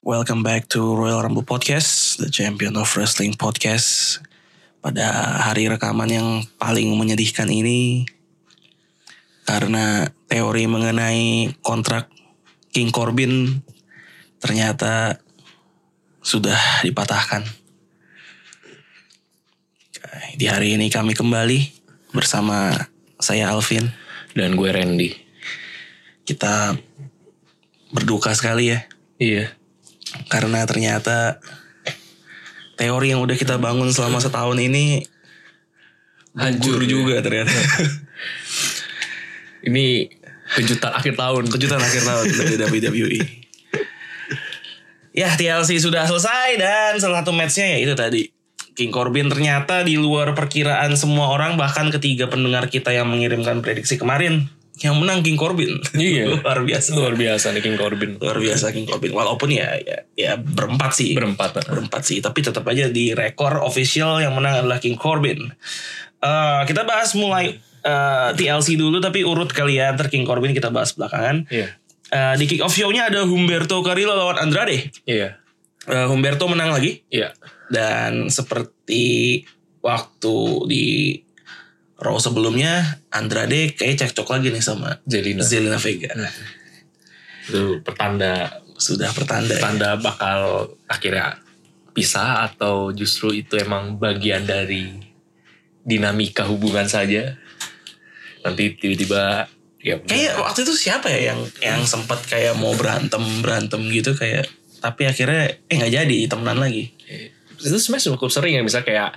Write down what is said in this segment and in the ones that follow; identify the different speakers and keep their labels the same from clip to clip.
Speaker 1: Welcome back to Royal Rumble Podcast, the champion of wrestling podcast. Pada hari rekaman yang paling menyedihkan ini, karena teori mengenai kontrak King Corbin ternyata sudah dipatahkan. Di hari ini kami kembali bersama saya Alvin.
Speaker 2: dan gue Randy.
Speaker 1: Kita berduka sekali ya
Speaker 2: Iya.
Speaker 1: karena ternyata teori yang udah kita bangun selama setahun ini hancur juga ternyata
Speaker 2: Ini kejutan akhir tahun.
Speaker 1: kejutan akhir tahun dari WWE. Ya TLC sudah selesai dan salah satu matchnya ya itu tadi King Corbin ternyata di luar perkiraan semua orang bahkan ketiga pendengar kita yang mengirimkan prediksi kemarin yang menang King Corbin.
Speaker 2: Iya.
Speaker 1: luar biasa.
Speaker 2: Luar biasa nih King Corbin.
Speaker 1: Luar biasa King Corbin. Walaupun ya ya, ya berempat sih.
Speaker 2: Berempat.
Speaker 1: berempat sih tapi tetap aja di rekor official yang menang adalah King Corbin Eh, kita bahas mulai eh, TLC dulu tapi urut kalian ter King Corbin kita bahas belakangan
Speaker 2: Iya.
Speaker 1: Eh, di kick off show-nya ada Humberto Carrillo lawan Andrade
Speaker 2: Iya.
Speaker 1: Eh, Humberto menang lagi
Speaker 2: Iya.
Speaker 1: dan seperti waktu di Raw sebelumnya Andrade kayak cekcok lagi nih sama
Speaker 2: Zelina.
Speaker 1: Zelina Vega
Speaker 2: nah, Itu pertanda
Speaker 1: sudah pertanda ya.
Speaker 2: pertanda bakal akhirnya pisah atau justru itu emang bagian dari dinamika hubungan saja. Nanti tiba-tiba ya
Speaker 1: Kayak waktu itu siapa ya yang yang sempat kayak mau berantem berantem gitu kayak tapi akhirnya eh nggak jadi temenan lagi.
Speaker 2: itu sebenarnya cukup sering ya misalnya kayak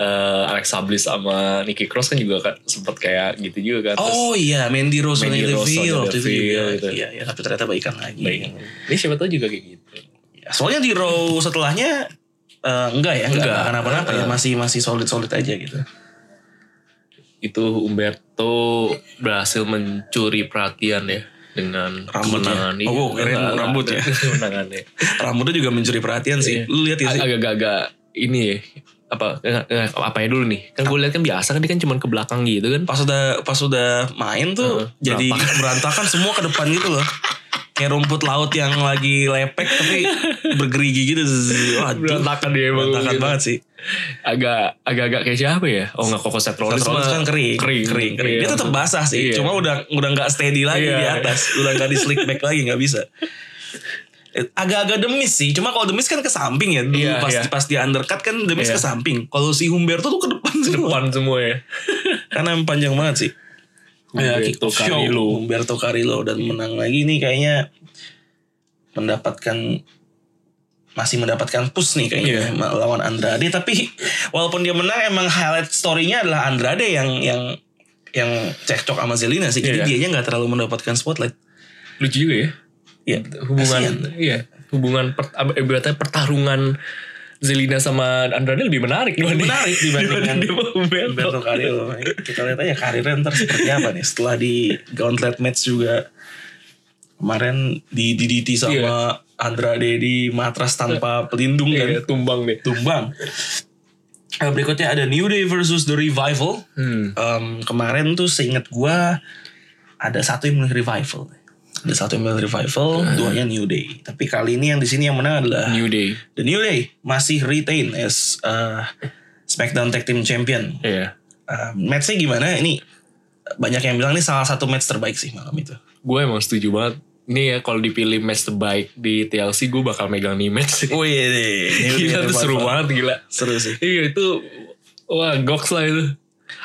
Speaker 2: eh, Alexa Bliss sama Nikki Cross kan juga kan sempat kayak gitu juga kan Terus-
Speaker 1: Oh iya, Mandy Rose Sonya
Speaker 2: Mandy Rose, Sonya
Speaker 1: Deville waktu itu juga.
Speaker 2: Deville, gitu.
Speaker 1: Iya, iya, tapi ternyata baikan lagi.
Speaker 2: Baik. Ini siapa tahu juga kayak gitu.
Speaker 1: Ya, soalnya di row setelahnya eh, enggak ya, enggak,
Speaker 2: Enggak.
Speaker 1: kenapa-napa ya, masih masih solid-solid aja gitu.
Speaker 2: Itu Umberto berhasil mencuri perhatian ya dengan
Speaker 1: Rambutnya.
Speaker 2: kemenangan Iya,
Speaker 1: Oh, gua kirain
Speaker 2: kemenangan-
Speaker 1: rambut ya.
Speaker 2: Kemenangannya.
Speaker 1: Rambutnya juga mencuri perhatian sih.
Speaker 2: Iya.
Speaker 1: Lu lihat ya sih.
Speaker 2: Agak-agak ini ya apa eh, eh, apanya dulu nih kan gue lihat kan biasa kan dia kan cuman ke belakang gitu kan
Speaker 1: Pas udah pas udah main tuh
Speaker 2: Heeh,
Speaker 1: jadi
Speaker 2: berantakan.
Speaker 1: berantakan semua ke depan gitu loh. Kayak rumput laut yang lagi lepek tapi bergerigi gitu. Zzz, Waduh.
Speaker 2: berantakan dia emang
Speaker 1: Berantakan
Speaker 2: gitu.
Speaker 1: banget sih.
Speaker 2: agak agak-agak kayak siapa ya oh nggak kok Seth Rollins
Speaker 1: Seth Rollins
Speaker 2: mah
Speaker 1: kan kering,
Speaker 2: kering
Speaker 1: kering, kering. Dia
Speaker 2: Iya.
Speaker 1: tetap basah sih,
Speaker 2: Iya.
Speaker 1: cuma udah udah nggak steady lagi
Speaker 2: Iya.
Speaker 1: di atas, udah nggak di slick back lagi nggak bisa. Eh, Agak-agak demis sih, cuma kalau demis kan ke samping ya. Dulu
Speaker 2: Iya,
Speaker 1: pas
Speaker 2: iya.
Speaker 1: pas dia undercut kan demis
Speaker 2: Iya.
Speaker 1: ke samping. Kalau si Humberto tuh ke depan
Speaker 2: Ke
Speaker 1: semua.
Speaker 2: depan semua ya
Speaker 1: Karena emang panjang banget sih. Ya, kick
Speaker 2: Humberto
Speaker 1: off show,
Speaker 2: Carrillo.
Speaker 1: Humberto Carrillo dan menang lagi nih kayaknya mendapatkan masih mendapatkan push nih kayaknya lawan Andrade tapi walaupun dia menang emang highlight story-nya adalah Andrade yang yang yang cekcok sama Zelina sih jadi
Speaker 2: Iya.
Speaker 1: dianya nggak terlalu mendapatkan spotlight
Speaker 2: lucu juga ya
Speaker 1: ya
Speaker 2: hubungan
Speaker 1: kasihan.
Speaker 2: iya hubungan per, ab- ibaratnya pertarungan Zelina sama Andrade lebih menarik dibanding
Speaker 1: Menarik dibandingkan
Speaker 2: dibanding sama Humberto.
Speaker 1: Humberto Carrillo kita lihat aja karirnya ntar seperti apa nih setelah di gauntlet match juga kemarin di DDT sama
Speaker 2: Iya.
Speaker 1: Andrade di matras tanpa pelindung kan
Speaker 2: Iya, tumbang deh.
Speaker 1: tumbang. Eh, Berikutnya ada New Day versus The Revival.
Speaker 2: Hmm.
Speaker 1: Em, kemarin tuh seinget gua ada satu yang milih Revival. Ada satu yang milih Revival, duanya New Day. Tapi kali ini yang di sini yang menang adalah
Speaker 2: Ah. New Day.
Speaker 1: The New Day masih retain as eh, SmackDown Tag Team Champion.
Speaker 2: Iya.
Speaker 1: Eh, matchnya gimana? Ini banyak yang bilang ini salah satu match terbaik sih malam itu.
Speaker 2: Gue emang setuju banget. Ini ya kalau dipilih match terbaik di TLC gue bakal megang nih match.
Speaker 1: Wih,
Speaker 2: gila itu seru banget gila.
Speaker 1: Seru sih.
Speaker 2: Iya itu wah goks lah itu.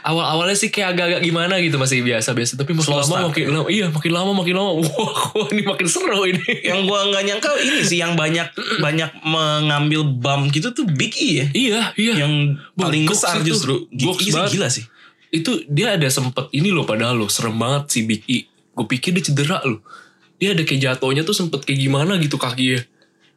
Speaker 2: Awal-awalnya sih kayak agak-agak gimana gitu masih biasa-biasa tapi makin
Speaker 1: Slow
Speaker 2: lama
Speaker 1: start.
Speaker 2: makin lama iya makin lama makin lama wah ini makin seru ini.
Speaker 1: yang gua nggak nyangka ini sih yang banyak banyak mengambil bump gitu tuh Big E ya
Speaker 2: Iya, iya.
Speaker 1: yang
Speaker 2: Wah,
Speaker 1: paling
Speaker 2: goks
Speaker 1: besar
Speaker 2: itu.
Speaker 1: justru Big
Speaker 2: Goks
Speaker 1: E sih
Speaker 2: banget.
Speaker 1: gila sih
Speaker 2: itu dia ada sempet ini loh padahal loh serem banget si Big E gue pikir dia cedera loh dia ada kayak jatuhnya tuh sempet kayak gimana gitu kakinya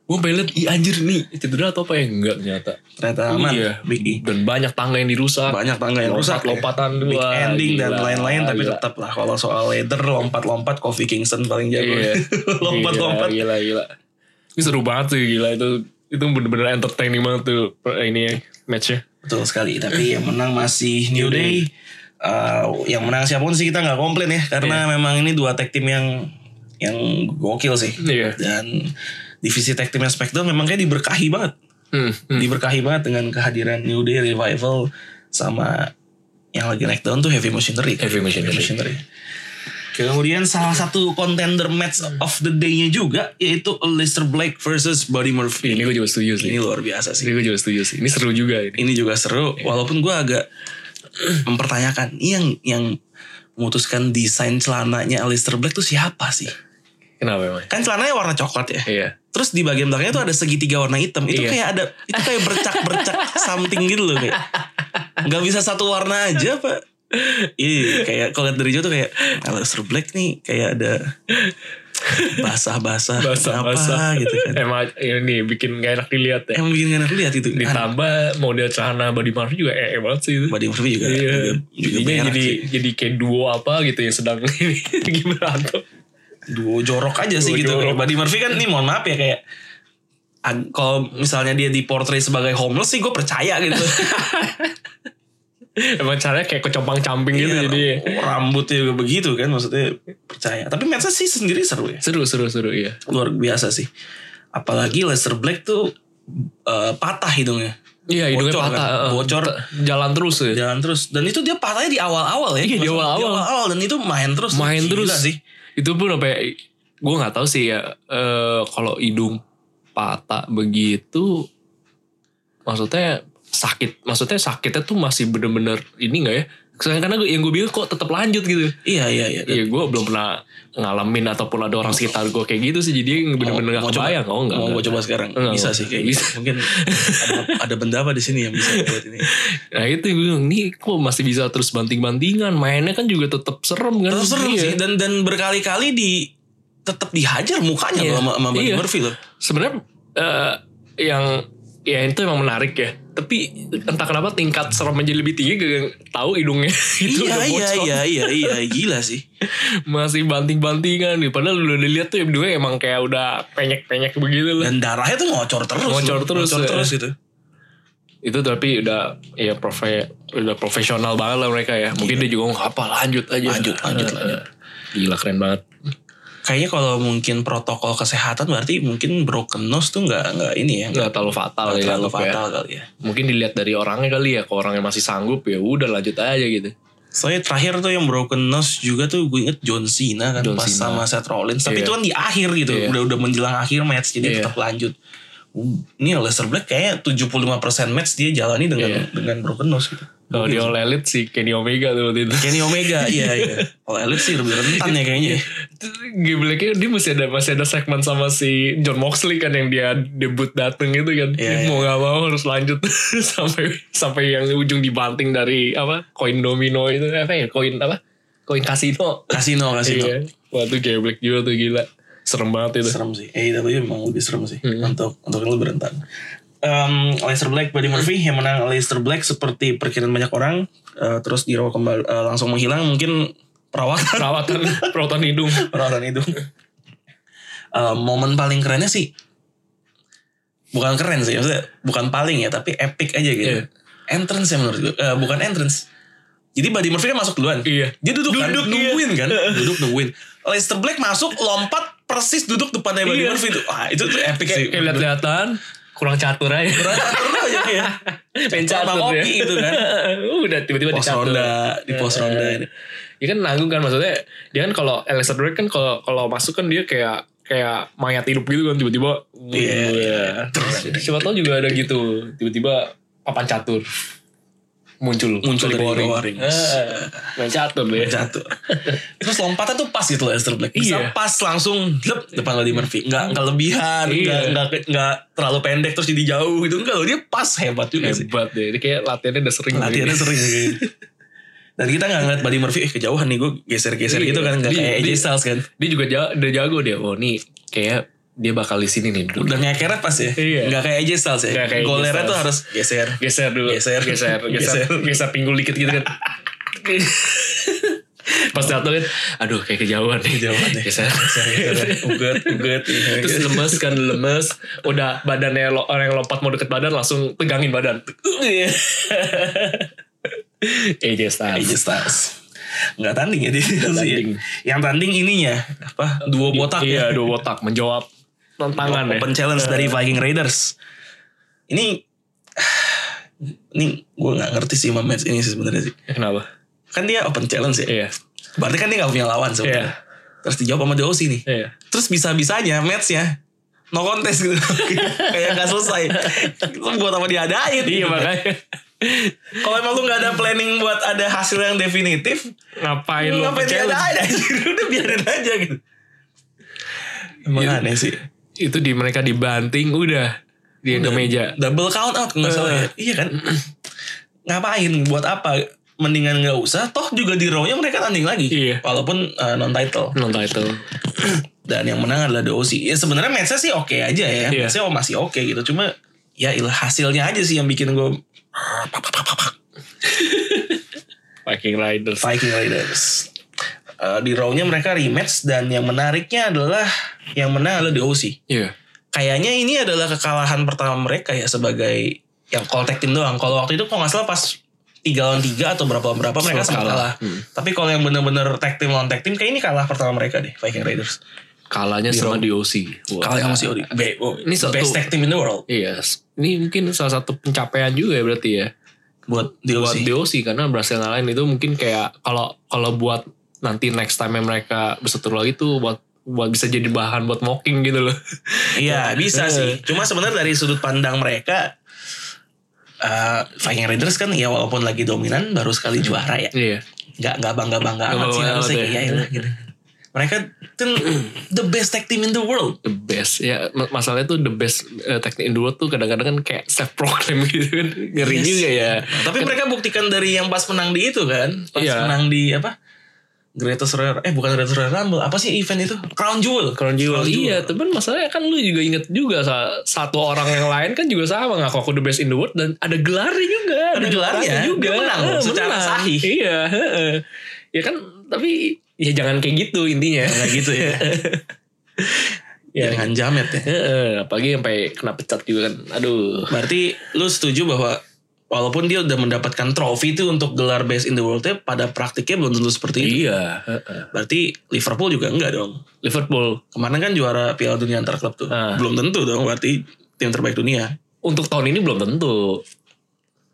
Speaker 2: gue pengen liat "Ih, anjir nih cedera atau apa ya enggak ternyata
Speaker 1: ternyata aman
Speaker 2: Iya.
Speaker 1: Big E
Speaker 2: dan banyak tangga yang dirusak
Speaker 1: banyak tangga yang rusak
Speaker 2: Lompat-
Speaker 1: ya.
Speaker 2: lompatan dua,
Speaker 1: big ending dan
Speaker 2: gila,
Speaker 1: lain-lain tapi
Speaker 2: gila.
Speaker 1: tetap lah kalau soal ladder lompat-lompat Kofi Kingston paling jago ya.
Speaker 2: Iya.
Speaker 1: lompat-lompat
Speaker 2: gila, gila gila ini seru banget sih gila itu itu bener-bener entertaining banget tuh per- ini ya, matchnya
Speaker 1: betul sekali tapi yang menang masih New Day Eh, yang menang siapapun sih kita nggak
Speaker 2: Iya.
Speaker 1: komplain ya karena memang ini dua tag team yang yang gokil sih
Speaker 2: iya
Speaker 1: dan divisi tag timnya SmackDown memang kayak diberkahi banget.
Speaker 2: Hmm, hmm.
Speaker 1: Diberkahi banget dengan kehadiran New Day, Revival, sama yang lagi naik daun tuh Heavy Machinery.
Speaker 2: Heavy Machinery.
Speaker 1: Kemudian salah satu contender match of the day-nya juga yaitu Aleister Black versus Buddy Murphy.
Speaker 2: Ini gue juga setuju sih.
Speaker 1: Ini luar biasa sih.
Speaker 2: Ini gue juga setuju sih. Ini seru juga ini.
Speaker 1: Ini juga seru
Speaker 2: Iya.
Speaker 1: walaupun gue agak mempertanyakan ini yang yang memutuskan desain celananya Aleister Black tuh siapa sih?
Speaker 2: Kenapa emang?
Speaker 1: Kan celananya warna coklat ya.
Speaker 2: Iya.
Speaker 1: Terus di bagian belakangnya tuh ada segitiga warna hitam. Itu
Speaker 2: Iya.
Speaker 1: kayak ada itu kayak bercak-bercak something gitu loh kayak. Gak bisa satu warna aja pak. Iya kayak kalau lihat dari jauh tuh kayak Aleister Black nih kayak ada basah-basah
Speaker 2: Basah-basah.
Speaker 1: gitu kan.
Speaker 2: Emang ini bikin gak enak dilihat ya.
Speaker 1: Emang bikin gak enak lihat itu. Anak
Speaker 2: Ditambah model celana body Murphy juga eh banget sih itu.
Speaker 1: Buddy Murphy juga juga,
Speaker 2: Iya.
Speaker 1: juga
Speaker 2: Jadinya
Speaker 1: berak
Speaker 2: jadi
Speaker 1: sih.
Speaker 2: jadi kayak duo apa gitu yang sedang ini lagi berantem.
Speaker 1: duo jorok aja sih
Speaker 2: Duo
Speaker 1: gitu.
Speaker 2: jorok.
Speaker 1: Buddy Murphy kan nih mohon maaf ya kayak ag- kalau misalnya dia diportray sebagai homeless sih gue percaya gitu.
Speaker 2: Iya Emang caranya kayak kecompang camping gitu
Speaker 1: Iya,
Speaker 2: jadi
Speaker 1: rambutnya juga begitu kan maksudnya percaya. Tapi matchnya sih sendiri seru ya.
Speaker 2: seru seru seru iya.
Speaker 1: Luar biasa sih. Apalagi Lester Black tuh eh, patah hidungnya.
Speaker 2: Iya hidungnya
Speaker 1: Bocor kan?
Speaker 2: patah. eh,
Speaker 1: Bocor.
Speaker 2: te- Jalan terus ya.
Speaker 1: Jalan terus. Dan itu dia patahnya di awal-awal ya.
Speaker 2: Iya, di
Speaker 1: Maksudnya
Speaker 2: awal-awal.
Speaker 1: Dan itu main terus.
Speaker 2: Main
Speaker 1: Gila
Speaker 2: terus.
Speaker 1: sih.
Speaker 2: Itu pun sampai gue nggak tahu sih ya eh, kalau hidung patah begitu maksudnya sakit maksudnya sakitnya tuh masih bener-bener ini nggak ya Soalnya karena gua- yang gue bilang kok tetap lanjut gitu
Speaker 1: Iya, iya, iya.
Speaker 2: Iya gue belum pernah ngalamin ataupun ada orang sekitar gue kayak gitu sih jadi bener-bener
Speaker 1: Mau
Speaker 2: gak
Speaker 1: coba?
Speaker 2: kebayang oh enggak,
Speaker 1: Mau
Speaker 2: enggak.
Speaker 1: gue coba sekarang.
Speaker 2: Enggak,
Speaker 1: bisa
Speaker 2: enggak.
Speaker 1: sih kayak
Speaker 2: Bisa.
Speaker 1: gitu. Mungkin ada, ada benda apa di sini yang bisa buat ini.
Speaker 2: nah itu gue bilang nih kok masih bisa terus banting-bantingan mainnya kan juga tetap serem kan
Speaker 1: Tetap serem
Speaker 2: Iya.
Speaker 1: sih dan dan berkali-kali di tetap dihajar mukanya
Speaker 2: Iya.
Speaker 1: loh sama, sama Buddy
Speaker 2: Iya.
Speaker 1: Murphy loh.
Speaker 2: sebenarnya eh, yang ya itu emang menarik ya tapi entah kenapa tingkat serem menjadi lebih tinggi gak tahu hidungnya itu
Speaker 1: iya
Speaker 2: Gitu udah
Speaker 1: iya
Speaker 2: bocor
Speaker 1: iya iya iya gila sih.
Speaker 2: masih banting-bantingan nih padahal udah dilihat tuh hidungnya emang kayak udah penyek-penyek begitu lah
Speaker 1: Dan darahnya tuh ngocor terus.
Speaker 2: Ngocor
Speaker 1: loh.
Speaker 2: terus,
Speaker 1: Ngocor
Speaker 2: ya.
Speaker 1: terus gitu.
Speaker 2: itu tapi udah ya profe udah profesional banget lah mereka ya mungkin dia juga ngomong apa lanjut aja
Speaker 1: Iya. Lanjut, lanjut,
Speaker 2: Eh,
Speaker 1: lanjut.
Speaker 2: gila keren banget
Speaker 1: Kayaknya kalau mungkin protokol kesehatan berarti mungkin broken nose tuh nggak nggak ini ya. Nggak
Speaker 2: nggak terlalu fatal ya,
Speaker 1: terlalu
Speaker 2: anggap ya.
Speaker 1: fatal kali ya.
Speaker 2: mungkin dilihat dari orangnya kali ya kalau orangnya masih sanggup ya udah lanjut aja gitu
Speaker 1: Soalnya terakhir tuh yang broken nose juga tuh gue inget John Cena kan
Speaker 2: John
Speaker 1: pas
Speaker 2: Cena.
Speaker 1: sama Seth Rollins. Tapi
Speaker 2: Iya.
Speaker 1: itu kan di akhir gitu.
Speaker 2: Iya.
Speaker 1: Udah udah menjelang akhir match jadi
Speaker 2: Iya.
Speaker 1: tetap lanjut. Uh, Ini Lester Black kayaknya 75% match dia jalani dengan
Speaker 2: Iya.
Speaker 1: dengan broken nose gitu.
Speaker 2: kalau
Speaker 1: Mungkin.
Speaker 2: dia all elite si Kenny Omega tuh waktu itu
Speaker 1: Kenny Omega iya iya. Kalau Elite sih lebih rentan ya kayaknya.
Speaker 2: Gimbleknya dia masih ada masih ada segmen sama si John Moxley kan yang dia debut dateng gitu kan
Speaker 1: Iya,
Speaker 2: mau nggak mau harus lanjut sampai sampai yang ujung dibanting dari apa koin domino itu apa ya koin apa koin kasino
Speaker 1: Kasino kasino.
Speaker 2: Iya. Wah tuh geblek juga tuh gila. Serem banget itu.
Speaker 1: Serem sih. AEW memang lebih serem sih untuk untuk yang lebih rentan. Um, Aleister Black, Buddy Murphy yang menang Aleister Black seperti perkiraan banyak orang eh, terus Diro kembali eh, langsung menghilang mungkin perawatan
Speaker 2: Perawatan perawatan hidung.
Speaker 1: perawatan itu. Eh, momen paling kerennya sih bukan keren sih maksudnya bukan paling ya tapi epic aja gitu.
Speaker 2: Iya.
Speaker 1: Entrance ya menurut gue Eh, bukan entrance. Jadi Buddy Murphy kan masuk duluan.
Speaker 2: Iya.
Speaker 1: Dia duduk, kan,
Speaker 2: Duduk, iya.
Speaker 1: nungguin kan, duduk nungguin. Leicester Black masuk, lompat persis duduk depannya Buddy
Speaker 2: Iya.
Speaker 1: Murphy itu. Wah, itu tuh epic sih.
Speaker 2: Kayak lihat-lihatan kurang catur aja.
Speaker 1: Berat atur aja ya.
Speaker 2: Main
Speaker 1: Sama
Speaker 2: catur ya.
Speaker 1: kopi gitu kan.
Speaker 2: Udah tiba-tiba
Speaker 1: Pos
Speaker 2: dicatur.
Speaker 1: ronda, di pos ronda ini.
Speaker 2: Dia kan nanggung kan maksudnya dia kan kalau Alexa Drake kan kalau kalau masuk kan dia kayak kayak mayat hidup gitu kan tiba-tiba
Speaker 1: Iya.
Speaker 2: Iya. siapa tahu juga ada gitu tiba-tiba papan catur muncul
Speaker 1: Muncul dari
Speaker 2: boring.
Speaker 1: boring.
Speaker 2: Eh, main catur deh
Speaker 1: Jatuh. Terus lompatnya tuh pas gitu Leicester Black. Bisa
Speaker 2: Iya.
Speaker 1: pas langsung lep, depan Buddy Murphy. Nggak kelebihan,
Speaker 2: Iya.
Speaker 1: nggak nggak ke- nggak terlalu pendek terus jadi jauh gitu. Enggak loh, dia pas hebat juga sih.
Speaker 2: hebat deh ini kayak latihannya udah sering
Speaker 1: Latihannya
Speaker 2: Ini.
Speaker 1: sering gitu. Dan kita gak ngeliat Buddy Murphy, eh kejauhan nih gue geser-geser
Speaker 2: Iya.
Speaker 1: gitu kan. Gak
Speaker 2: Di-
Speaker 1: kayak AJ
Speaker 2: di-
Speaker 1: Styles kan.
Speaker 2: dia juga ja- udah jago dia oh nih kayak dia bakal di sini nih dulu
Speaker 1: Udah ngekeret pas ya.
Speaker 2: Iya.
Speaker 1: Nggak kayak AJ Styles ya.
Speaker 2: Nggak kayak AJ
Speaker 1: Golernya tuh
Speaker 2: Styles.
Speaker 1: harus geser.
Speaker 2: geser dulu
Speaker 1: Geser.
Speaker 2: geser geser,
Speaker 1: Geser.
Speaker 2: geser pinggul dikit gitu kan pas jatuh kan aduh kayak kejauhan nih
Speaker 1: Kejauhan deh.
Speaker 2: geser
Speaker 1: Uget, uget. iya.
Speaker 2: terus lemes kan lemes udah badannya lo, orang yang lompat mau deket badan langsung pegangin badan
Speaker 1: Iya.
Speaker 2: AJ
Speaker 1: AJ
Speaker 2: Styles
Speaker 1: Styles. Nggak tanding ya dia. sih ya.
Speaker 2: tanding.
Speaker 1: Yang tanding ininya. Apa? Duo botak
Speaker 2: iya
Speaker 1: ya.
Speaker 2: dua botak menjawab tantangan ya.
Speaker 1: Open challenge dari Viking Raiders. Ini ini gue nggak ngerti sih sama match ini sih sebenarnya sih.
Speaker 2: Ya, Kenapa?
Speaker 1: Kan dia open challenge ya.
Speaker 2: Iya.
Speaker 1: Berarti kan dia nggak punya lawan sebenarnya.
Speaker 2: Iya.
Speaker 1: Terus dijawab sama DOC nih.
Speaker 2: Iya.
Speaker 1: Terus bisa-bisanya matchnya no contest gitu. Kayak nggak selesai. Lu buat apa diadain? gitu.
Speaker 2: Iya makanya.
Speaker 1: Kalau emang lu nggak ada planning buat ada hasil yang definitif,
Speaker 2: Ngapain lu
Speaker 1: ngapain
Speaker 2: open challenge?
Speaker 1: diadain anjir? Udah biarin aja gitu. Emang
Speaker 2: Iya.
Speaker 1: aneh sih.
Speaker 2: Itu di mereka dibanting udah di ke meja.
Speaker 1: Iya.
Speaker 2: Eh.
Speaker 1: Double count out nggak salah ya. Iya kan? Ngapain? Buat apa? Mendingan nggak usah. Toh juga di row-nya mereka tanding lagi.
Speaker 2: Iya.
Speaker 1: Walaupun non title.
Speaker 2: Non title.
Speaker 1: Dan yang menang adalah DOC. Ya sebenarnya match-nya sih oke aja ya.
Speaker 2: Iya.
Speaker 1: Match-nya masih oke gitu. Cuma ya ilah hasilnya aja sih yang bikin gue
Speaker 2: Viking Riders.
Speaker 1: Viking Raiders. Eh, di row-nya mereka rematch dan yang menariknya adalah yang menang adalah DOC.
Speaker 2: Iya.
Speaker 1: Kayaknya ini adalah kekalahan pertama mereka ya sebagai yang call tag team doang. Kalau waktu itu kalau nggak salah pas 3 lawan 3 atau berapa lawan berapa mereka sempat kalah.
Speaker 2: Hmm.
Speaker 1: Tapi kalau yang bener-bener tag team lawan tag team kayak ini kalah pertama mereka deh Viking Raiders.
Speaker 2: Kalahnya sama DOC. Wah.
Speaker 1: Kalah sama si Odi. Be- oh,
Speaker 2: Ini satu-
Speaker 1: best tag team in the world
Speaker 2: Iya. Ini mungkin salah satu pencapaian juga ya berarti ya.
Speaker 1: buat
Speaker 2: buat
Speaker 1: DOC.
Speaker 2: DOC karena berhasil ngalahin itu mungkin kayak kalau kalau buat nanti next time mereka berseteru lagi tuh buat buat bisa jadi bahan buat mocking gitu loh.
Speaker 1: Iya bisa sih. Cuma sebenarnya dari sudut pandang mereka eh, Viking Raiders kan ya walaupun lagi dominan baru sekali juara ya.
Speaker 2: Iya.
Speaker 1: nggak nggak bangga bangga
Speaker 2: Nggak
Speaker 1: amat sih
Speaker 2: bangga-bangga
Speaker 1: harusnya
Speaker 2: amat ya.
Speaker 1: iya lah gitu mereka kan the best tag team in the world
Speaker 2: The best ya ma- masalahnya tuh the best eh, teknik Enduro tuh kadang-kadang kan kayak self proclaim gitu kan ngeri
Speaker 1: Yes.
Speaker 2: juga ya.
Speaker 1: tapi mereka buktikan dari yang pas menang di itu kan pas
Speaker 2: Iya.
Speaker 1: menang di apa Greatest Royal eh bukan Greatest Royal Rumble apa sih event itu Crown Jewel
Speaker 2: Crown Jewel. Iya, tapi kan masalahnya kan lu juga inget juga sa- satu orang yang lain kan juga sama ngaku aku the best in the world dan ada gelarnya juga,
Speaker 1: Ada gelarnya,
Speaker 2: juaranya
Speaker 1: dia menang loh,
Speaker 2: Eh,
Speaker 1: secara sahih.
Speaker 2: Iya, heeh. Ya kan, tapi ya jangan kayak gitu intinya.
Speaker 1: kayak gitu ya
Speaker 2: Ya.
Speaker 1: jangan jamet ya
Speaker 2: Heeh, apalagi sampai kena pecat juga kan. Aduh.
Speaker 1: berarti lu setuju bahwa walaupun dia udah mendapatkan trofi itu untuk gelar best in the world tapi pada praktiknya belum tentu seperti itu
Speaker 2: Iya, heeh.
Speaker 1: berarti Liverpool juga enggak dong
Speaker 2: Liverpool
Speaker 1: kemarin kan juara Piala Dunia antar klub tuh
Speaker 2: Ah.
Speaker 1: belum tentu dong berarti tim terbaik dunia
Speaker 2: untuk tahun ini belum tentu.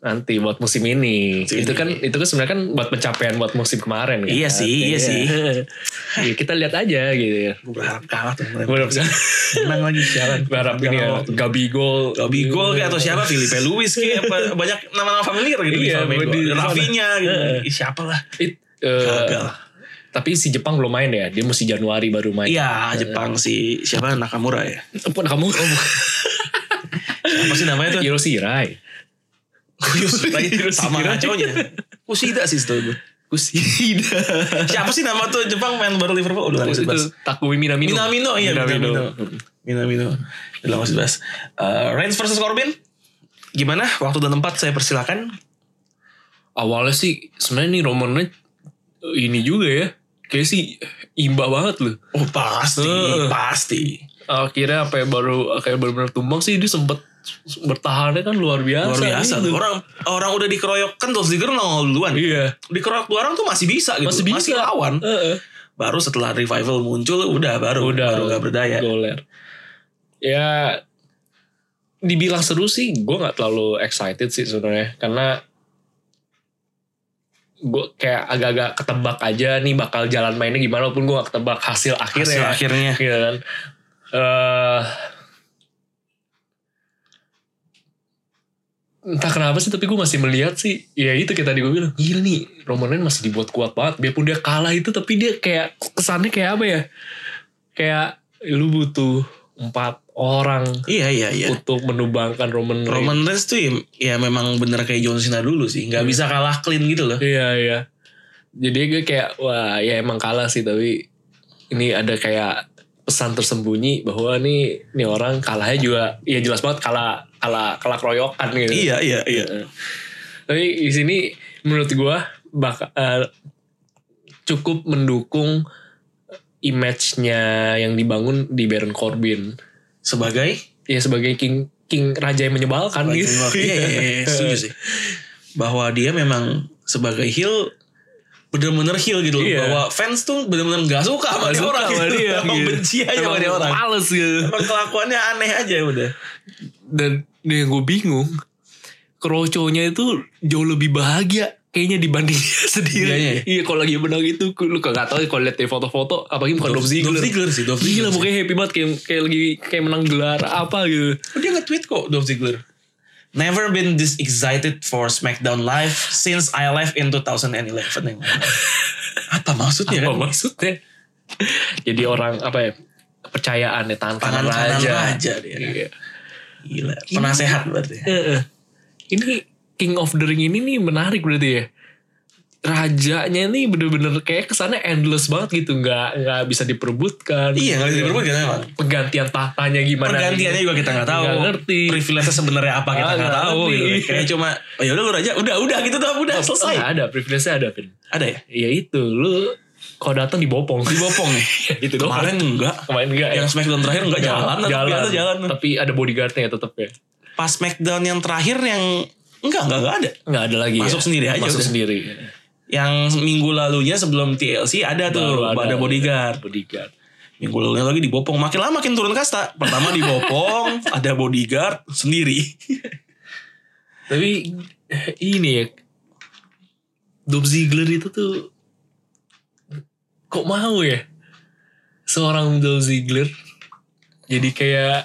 Speaker 2: Nanti buat musim ini.
Speaker 1: Musim
Speaker 2: itu
Speaker 1: ini.
Speaker 2: kan itu kan sebenarnya kan buat pencapaian buat musim kemarin kan.
Speaker 1: Iya sih, iya sih.
Speaker 2: Ya, kita lihat aja gitu ya.
Speaker 1: Gue berharap kalah tuh kemarin.
Speaker 2: Gue bisa
Speaker 1: Menang lagi sialan.
Speaker 2: berharap ini ya, Gabigol.
Speaker 1: Gabigol kayak atau siapa Felipe Luis kayak apa banyak nama-nama familiar gitu di
Speaker 2: Iya,
Speaker 1: Flamengo.
Speaker 2: di sana.
Speaker 1: Rafinha gitu. Ih, siapa lah.
Speaker 2: It, eh,
Speaker 1: Gagal.
Speaker 2: tapi si Jepang belum main ya. Dia mesti Januari baru main.
Speaker 1: Iya, Jepang si siapa Nakamura ya.
Speaker 2: Ampun kamu.
Speaker 1: Apa sih namanya tuh?
Speaker 2: Hiroshi Rai.
Speaker 1: Yoshida. Sama
Speaker 2: Yoshida.
Speaker 1: ngaconya. Kusida sih itu.
Speaker 2: Kusida.
Speaker 1: Siapa sih nama tuh Jepang main baru Liverpool? Udah nggak usah dibahas.
Speaker 2: itu Takumi Minamino.
Speaker 1: Minamino, iya Minamino.
Speaker 2: Minamino.
Speaker 1: Minamino. Udah nggak usah dibahas. Eh, Reigns versus Corbin. Gimana? Waktu dan tempat saya persilakan.
Speaker 2: Awalnya sih sebenarnya nih Roman Reigns eh, ini juga ya. Kayak sih imba banget loh.
Speaker 1: Oh pasti,
Speaker 2: Eh.
Speaker 1: pasti.
Speaker 2: Akhirnya apa ya, baru kayak benar-benar tumbang sih dia sempet bertahannya kan luar biasa.
Speaker 1: Luar biasa.
Speaker 2: gitu.
Speaker 1: Orang orang udah dikeroyok kan Dolph Ziggler nongol duluan.
Speaker 2: Iya.
Speaker 1: Dikeroyok dua orang tuh masih bisa gitu.
Speaker 2: Masih bisa.
Speaker 1: lawan.
Speaker 2: Heeh.
Speaker 1: Baru setelah revival muncul udah baru
Speaker 2: Udah.
Speaker 1: baru gak berdaya.
Speaker 2: Goler. Ya dibilang seru sih gue nggak terlalu excited sih sebenarnya karena gue kayak agak-agak ketebak aja nih bakal jalan mainnya gimana walaupun gue gak ketebak
Speaker 1: Hasil
Speaker 2: hasil akhirnya
Speaker 1: akhirnya.
Speaker 2: gitu kan. Eh, entah kenapa sih tapi gue masih melihat sih ya itu kayak tadi gue bilang gila nih Roman Reigns masih dibuat kuat banget biarpun dia kalah itu tapi dia kayak kesannya kayak apa ya kayak lu butuh empat orang
Speaker 1: Iya iya iya.
Speaker 2: untuk menubangkan Roman Reigns
Speaker 1: Roman Reigns tuh ya, ya memang bener kayak John Cena dulu sih. Gak bisa kalah clean gitu loh.
Speaker 2: Iya iya. Jadi gue kayak wah ya emang kalah sih tapi ini ada kayak pesan tersembunyi bahwa nih nih orang kalahnya juga ya jelas banget kalah kalah kalah keroyokan gitu.
Speaker 1: Iya iya iya.
Speaker 2: Tapi di sini menurut gue bak eh, cukup mendukung image-nya yang dibangun di Baron Corbin.
Speaker 1: Sebagai
Speaker 2: Ya sebagai king king raja yang menyebalkan gitu.
Speaker 1: Iya iya iya. Setuju sih. Bahwa dia memang sebagai heel bener-bener heal gitu loh
Speaker 2: Iya.
Speaker 1: bahwa fans tuh bener-bener nggak suka sama
Speaker 2: Nggak
Speaker 1: dia
Speaker 2: suka
Speaker 1: orang
Speaker 2: sama
Speaker 1: gitu.
Speaker 2: dia,
Speaker 1: emang
Speaker 2: gitu.
Speaker 1: benci aja sama
Speaker 2: Emang
Speaker 1: dia orang
Speaker 2: Males gitu.
Speaker 1: emang kelakuannya aneh aja udah
Speaker 2: Dan nih yang gue bingung. Kroconya itu jauh lebih bahagia. Kayaknya dibanding dia sendiri.
Speaker 1: Iya, iya.
Speaker 2: Iya kalau lagi menang itu. Lu gak tau kalau liat dari foto-foto. Apalagi bukan Dolph Ziggler.
Speaker 1: Dolph Ziggler sih Dolph
Speaker 2: Gila
Speaker 1: Ziggler sih.
Speaker 2: mukanya happy banget. Kayak, kayak lagi kayak menang gelar apa gitu.
Speaker 1: Oh, dia nge-tweet kok Dolph Ziggler Never been this excited for SmackDown Live since I left in 2011. Apa maksudnya
Speaker 2: Apa
Speaker 1: kan?
Speaker 2: maksudnya? Iya. Jadi orang apa ya? Kepercayaan ya. Tangan,
Speaker 1: Tangan
Speaker 2: kanan,
Speaker 1: kanan
Speaker 2: raja.
Speaker 1: raja dia.
Speaker 2: Iya.
Speaker 1: Gila. Penasehat berarti.
Speaker 2: Heeh. Ini King of the Ring ini nih menarik berarti ya. Rajanya nih bener-bener kayak kesannya endless banget gitu. Nggak, nggak bisa diperebutkan.
Speaker 1: Iya nggak bisa diperbuat kan emang.
Speaker 2: Penggantian tahtanya gimana.
Speaker 1: Pergantiannya juga kita nggak tahu.
Speaker 2: Nggak ngerti.
Speaker 1: Privilege sebenarnya apa kita
Speaker 2: Ah,
Speaker 1: nggak
Speaker 2: nggak
Speaker 1: tahu.
Speaker 2: ngerti.
Speaker 1: Gitu. Kayak cuma oh, yaudah lu raja udah udah gitu tuh udah selesai.
Speaker 2: Nggak ada, privilege-nya ada. Vin.
Speaker 1: Ada ya?
Speaker 2: Ya itu, lu kalau datang dibopong.
Speaker 1: Dibopong ya?
Speaker 2: gitu doang.
Speaker 1: Kemarin enggak.
Speaker 2: Kemarin nggak ya.
Speaker 1: Yang SmackDown terakhir enggak jalan. tapi
Speaker 2: jalan.
Speaker 1: ternyata jalan.
Speaker 2: Tapi ada bodyguardnya ya tetep ya.
Speaker 1: Pas SmackDown yang terakhir yang enggak enggak enggak ada.
Speaker 2: Nggak ada lagi
Speaker 1: Masuk
Speaker 2: ya.
Speaker 1: sendiri aja
Speaker 2: Masuk
Speaker 1: udah.
Speaker 2: sendiri.
Speaker 1: Yang minggu lalunya sebelum TLC ada tuh. Ada, bodyguard.
Speaker 2: Bodyguard.
Speaker 1: Minggu lalunya lagi dibopong. Makin lama makin turun kasta. Pertama dibopong. ada bodyguard sendiri.
Speaker 2: Tapi eh, ini ya. Dolph Ziggler itu tuh kok mau ya? Seorang Dolph Ziggler jadi kayak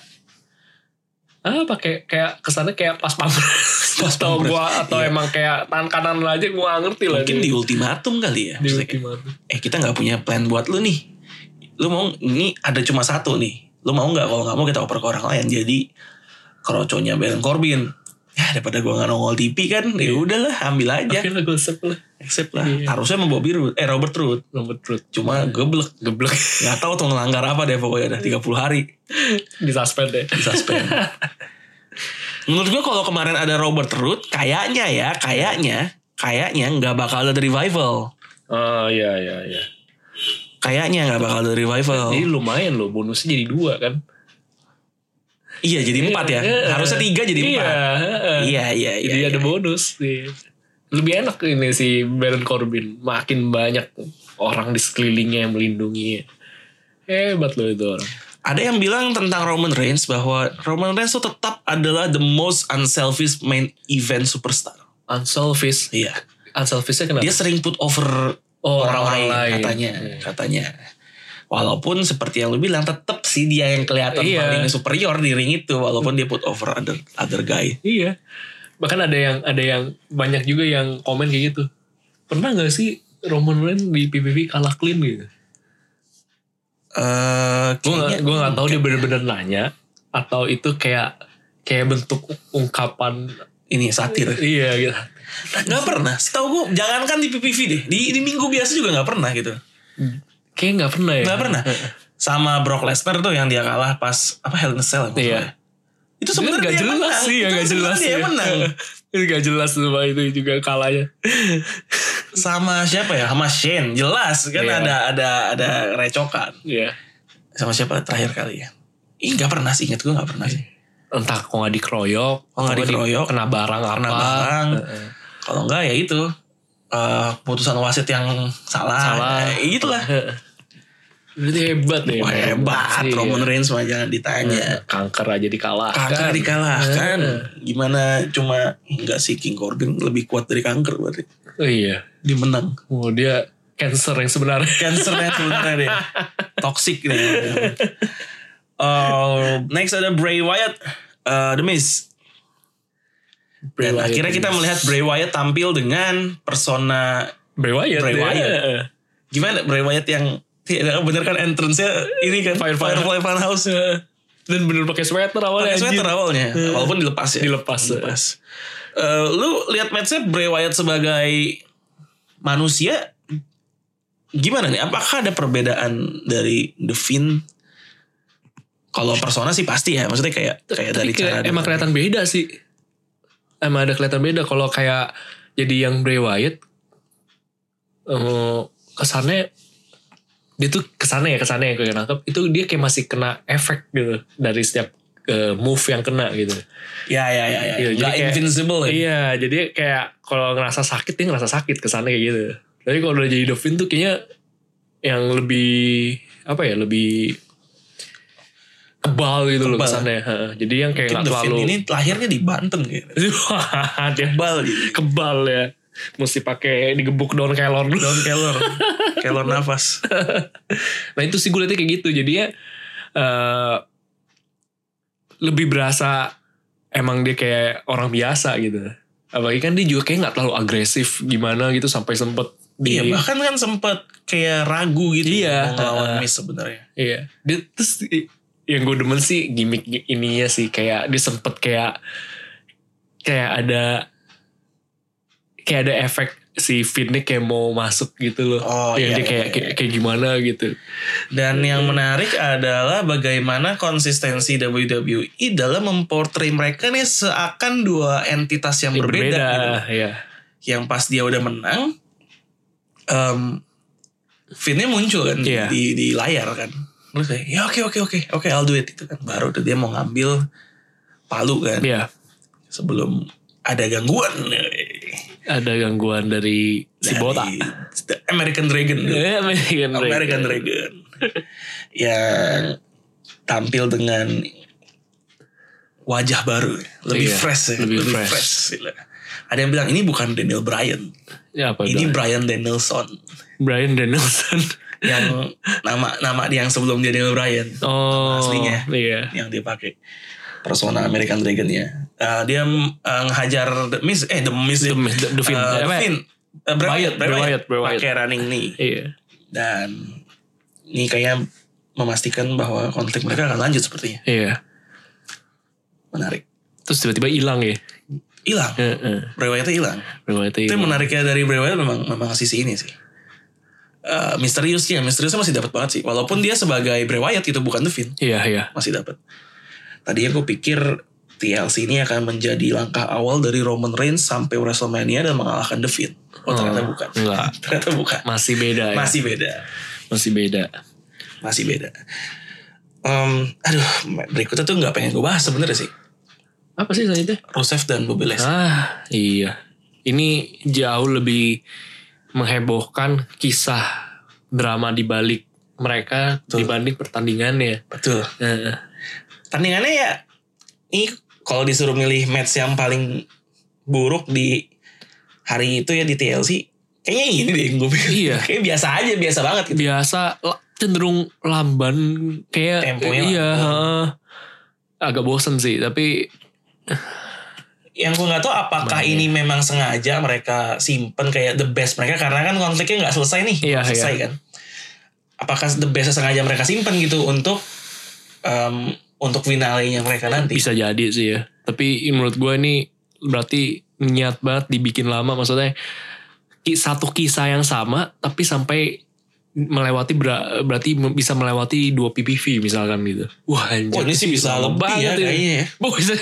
Speaker 2: ah pakai kayak kesannya kayak pas pampres
Speaker 1: Pas
Speaker 2: atau
Speaker 1: pampres, Iya.
Speaker 2: gua atau emang kayak tangan kanan aja gua nggak ngerti lah
Speaker 1: Mungkin
Speaker 2: dia.
Speaker 1: di ultimatum kali ya.
Speaker 2: Di
Speaker 1: Maksudnya kayak,
Speaker 2: ultimatum.
Speaker 1: eh kita nggak punya plan buat lu nih. Lu mau ini ada cuma satu nih. Lu mau nggak kalau nggak mau kita oper ke orang lain. Jadi keroconya Baron Corbin. Ya daripada gua nggak nongol TV kan, ya udahlah ambil aja.
Speaker 2: Oke lah gosip lah
Speaker 1: Accept lah.
Speaker 2: Iya.
Speaker 1: Harusnya sama Bobby Roode, eh Robert Roode.
Speaker 2: nomor truth
Speaker 1: Cuma geblek.
Speaker 2: geblek Iya.
Speaker 1: Gak tahu tuh ngelanggar apa deh pokoknya dah 30 hari
Speaker 2: di suspend ya
Speaker 1: disuspend. Menurut gua kalau kemarin ada Robert Roode, kayaknya ya, kayaknya, kayaknya nggak bakal ada revival.
Speaker 2: oh iya iya iya
Speaker 1: Kayaknya nggak bakal ada revival.
Speaker 2: jadi lumayan loh bonusnya jadi dua kan
Speaker 1: Iya jadi empat ya.
Speaker 2: Iya.
Speaker 1: Harusnya tiga jadi
Speaker 2: iya,
Speaker 1: empat.
Speaker 2: heeh.
Speaker 1: Iya iya iya.
Speaker 2: Jadi ada bonus. Iya. Lebih enak ini si Baron Corbin. Makin banyak orang di sekelilingnya yang melindungi. Hebat loh itu orang.
Speaker 1: Ada yang bilang tentang Roman Reigns bahwa Roman Reigns tuh tetap adalah the most unselfish main event superstar.
Speaker 2: Unselfish.
Speaker 1: Iya.
Speaker 2: Unselfishnya kenapa?
Speaker 1: Dia sering put over
Speaker 2: Oh,
Speaker 1: orang lain,
Speaker 2: orang lain.
Speaker 1: katanya
Speaker 2: Iya.
Speaker 1: katanya. Walaupun seperti yang lu bilang tetap sih dia yang kelihatan
Speaker 2: Iya.
Speaker 1: paling superior di ring itu walaupun dia put over other other guy.
Speaker 2: Iya. Bahkan ada yang ada yang banyak juga yang komen kayak gitu. Pernah gak sih Roman Reigns di PPV kalah clean gitu?
Speaker 1: Eh
Speaker 2: Gue gak,
Speaker 1: kayaknya-
Speaker 2: gua nggak tahu dia bener-bener nanya. Atau itu kayak kayak bentuk ungkapan.
Speaker 1: ini satir.
Speaker 2: Iya gitu.
Speaker 1: Gak pernah. Setahu gue jangankan di PPV deh. Di, di minggu biasa juga nggak pernah gitu.
Speaker 2: Kayaknya gak pernah ya.
Speaker 1: Gak pernah. Sama Brock Lesnar tuh yang dia kalah pas apa Hell in a Cell. emang.
Speaker 2: Iya.
Speaker 1: Itu sebenarnya
Speaker 2: nggak
Speaker 1: dia
Speaker 2: jelas
Speaker 1: menang.
Speaker 2: sih ya
Speaker 1: Itu
Speaker 2: nggak jelas
Speaker 1: sebenarnya
Speaker 2: ya.
Speaker 1: Dia menang.
Speaker 2: Itu nggak jelas semua itu juga kalahnya.
Speaker 1: Sama siapa ya? Sama Shane. Jelas kan
Speaker 2: Iya.
Speaker 1: ada ada ada recokan.
Speaker 2: Iya.
Speaker 1: Sama siapa terakhir kali ya? Ih nggak pernah sih ingat gue nggak pernah sih.
Speaker 2: Entah kok nggak dikeroyok,
Speaker 1: Oh, nggak
Speaker 2: atau
Speaker 1: dikeroyok.
Speaker 2: kena barang apa.
Speaker 1: Kena barang. Kalau nggak ya itu eh, putusan wasit yang salah.
Speaker 2: Salah.
Speaker 1: Ya, itulah.
Speaker 2: Heeh. Berarti hebat deh.
Speaker 1: Wah, hebat
Speaker 2: Iya.
Speaker 1: Roman Reigns mah jangan ditanya.
Speaker 2: Kanker aja dikalahkan.
Speaker 1: Kanker dikalahkan.
Speaker 2: Heeh.
Speaker 1: Gimana cuma nggak sih King Corbin lebih kuat dari kanker berarti.
Speaker 2: Oh iya.
Speaker 1: Dia menang.
Speaker 2: Wow, dia cancer yang sebenarnya.
Speaker 1: cancer yang sebenarnya deh. Toxic deh. Oh, next ada Bray Wyatt, eh, The Miz. Dan akhirnya kita melihat Bray Wyatt tampil dengan persona
Speaker 2: Bray Wyatt.
Speaker 1: Bray
Speaker 2: ya.
Speaker 1: Wyatt. gimana Bray Wyatt yang tidak bener kan entrance-nya ini kan
Speaker 2: Firefly.
Speaker 1: Firefly Funhouse.
Speaker 2: Heeh. Dan bener pakai sweater awalnya.
Speaker 1: Pakai sweater
Speaker 2: anjir. Iya.
Speaker 1: awalnya, walaupun dilepas ya.
Speaker 2: Dilepas. iya.
Speaker 1: Dilepas. Eh, lu lihat matchnya Bray Wyatt sebagai manusia gimana nih? Apakah ada perbedaan dari The Fiend? Kalau persona sih pasti ya, maksudnya kayak kayak dari
Speaker 2: Tapi kayak
Speaker 1: cara dia-
Speaker 2: emang kelihatan beda sih. Emang ada kelihatan beda kalau kayak jadi yang Bray Wyatt eh, kesannya dia tuh kesannya ya kesannya ya kayak nangkep itu dia kayak masih kena efek gitu dari setiap eh, move yang kena gitu.
Speaker 1: ya ya ya ya,
Speaker 2: Iya, jadi
Speaker 1: nggak
Speaker 2: kayak-
Speaker 1: invincible ya.
Speaker 2: Iya, jadi kayak kalau ngerasa sakit dia ngerasa sakit kesannya kayak gitu. Tapi kalau udah jadi Dolphin tuh kayaknya yang lebih apa ya lebih kebal gitu loh
Speaker 1: Kebal.
Speaker 2: kesannya. Heeh. Jadi yang kayak
Speaker 1: Mungkin
Speaker 2: nggak
Speaker 1: The Fin
Speaker 2: terlalu
Speaker 1: ini lahirnya di Banten gitu.
Speaker 2: Wah, dia
Speaker 1: Kebal gitu.
Speaker 2: kebal ya. Mesti pakai digebuk daun kelor dulu.
Speaker 1: Daun kelor. kelor nafas.
Speaker 2: Nah itu sih gue liatnya kayak gitu. Jadinya eh lebih berasa emang dia kayak orang biasa gitu. Apalagi kan dia juga kayak nggak terlalu agresif gimana gitu sampai sempet di
Speaker 1: Iya bahkan kan sempat kayak ragu gitu. Mau
Speaker 2: Iya.
Speaker 1: ngelawan Miss sebenarnya.
Speaker 2: Iya. Dia terus i- yang gue demen sih gimmick ininya sih kayak dia sempet kayak kayak ada kayak ada efek si Finnick kayak mau masuk gitu loh.
Speaker 1: Oh, iya, iya,
Speaker 2: Yang dia kayak,
Speaker 1: iya.
Speaker 2: kayak kayak gimana gitu.
Speaker 1: Dan yang menarik adalah bagaimana konsistensi WWE dalam memportray mereka nih seakan dua entitas yang, berbeda.
Speaker 2: Berbeda,
Speaker 1: gitu.
Speaker 2: ya.
Speaker 1: Yang pas dia udah menang, em Finn-nya muncul kan di-
Speaker 2: Iya.
Speaker 1: di, di layar kan. Terus kayak, ya oke oke oke, oke I'll do it. Itu kan baru tuh dia mau ngambil palu kan
Speaker 2: Iya.
Speaker 1: sebelum ada gangguan.
Speaker 2: Ada gangguan dari si
Speaker 1: dari
Speaker 2: Iya,
Speaker 1: Oh,
Speaker 2: botak.
Speaker 1: The American Dragon.
Speaker 2: Iya, American Dragon.
Speaker 1: American Dragon yang Ya, tampil dengan wajah baru, lebih
Speaker 2: Iya,
Speaker 1: fresh, ya,
Speaker 2: lebih
Speaker 1: lebih,
Speaker 2: fresh.
Speaker 1: fresh. gila. Ada yang bilang ini bukan Daniel Bryan,
Speaker 2: Ya, apa
Speaker 1: ini Bryan
Speaker 2: Brian?
Speaker 1: Danielson
Speaker 2: Brian Danielson.
Speaker 1: yang nama nama dia yang sebelum dia Daniel Bryan
Speaker 2: Oh,
Speaker 1: aslinya.
Speaker 2: Iya.
Speaker 1: yang dia pakai persona American Dragon ya. Eh, dia eh, ngehajar The Miz, eh The Miz, Ah,
Speaker 2: The,
Speaker 1: Uh, The, Eh,
Speaker 2: the, the Finn. Apa ya?
Speaker 1: Bray Wyatt,
Speaker 2: Wyatt,
Speaker 1: Bray
Speaker 2: Bray
Speaker 1: Wyatt,
Speaker 2: Wyatt, Bray Wyatt.
Speaker 1: pakai running knee.
Speaker 2: Iya.
Speaker 1: dan ini kayaknya memastikan bahwa konflik mereka akan lanjut sepertinya
Speaker 2: Iya.
Speaker 1: menarik
Speaker 2: Terus tiba-tiba hilang ya.
Speaker 1: hilang
Speaker 2: Heeh.
Speaker 1: Bray Wyatt hilang
Speaker 2: Berarti
Speaker 1: itu yang menariknya dari Bray Wyatt memang memang sisi ini sih Eh, misteriusnya misteriusnya masih dapat banget sih walaupun dia sebagai Bray Wyatt itu bukan The Fiend
Speaker 2: Iya, iya.
Speaker 1: masih dapat tadinya gue pikir TLC ini akan menjadi langkah awal dari Roman Reigns sampai WrestleMania dan mengalahkan The Fiend oh ternyata
Speaker 2: Hmm,
Speaker 1: bukan
Speaker 2: enggak.
Speaker 1: ternyata bukan
Speaker 2: Masih beda ya.
Speaker 1: masih beda
Speaker 2: Masih beda.
Speaker 1: masih beda. Em, aduh, berikutnya tuh nggak pengen gue bahas sebenarnya sih.
Speaker 2: Apa sih selanjutnya?
Speaker 1: Rusev dan Bobby Leslie.
Speaker 2: Ah, iya. Ini jauh lebih menghebohkan kisah drama di balik mereka dibanding ya. Eh, pertandingannya.
Speaker 1: Betul.
Speaker 2: Heeh.
Speaker 1: Tandingannya ya, ini kalau disuruh milih match yang paling buruk di hari itu ya di TLC, kayaknya ini deh gue pikir.
Speaker 2: Iya.
Speaker 1: Kayaknya biasa aja, biasa banget gitu.
Speaker 2: biasa la- cenderung lamban kayak
Speaker 1: Temponya
Speaker 2: iya
Speaker 1: lamban.
Speaker 2: heeh. agak bosen sih tapi
Speaker 1: Yang gue nggak tahu apakah
Speaker 2: Makanya.
Speaker 1: ini memang sengaja mereka simpen kayak the best mereka karena kan konfliknya nggak selesai nih,
Speaker 2: Iya,
Speaker 1: nggak selesai kan. Apakah the best sengaja mereka simpen gitu untuk em, untuk finalenya mereka nanti?
Speaker 2: bisa jadi sih ya tapi menurut gue ini berarti niat banget dibikin lama maksudnya ki- satu kisah yang sama tapi sampai melewati bera- berarti mem- bisa melewati dua PPV misalkan gitu wah anjir
Speaker 1: Wah ini sih bisa
Speaker 2: Lama
Speaker 1: lebih ya
Speaker 2: ini.
Speaker 1: kayaknya ya. Ah,
Speaker 2: Wah, bisa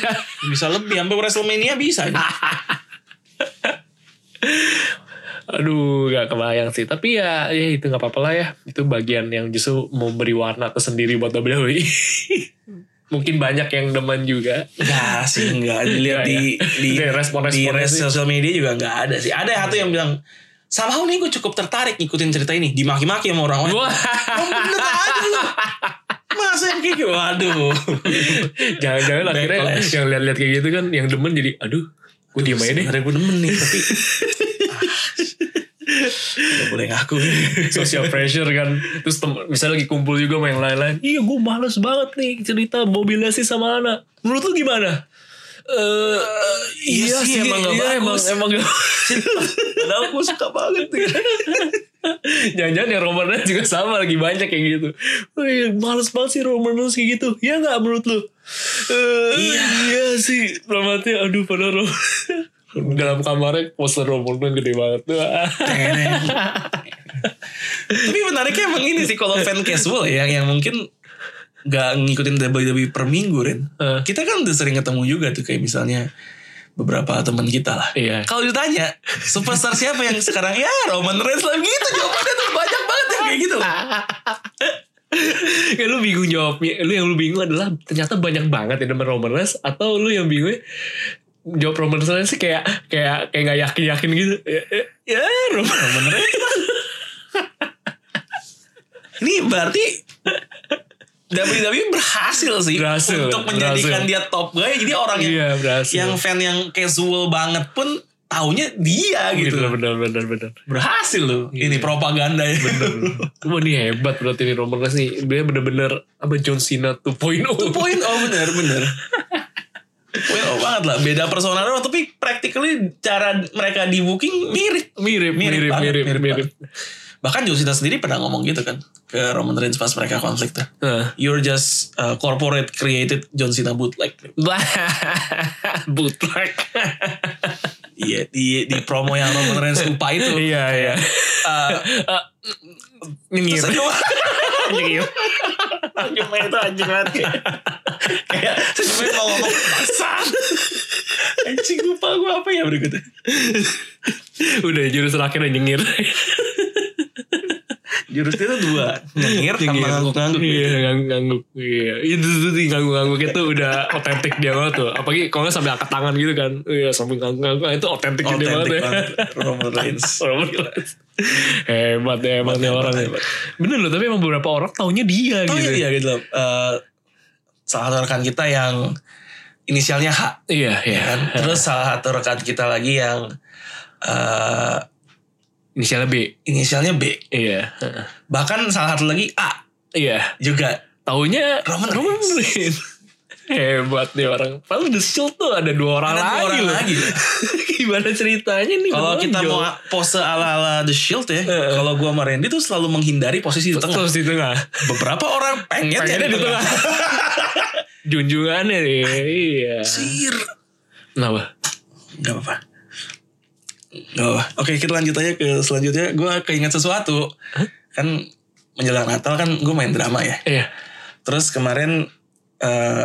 Speaker 1: Bisa lebih, sampai WrestleMania bisa. ini.
Speaker 2: aduh gak kebayang sih tapi ya ya itu nggak apa-apa lah ya itu bagian yang justru memberi warna tersendiri buat WWE mungkin banyak yang demen juga
Speaker 1: Enggak sih, enggak. ya? Dilihat
Speaker 2: Enggak
Speaker 1: di, di,
Speaker 2: Dari
Speaker 1: di
Speaker 2: respon-responnya
Speaker 1: res
Speaker 2: sih.
Speaker 1: sosial media juga enggak ada sih. Ada satu yang bilang, Somehow nih gue cukup tertarik ngikutin cerita ini. Dimaki-maki sama orang lain.
Speaker 2: wah
Speaker 1: Oh, bener aja lu. Masa yang kayak gitu? Waduh.
Speaker 2: jangan-jangan akhirnya
Speaker 1: Backlash.
Speaker 2: yang lihat-lihat kayak gitu kan yang demen jadi aduh gue diem aja deh
Speaker 1: Sebenernya gue demen nih, tapi... Ah, nggak boleh ngaku.
Speaker 2: social pressure kan terus tem- misalnya lagi kumpul juga main lain-lain iya gue males banget nih cerita Bobby Leslie sama Ana menurut lu gimana Eh,
Speaker 1: iya sih, emang nggak
Speaker 2: iya, emang,
Speaker 1: bagus.
Speaker 2: emang gak
Speaker 1: Padahal gue suka banget.
Speaker 2: Jangan-jangan yang Roman Reigns juga sama lagi banyak kayak gitu. Wih, males banget sih Roman Reigns kayak gitu. Ya gak menurut lu? Eh,
Speaker 1: Iya.
Speaker 2: iya sih. Ramatnya aduh pada Roman. Dalam kamarnya poster Roman Reigns gede banget. Wah.
Speaker 1: Tapi menariknya emang ini sih kalau fan casual ya yang mungkin nggak ngikutin WWE per minggu Ren.
Speaker 2: Eh.
Speaker 1: Kita kan udah sering ketemu juga tuh kayak misalnya beberapa teman kita lah.
Speaker 2: Iya.
Speaker 1: Kalau ditanya superstar siapa yang sekarang ya Roman Reigns lah gitu jawabannya tuh banyak banget yang kayak gitu.
Speaker 2: Ah. ya lu bingung ya jawabnya. Lu yang lu bingung adalah ternyata banyak banget yang demen Roman Reigns atau lu yang bingung jawab Roman Reigns sih kayak kayak kayak nggak yakin yakin gitu. Ya, ya, ya Roman Roman Reigns.
Speaker 1: Ini berarti WWE berhasil sih
Speaker 2: Berhasil,
Speaker 1: untuk menjadikan
Speaker 2: berhasil.
Speaker 1: dia top guy. Jadi orang yang,
Speaker 2: Iya berhasil.
Speaker 1: yang fan yang casual banget pun taunya dia gitu.
Speaker 2: gitu. Benar benar benar.
Speaker 1: Berhasil loh. Ini propaganda ya.
Speaker 2: Wah ini hebat berarti nih Roman Reigns nih. Dia bener-bener apa John Cena 2.0.
Speaker 1: Point oh bener bener. Point oh banget lah. Beda personal doang, tapi practically cara mereka di booking mirip.
Speaker 2: Mirip, mirip,
Speaker 1: banget,
Speaker 2: mirip, mirip.
Speaker 1: banget. Bahkan John Cena sendiri pernah ngomong gitu kan ke Roman Reigns pas mereka konflik tuh.
Speaker 2: Nah.
Speaker 1: You're just uh, corporate created John Cena bootleg.
Speaker 2: Bootleg.
Speaker 1: Iya di di promo yang Roman Reigns lupa itu.
Speaker 2: Iya, iya.
Speaker 1: Uh,
Speaker 2: Nyengir.
Speaker 1: terus aduh,
Speaker 2: Nyengir.
Speaker 1: Argumen itu anjing banget kayak. Kayak terus gue mau ngomong
Speaker 2: Iya.
Speaker 1: pasang. Anjing lupa gue apa ya berikutnya.
Speaker 2: Udah jurus terakhir udah nyengir.
Speaker 1: Jurusnya itu dua. Nyengir sama ngangguk-ngangguk.
Speaker 2: Iya, ngangguk-ngangguk. Iya. Itu tuh sih, ngangguk-ngangguk itu udah otentik dia banget tuh. Apalagi kalau nggak sampai angkat tangan gitu kan. Iya, sambil ngangguk-ngangguk itu otentik dia banget
Speaker 1: Otentik
Speaker 2: ya.
Speaker 1: banget Roman Reigns.
Speaker 2: Orang bilang, hebat ya emang nih orang ya.
Speaker 1: hebat.
Speaker 2: Bener loh tapi emang beberapa orang taunya dia
Speaker 1: Tahu
Speaker 2: gitu.
Speaker 1: gitu ya gitu loh. Eh, salah satu rekan kita yang inisialnya H
Speaker 2: Iya iya.
Speaker 1: kan. Terus salah satu rekan kita lagi yang eh
Speaker 2: Inisialnya B.
Speaker 1: inisialnya B.
Speaker 2: Iya. Heeh.
Speaker 1: Bahkan salah satu lagi A
Speaker 2: Iya.
Speaker 1: juga.
Speaker 2: Taunya
Speaker 1: Roman
Speaker 2: Reigns. Hebat nih orang. Padahal The Shield tuh ada dua orang
Speaker 1: Ada dua
Speaker 2: lagi
Speaker 1: orang
Speaker 2: loh.
Speaker 1: lagi.
Speaker 2: Gimana ceritanya nih?
Speaker 1: Kalau
Speaker 2: menonjol.
Speaker 1: kita mau pose ala-ala The Shield ya,
Speaker 2: Heeh.
Speaker 1: kalau gua sama Randy tuh selalu menghindari posisi di tengah.
Speaker 2: Terus di tengah.
Speaker 1: Beberapa orang pengen ya
Speaker 2: Pengennya di tengah. Junjungannya nih. Iya.
Speaker 1: Sir.
Speaker 2: Kenapa?
Speaker 1: Gak apa-apa. Gak apa-apa. Oke kita lanjut aja ke selanjutnya. Gua keinget sesuatu. Kan menjelang Natal kan gue main drama ya.
Speaker 2: Iya.
Speaker 1: Terus kemarin eh,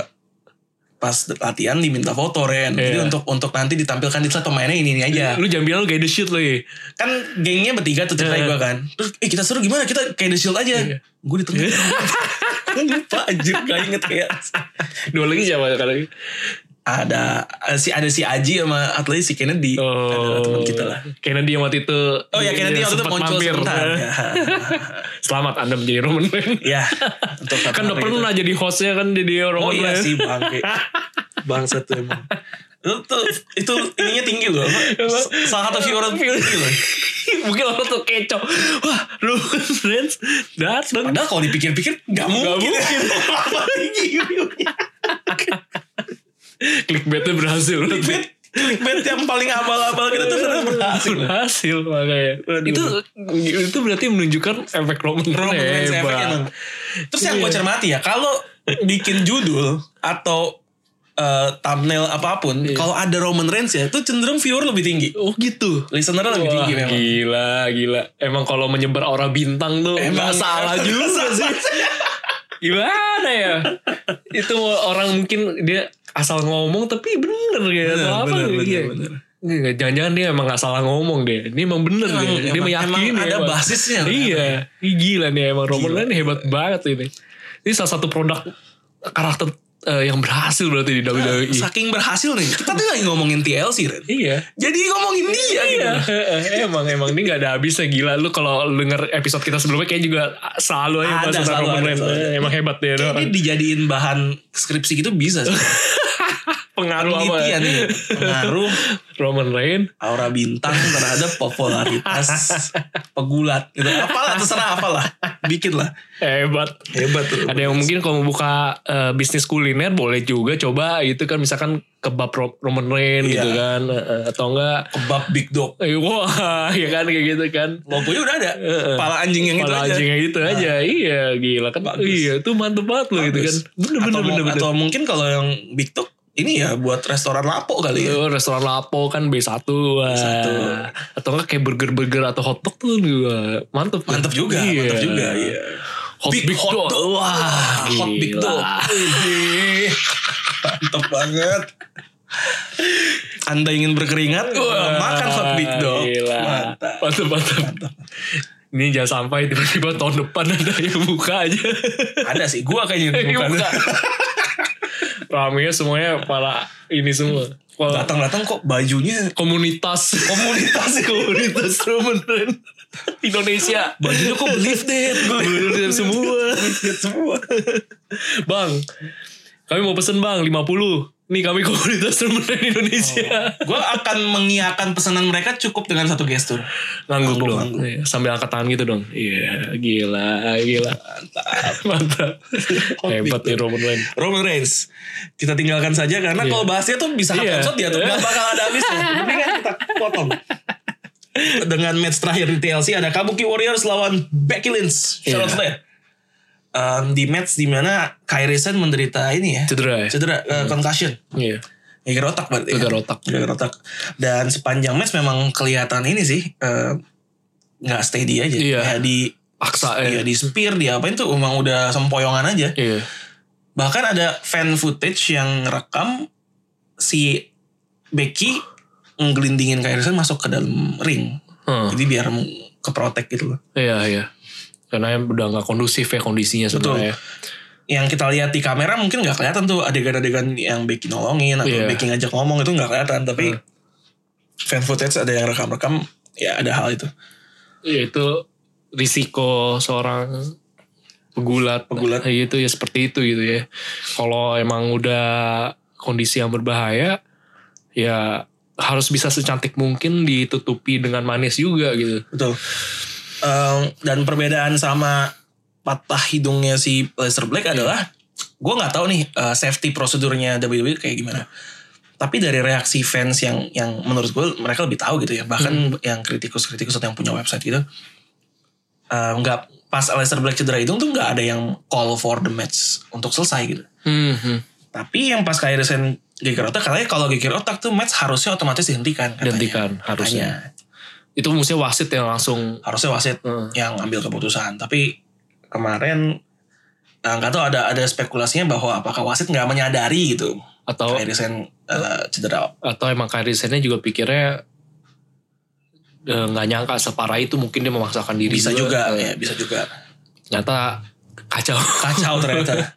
Speaker 1: pas latihan diminta foto Ren. Jadi
Speaker 2: Iya.
Speaker 1: untuk untuk nanti ditampilkan di slide pemainnya ini ini aja.
Speaker 2: Lu jam bilang lu iya. kayak The Shield lagi.
Speaker 1: kan gengnya bertiga tuh ceritanya
Speaker 2: Iya.
Speaker 1: gue kan terus eh kita seru gimana kita kayak the shield aja
Speaker 2: Iya.
Speaker 1: gue di tengah Gua lupa anjir gak inget kayak
Speaker 2: Dua lagi siapa kali?
Speaker 1: ada eh, si ada si Aji sama atlet si Kennedy adalah
Speaker 2: Oh,
Speaker 1: teman kita lah
Speaker 2: Kennedy yang waktu itu.
Speaker 1: oh ya Kennedy waktu itu
Speaker 2: sempat
Speaker 1: muncul
Speaker 2: mampir. Eh,
Speaker 1: sebentar ya,
Speaker 2: Selamat Anda menjadi Roman Reigns.
Speaker 1: ya. untuk
Speaker 2: kan udah
Speaker 1: hari itu.
Speaker 2: pernah jadi hostnya kan jadi Roman
Speaker 1: gitu. oh iya
Speaker 2: Reigns.
Speaker 1: sih bangke bangsa tuh emang itu, tuh- itu ininya tinggi loh apa? salah satu viewer tinggi loh
Speaker 2: Mungkin orang tuh kecoh. Wah, Roman Reigns datang.
Speaker 1: padahal kalau dipikir-pikir gak mungkin,
Speaker 2: mungkin.
Speaker 1: Apa tinggi view-nya?
Speaker 2: Clickbaitnya berhasil.
Speaker 1: clickbait clickbait yang paling abal-abal kita tuh ternyata berhasil
Speaker 2: berhasil makanya.
Speaker 1: Waduh.
Speaker 2: Itu itu berarti menunjukkan efek Roman
Speaker 1: Roman Reigns
Speaker 2: Reigns
Speaker 1: efeknya
Speaker 2: hebat. Iya.
Speaker 1: emang. Terus yang gue cermati ya, kalau bikin judul atau eh, thumbnail apapun, kalau ada Roman Reigns ya, itu cenderung viewer lebih tinggi,
Speaker 2: Iya. Oh gitu.
Speaker 1: listener lebih
Speaker 2: Wah,
Speaker 1: tinggi memang.
Speaker 2: gila, gila. Emang kalau menyebar aura bintang tuh
Speaker 1: Emang
Speaker 2: emang salah
Speaker 1: emang
Speaker 2: juga
Speaker 1: salah.
Speaker 2: sih. Gimana ya? Itu orang mungkin dia asal ngomong tapi bener ya.
Speaker 1: Bener,
Speaker 2: Atau apa
Speaker 1: bener,
Speaker 2: gitu.
Speaker 1: bener,
Speaker 2: Iya.
Speaker 1: bener.
Speaker 2: Nggak, Jangan-jangan dia emang gak salah ngomong deh. Ini emang bener
Speaker 1: Emang-
Speaker 2: deh. Dia
Speaker 1: emang-
Speaker 2: meyakini.
Speaker 1: emang ada
Speaker 2: emang.
Speaker 1: basisnya. kan?
Speaker 2: Iya. Ih, Gila nih emang Roman Reigns hebat banget ini. Ini salah satu produk karakter eh, yang berhasil berarti di WWE.
Speaker 1: Saking berhasil nih, kita tuh lagi ngomongin TLC Ren.
Speaker 2: Iya.
Speaker 1: Jadi ngomongin dia gitu.
Speaker 2: Iya, emang emang ini gak ada habisnya gila. Lu kalau denger episode kita sebelumnya kayak juga selalu
Speaker 1: Ada,
Speaker 2: aja bahas tentang
Speaker 1: selalu
Speaker 2: Roman
Speaker 1: ada,
Speaker 2: Reigns.
Speaker 1: selalu ada.
Speaker 2: Eh, Emang hebat dia
Speaker 1: Ini
Speaker 2: orang.
Speaker 1: dijadiin bahan skripsi gitu bisa sih.
Speaker 2: Pengaruh apa?
Speaker 1: Penelitian
Speaker 2: ya?
Speaker 1: nih. Pengaruh
Speaker 2: Roman Reigns.
Speaker 1: aura bintang terhadap popularitas pegulat gitu. Apalah terserah apalah. Bikin lah.
Speaker 2: Hebat.
Speaker 1: Hebat tuh.
Speaker 2: Ada yang mungkin kalau mau buka eh, bisnis kuliner boleh juga coba gitu kan misalkan kebab Ro- Roman Reigns
Speaker 1: Iya.
Speaker 2: gitu kan Eh, atau enggak
Speaker 1: kebab Big Dog.
Speaker 2: eh, wah ya kan kayak gitu kan.
Speaker 1: Logonya udah ada.
Speaker 2: Heeh.
Speaker 1: Kepala anjing yang
Speaker 2: Kalau
Speaker 1: itu aja. Ah.
Speaker 2: anjingnya gitu aja. Iya, gila kan.
Speaker 1: Bagus.
Speaker 2: Iya, itu mantep banget loh gitu kan.
Speaker 1: Bagus.
Speaker 2: Bener
Speaker 1: atau,
Speaker 2: bener
Speaker 1: mu-
Speaker 2: bener bener.
Speaker 1: atau mungkin kalau yang Big Dog ini ya buat restoran lapo kali ya.
Speaker 2: Iya, restoran Lapo kan B1. wah.
Speaker 1: B1.
Speaker 2: Atau enggak kayak burger-burger atau hotdog tuh juga mantep. tuh.
Speaker 1: Mantap juga,
Speaker 2: Iya.
Speaker 1: mantap juga. Iya.
Speaker 2: Hot Big, Hot Dog.
Speaker 1: Wah, Ah, hot
Speaker 2: gila.
Speaker 1: Big Dog. Wih, Mantap banget. Anda ingin berkeringat,
Speaker 2: Wah,
Speaker 1: makan hot Big Dog.
Speaker 2: Gila.
Speaker 1: Mantap.
Speaker 2: Mantap, mantap. Ini jangan sampai tiba-tiba tahun depan ada yang buka aja.
Speaker 1: Ada sih, gua kayaknya
Speaker 2: Yang
Speaker 1: bukan.
Speaker 2: buka. ramenya semuanya para ini semua. Para
Speaker 1: Datang-datang kok bajunya
Speaker 2: komunitas. Komunitas. komunitas Romanen. Indonesia.
Speaker 1: bajunya kok lifted.
Speaker 2: Bener semua.
Speaker 1: lifted semua.
Speaker 2: Bang, kami mau pesen bang 50. Nih kami komunitas Romanen Indonesia.
Speaker 1: Gue akan mengiakan pesanan mereka cukup dengan satu gestur.
Speaker 2: Ngangguk
Speaker 1: Ngangguk,
Speaker 2: dong.
Speaker 1: ngangguk.
Speaker 2: Iya, Sambil angkat tangan gitu dong. Iya, gila, gila. Mantap. Hebat nih Roman Reigns.
Speaker 1: Roman Reigns kita tinggalkan saja karena kalau bahasnya tuh bisa satu
Speaker 2: Iya.
Speaker 1: episode dia tuh nggak bakal ada habisnya. Tapi kan kita potong. Dengan match terakhir di TLC ada Kabuki Warriors lawan Becky Lynch. Shout out
Speaker 2: Iya.
Speaker 1: to them. Um, di match dimana Kairi Sen menderita ini ya
Speaker 2: Cedera ya?
Speaker 1: cedera Iya. eh, concussion
Speaker 2: Iya.
Speaker 1: geger otak berarti
Speaker 2: Geger otak.
Speaker 1: geger otak dan sepanjang match memang kelihatan ini sih eh, nggak steady aja
Speaker 2: Iya.
Speaker 1: ya di
Speaker 2: Aksa
Speaker 1: ya
Speaker 2: ya.
Speaker 1: di spear di apain tuh emang udah sempoyongan aja
Speaker 2: Iya.
Speaker 1: bahkan ada fan footage yang rekam si Becky ngelindingin Kairisan masuk ke dalam ring
Speaker 2: Hmm.
Speaker 1: jadi biar m- keprotek gitu loh
Speaker 2: Iya, iya. Karena udah nggak kondusif ya kondisinya
Speaker 1: Betul.
Speaker 2: sebenarnya.
Speaker 1: yang kita lihat di kamera mungkin nggak kelihatan tuh adegan-adegan yang Becky nolongin atau
Speaker 2: Iya.
Speaker 1: Becky ngajak ngomong itu nggak kelihatan tapi fan footage ada yang rekam-rekam ya ada hal itu
Speaker 2: Ya itu risiko seorang pegulat.
Speaker 1: Pegulat.
Speaker 2: Ya, itu ya seperti itu gitu ya. Kalau emang udah kondisi yang berbahaya, ya harus bisa secantik mungkin ditutupi dengan manis juga gitu.
Speaker 1: betul Em, dan perbedaan sama patah hidungnya si Lester Black
Speaker 2: Iya.
Speaker 1: adalah gue nggak tahu nih eh, safety prosedurnya WWE kayak gimana tapi dari reaksi fans yang yang menurut gue mereka lebih tahu gitu ya
Speaker 2: Hmm.
Speaker 1: bahkan yang kritikus-kritikus atau yang punya website gitu em, nggak pas Lester Black cedera hidung tuh nggak ada yang call for the match untuk selesai gitu
Speaker 2: Hmm,
Speaker 1: tapi yang pas kayak desain geger otak katanya kalau geger otak tuh match harusnya otomatis dihentikan katanya.
Speaker 2: Dihentikan,
Speaker 1: Katanya.
Speaker 2: harusnya.
Speaker 1: Hmm.
Speaker 2: Itu mesti wasit yang langsung
Speaker 1: harusnya wasit
Speaker 2: Heeh.
Speaker 1: yang ambil keputusan tapi kemarin eh, nggak tahu ada ada spekulasinya bahwa apakah wasit nggak menyadari gitu
Speaker 2: atau
Speaker 1: kayak desain eh, cedera
Speaker 2: atau emang Kairisennya juga pikirnya eh, nggak nyangka separah itu mungkin dia memaksakan diri
Speaker 1: bisa juga ya bisa juga
Speaker 2: ternyata kacau
Speaker 1: kacau ternyata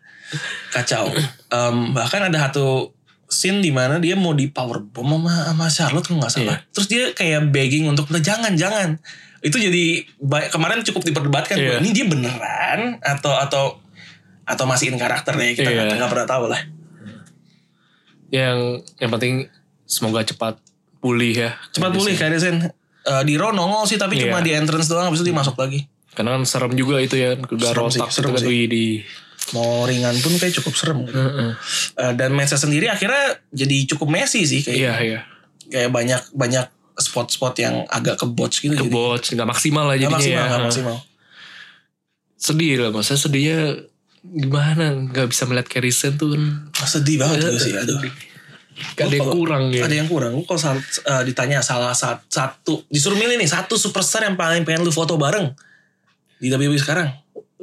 Speaker 1: kacau Em, bahkan ada satu scene di mana dia mau di power bomb sama, sama Charlotte kalau nggak salah
Speaker 2: Iya.
Speaker 1: terus dia kayak begging untuk jangan jangan itu jadi ba- kemarin cukup diperdebatkan
Speaker 2: Iya.
Speaker 1: ini dia beneran atau atau atau masihin karakter ya kita nggak
Speaker 2: Iya.
Speaker 1: nggak pernah tahu lah
Speaker 2: Ya, yang yang penting semoga cepat pulih ya
Speaker 1: cepat pulih Kairi Sen Eh, di Raw nongol sih tapi cuma
Speaker 2: Iya.
Speaker 1: di entrance doang habis itu dia masuk lagi
Speaker 2: karena kan serem juga itu ya gegar
Speaker 1: Serem sih,
Speaker 2: otak
Speaker 1: serem
Speaker 2: gitu kan.
Speaker 1: sih.
Speaker 2: Wih, di
Speaker 1: mau ringan pun kayak cukup serem gitu. Eh, dan matchnya sendiri akhirnya jadi cukup messy sih kayak
Speaker 2: iya iya
Speaker 1: kayak banyak banyak spot-spot yang agak kebots gitu jadi
Speaker 2: kebot nggak maksimal lah
Speaker 1: nggak
Speaker 2: jadinya
Speaker 1: maksimal
Speaker 2: ya
Speaker 1: nggak maksimal
Speaker 2: sedih lah maksudnya sedihnya gimana nggak bisa melihat Kerisen tuh kan
Speaker 1: Ah, sedih banget juga sih aduh
Speaker 2: ada yang
Speaker 1: Kalau-
Speaker 2: kurang ya
Speaker 1: ada yang kurang Gua kalau saat- eh, ditanya salah sat- satu disuruh milih nih satu superstar yang paling pengen lu foto bareng di WWE sekarang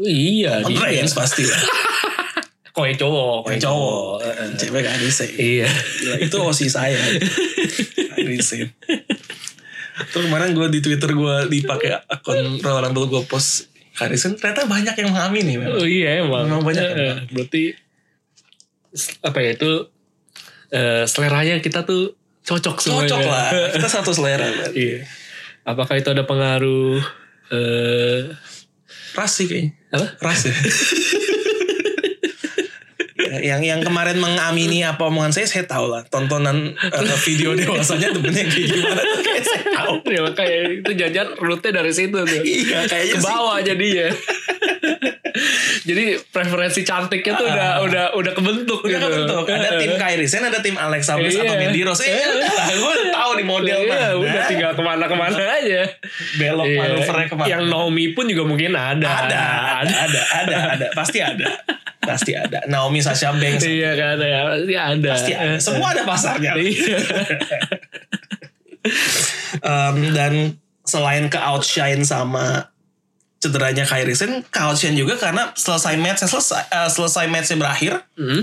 Speaker 2: iya
Speaker 1: Andre
Speaker 2: dia.
Speaker 1: Reigns pasti lah
Speaker 2: Kok yang cowok kok
Speaker 1: yang
Speaker 2: yang
Speaker 1: cowok
Speaker 2: eh, eh.
Speaker 1: cewek gak ada sih
Speaker 2: iya
Speaker 1: Gila, itu osi saya. Riset. Terus kemarin gue di Twitter gue dipakai akun Royal Rumble gue post Harrison ternyata banyak yang mengamini memang.
Speaker 2: oh iya emang
Speaker 1: Memang banyak, ya?
Speaker 2: Eh, eh, berarti s- apa ya itu eh, seleranya kita tuh cocok semuanya
Speaker 1: Cocok lah, kita satu selera. kan.
Speaker 2: Iya. Apakah itu ada pengaruh eh
Speaker 1: Ras sih kayaknya.
Speaker 2: apa?
Speaker 1: Ras ya. Ya, yang yang kemarin mengamini apa omongan saya saya tahu lah tontonan eh, video dewasanya sebenarnya kayak gimana tuh kayak saya tahu
Speaker 2: Ya makanya itu jajan rootnya dari situ tuh.
Speaker 1: iya kayaknya
Speaker 2: Ke
Speaker 1: sih
Speaker 2: bawah jadinya. Jadi preferensi cantiknya tuh udah udah udah kebentuk
Speaker 1: Ah. Udah
Speaker 2: gitu.
Speaker 1: kebentuk. Ada tim Kyrie Sen, ada tim Alexa Bliss atau
Speaker 2: Iya.
Speaker 1: Mandy Rose. Iya, lah, gue tahu nih model
Speaker 2: Iya,
Speaker 1: mana. Iya.
Speaker 2: udah tinggal kemana-kemana aja.
Speaker 1: Belok
Speaker 2: Iya.
Speaker 1: manuvernya kemana.
Speaker 2: Yang Naomi pun juga mungkin ada.
Speaker 1: ada, ada, ada, ada, ada. Pasti ada. Pasti ada. Naomi Sasha Banks.
Speaker 2: Iya kan, ya, pasti ada.
Speaker 1: Pasti ada. Semua ada pasarnya.
Speaker 2: Iya.
Speaker 1: Em, dan selain ke outshine sama cederanya Kyrie Sen, ke outshine juga karena selesai match selesai eh, selesai matchnya berakhir
Speaker 2: Hmm.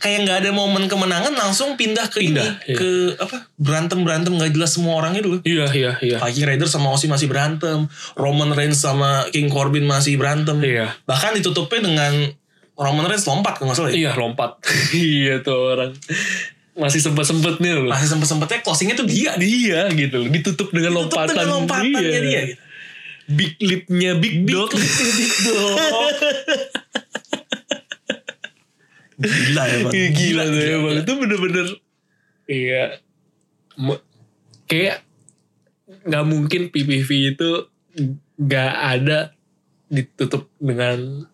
Speaker 1: kayak nggak ada momen kemenangan langsung pindah ke
Speaker 2: Pindah,
Speaker 1: ini
Speaker 2: iya.
Speaker 1: ke apa berantem berantem nggak jelas semua orangnya dulu
Speaker 2: Iya, iya, iya.
Speaker 1: Viking Raiders sama Aussie masih berantem, Roman Reigns sama King Corbin masih berantem.
Speaker 2: Iya.
Speaker 1: Bahkan ditutupnya dengan Roman Reigns lompat kalau nggak salah ya.
Speaker 2: Iya lompat. iya tuh orang. Masih sempet-sempet nih loh.
Speaker 1: Masih sempet-sempetnya closingnya tuh dia.
Speaker 2: Dia gitu loh. Ditutup dengan
Speaker 1: Tutup
Speaker 2: lompatan.
Speaker 1: dengan lompatannya
Speaker 2: Iya.
Speaker 1: dia. Gitu.
Speaker 2: Big lipnya Big, Dog.
Speaker 1: Big dog. gila ya bang.
Speaker 2: Iya, gila, tuh
Speaker 1: gila.
Speaker 2: emang. Itu bener-bener. Iya. Mo- Kayak nggak mungkin PPV itu nggak ada ditutup dengan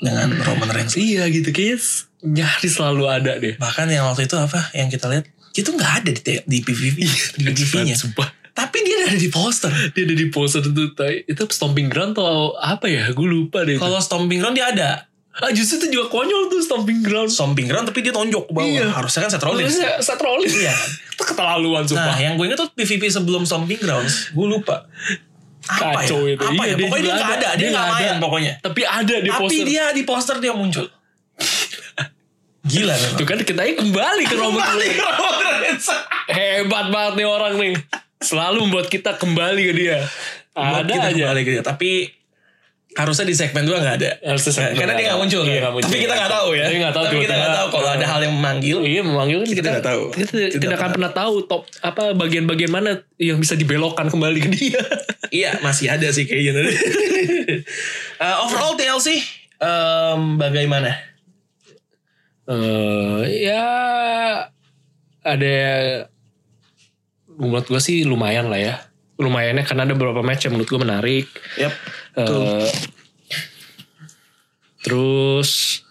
Speaker 1: Dengan Roman Reigns.
Speaker 2: iya gitu kayaknya nyaris selalu ada deh
Speaker 1: Bahkan yang waktu itu apa yang kita lihat itu nggak ada di, di PVV,
Speaker 2: Iya,
Speaker 1: di PVV-nya.
Speaker 2: sumpah
Speaker 1: Tapi dia ada di poster.
Speaker 2: dia ada di poster itu tai. itu stomping ground atau apa ya gue lupa deh itu.
Speaker 1: Kalau stomping ground dia ada.
Speaker 2: ah justru itu juga konyol tuh stomping ground
Speaker 1: Stomping ground tapi dia tonjok ke bawah.
Speaker 2: Iya.
Speaker 1: Harusnya kan Seth Rollins.
Speaker 2: Harusnya Seth Rollins
Speaker 1: Iya.
Speaker 2: itu keterlaluan
Speaker 1: Nah,
Speaker 2: sumpah
Speaker 1: yang gue inget tuh PVP sebelum Stomping Grounds. Gue lupa. Apa
Speaker 2: Kacau
Speaker 1: ya?
Speaker 2: itu.
Speaker 1: Apa
Speaker 2: Iya,
Speaker 1: ya?
Speaker 2: dia
Speaker 1: Pokoknya dia
Speaker 2: juga
Speaker 1: gak
Speaker 2: ada.
Speaker 1: ada. Dia,
Speaker 2: Dia
Speaker 1: gak
Speaker 2: nggak
Speaker 1: main
Speaker 2: ada.
Speaker 1: pokoknya.
Speaker 2: iya. tapi ada di
Speaker 1: Tapi
Speaker 2: poster
Speaker 1: dia di poster dia muncul. Gila memang.
Speaker 2: itu kan kita kembali ke Roman
Speaker 1: Kembali
Speaker 2: Reigns
Speaker 1: ke Roman Reigns.
Speaker 2: hebat banget nih orang nih selalu membuat kita kembali ke dia
Speaker 1: Buat kita
Speaker 2: ada aja
Speaker 1: Kembali ke dia. Tapi harusnya di segmen 2 gak ada.
Speaker 2: Harusnya segmen
Speaker 1: Karena
Speaker 2: dua
Speaker 1: dia gak
Speaker 2: nggak ada.
Speaker 1: muncul.
Speaker 2: Iya,
Speaker 1: kan?
Speaker 2: nggak muncul.
Speaker 1: Tapi kita gak tahu ya.
Speaker 2: Tapi nggak tahu
Speaker 1: Tapi kita
Speaker 2: tiba-tiba.
Speaker 1: gak tahu kalau ada hal yang memanggil.
Speaker 2: Iya memanggil kan kita,
Speaker 1: nggak tahu.
Speaker 2: Kita
Speaker 1: Tidak
Speaker 2: tidak, akan
Speaker 1: tahu.
Speaker 2: pernah tahu top apa bagian-bagian mana yang bisa dibelokkan kembali ke dia.
Speaker 1: Iya masih ada sih kayaknya. Eh, overall TLC em, bagaimana?
Speaker 2: Eh ya ada menurut gue sih lumayan lah ya. Lumayannya karena ada beberapa match yang menurut gue menarik.
Speaker 1: Yap.
Speaker 2: Eh, terus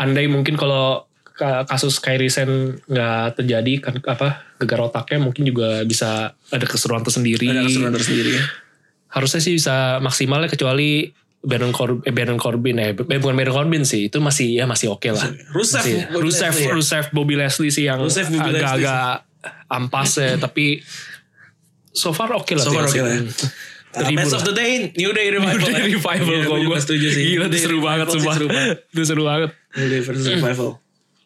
Speaker 2: andai mungkin kalau ka- kasus Kyrie Sen nggak terjadi kan apa gegar otaknya mungkin juga bisa ada keseruan tersendiri.
Speaker 1: Ada keseruan tersendiri ya.
Speaker 2: harusnya sih bisa maksimalnya kecuali Baron Corbin, eh, Baron Corbin eh, eh, bukan Baron Corbin sih itu masih ya masih oke lah.
Speaker 1: Rusev,
Speaker 2: Masih-
Speaker 1: Bobby
Speaker 2: Rusev,
Speaker 1: Leslie ya?
Speaker 2: Rusev, Bobby Leslie sih yang
Speaker 1: Rusev, Bobby
Speaker 2: agak-agak ampas ya tapi so far oke lah.
Speaker 1: So far
Speaker 2: TLC.
Speaker 1: oke lah. Uh,
Speaker 2: Terhibur
Speaker 1: best
Speaker 2: lah.
Speaker 1: of the day New Day Revival.
Speaker 2: New Day Revival
Speaker 1: Iya,
Speaker 2: kok
Speaker 1: gue
Speaker 2: gue
Speaker 1: juga setuju sih.
Speaker 2: Gila
Speaker 1: New
Speaker 2: itu
Speaker 1: Day
Speaker 2: seru
Speaker 1: Revival
Speaker 2: banget
Speaker 1: sih
Speaker 2: sumpah.
Speaker 1: seru banget.
Speaker 2: Itu seru banget.
Speaker 1: New Day versus Revival.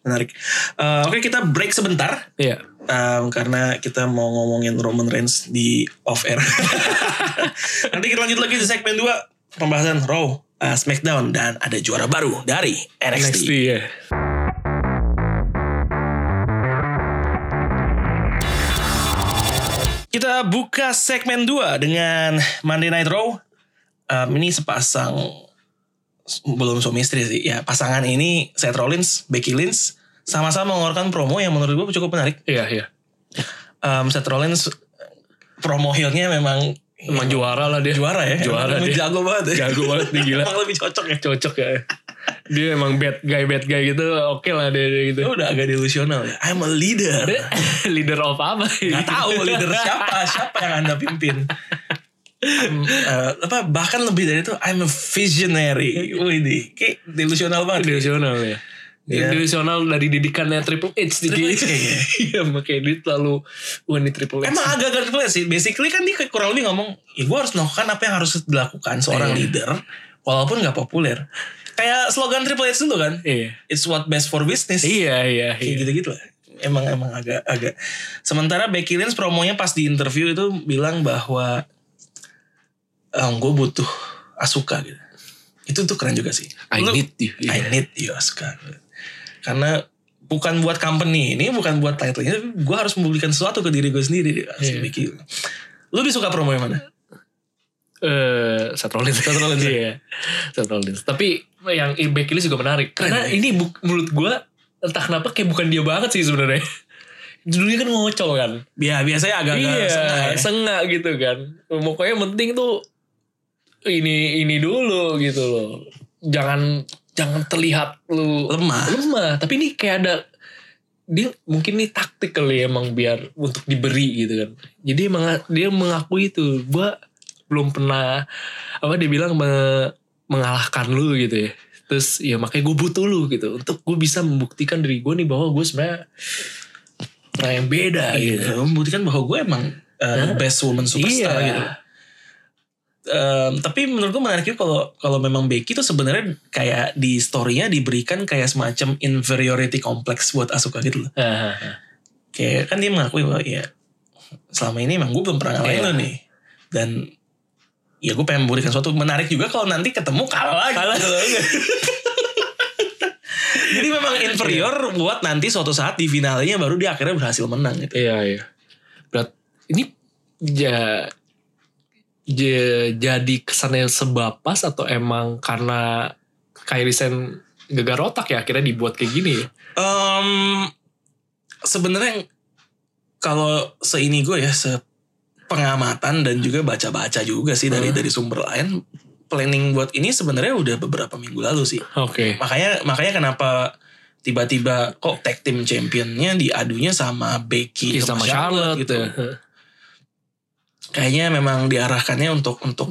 Speaker 1: Menarik. Eh, Oke kita break sebentar.
Speaker 2: Iya.
Speaker 1: Em, karena kita mau ngomongin Roman Reigns di off air. Nanti kita lanjut lagi di segmen 2. Pembahasan Raw, eh, Smackdown. Dan ada juara baru dari
Speaker 2: NXT
Speaker 1: NXT.
Speaker 2: ya.
Speaker 1: Kita buka segmen 2 dengan Monday Night Raw. Em, ini sepasang belum suami istri sih ya pasangan ini Seth Rollins Becky Lynch sama-sama mengeluarkan promo yang menurut gue cukup menarik
Speaker 2: Iya, iya.
Speaker 1: um, Seth Rollins promo heelnya memang
Speaker 2: Emang juara lah dia.
Speaker 1: Iya. juara ya
Speaker 2: Juara
Speaker 1: Emang
Speaker 2: dia.
Speaker 1: jago banget ya.
Speaker 2: Jago banget nih gila.
Speaker 1: emang lebih cocok ya
Speaker 2: Cocok ya. Dia emang bad guy bad guy gitu oke lah dia, dia gitu.
Speaker 1: Dia udah agak delusional ya I'm a leader Gitu.
Speaker 2: leader of apa?
Speaker 1: Gak tahu leader siapa siapa yang anda pimpin I'm, eh, apa bahkan lebih dari itu I'm a visionary wih di kayak delusional banget
Speaker 2: Delusional ya.
Speaker 1: Iya.
Speaker 2: Delusional dari didikannya Triple H.
Speaker 1: Triple H
Speaker 2: dikit.
Speaker 1: kayaknya.
Speaker 2: Iya makanya dia terlalu wah ini Triple H.
Speaker 1: Emang agak-agak kelihatan sih. Basically kan dia kayak kurang lebih ngomong, ya gue harus melakukan apa yang harus dilakukan seorang
Speaker 2: Iya.
Speaker 1: leader, walaupun nggak populer. Kayak slogan Triple H dulu kan,
Speaker 2: Iya.
Speaker 1: it's what best for business.
Speaker 2: Iya iya
Speaker 1: Kayak gitu.
Speaker 2: iya.
Speaker 1: gitu-gitu lah. Emang emang agak-agak. Sementara Becky Lynch promonya pas di interview itu bilang bahwa gue butuh Asuka gitu. Itu tuh keren juga sih.
Speaker 2: I
Speaker 1: Lu-
Speaker 2: need you.
Speaker 1: I need you Asuka. Karena bukan buat company ini, bukan buat title-nya, tapi gue harus membuktikan sesuatu ke diri gue sendiri. Dia langsung
Speaker 2: Iya.
Speaker 1: bikin. Lu lebih suka promo yang mana?
Speaker 2: Eh, Seth Rollins. Seth Rollins. Iya. Seth Rollins. Tapi yang Becky Lynch juga menarik. Karena ini bu- menurut gue entah kenapa kayak bukan dia banget sih sebenarnya. Dulunya kan ngocol kan.
Speaker 1: Ya biasanya agak-agak
Speaker 2: iya,
Speaker 1: setengah
Speaker 2: sengaja
Speaker 1: ya.
Speaker 2: gitu kan. Pokoknya yang penting tuh ini ini dulu gitu loh. Jangan jangan terlihat lu
Speaker 1: Lemah.
Speaker 2: Lemah, tapi ini kayak ada dia mungkin nih taktik kali ya emang biar untuk diberi gitu kan. Jadi emang dia mengakui itu, gua belum pernah apa dia bilang me- mengalahkan lu gitu ya. Terus ya makanya gue butuh lu gitu untuk gue bisa membuktikan diri gue nih bahwa gue sebenarnya orang yang beda gitu.
Speaker 1: Gitu. Membuktikan bahwa gue emang uh, the best woman superstar
Speaker 2: Iya.
Speaker 1: gitu. Um, tapi menurut gue menarik juga kalau kalau memang Becky tuh sebenarnya kayak di story-nya diberikan kayak semacam inferiority complex buat Asuka gitu loh.
Speaker 2: Ah, ah, ah.
Speaker 1: Kayak kan dia mengakui bahwa ya selama ini emang gue belum pernah ngalahin
Speaker 2: Iya.
Speaker 1: lo nih. Dan ya gue pengen memberikan suatu menarik juga kalau nanti ketemu kalah lagi.
Speaker 2: Kalah.
Speaker 1: Gitu loh. yang inferior buat nanti suatu saat di finalnya baru dia akhirnya berhasil menang gitu.
Speaker 2: Iya iya. Berat. Ini ja, ja- jadi kesannya sebapas atau emang karena Kyrie Sen gegar otak ya akhirnya dibuat kayak gini ya?
Speaker 1: Em, Sebenarnya yang- kalau seini gue ya sepengamatan dan juga baca-baca juga sih dari
Speaker 2: Hmm.
Speaker 1: dari sumber lain planning buat ini sebenarnya udah beberapa minggu lalu sih.
Speaker 2: Oke.
Speaker 1: Makanya makanya kenapa tiba-tiba kok tag team championnya diadunya sama Becky
Speaker 2: Iya, sama Charlotte,
Speaker 1: gitu.
Speaker 2: ya.
Speaker 1: Kayaknya memang diarahkannya untuk untuk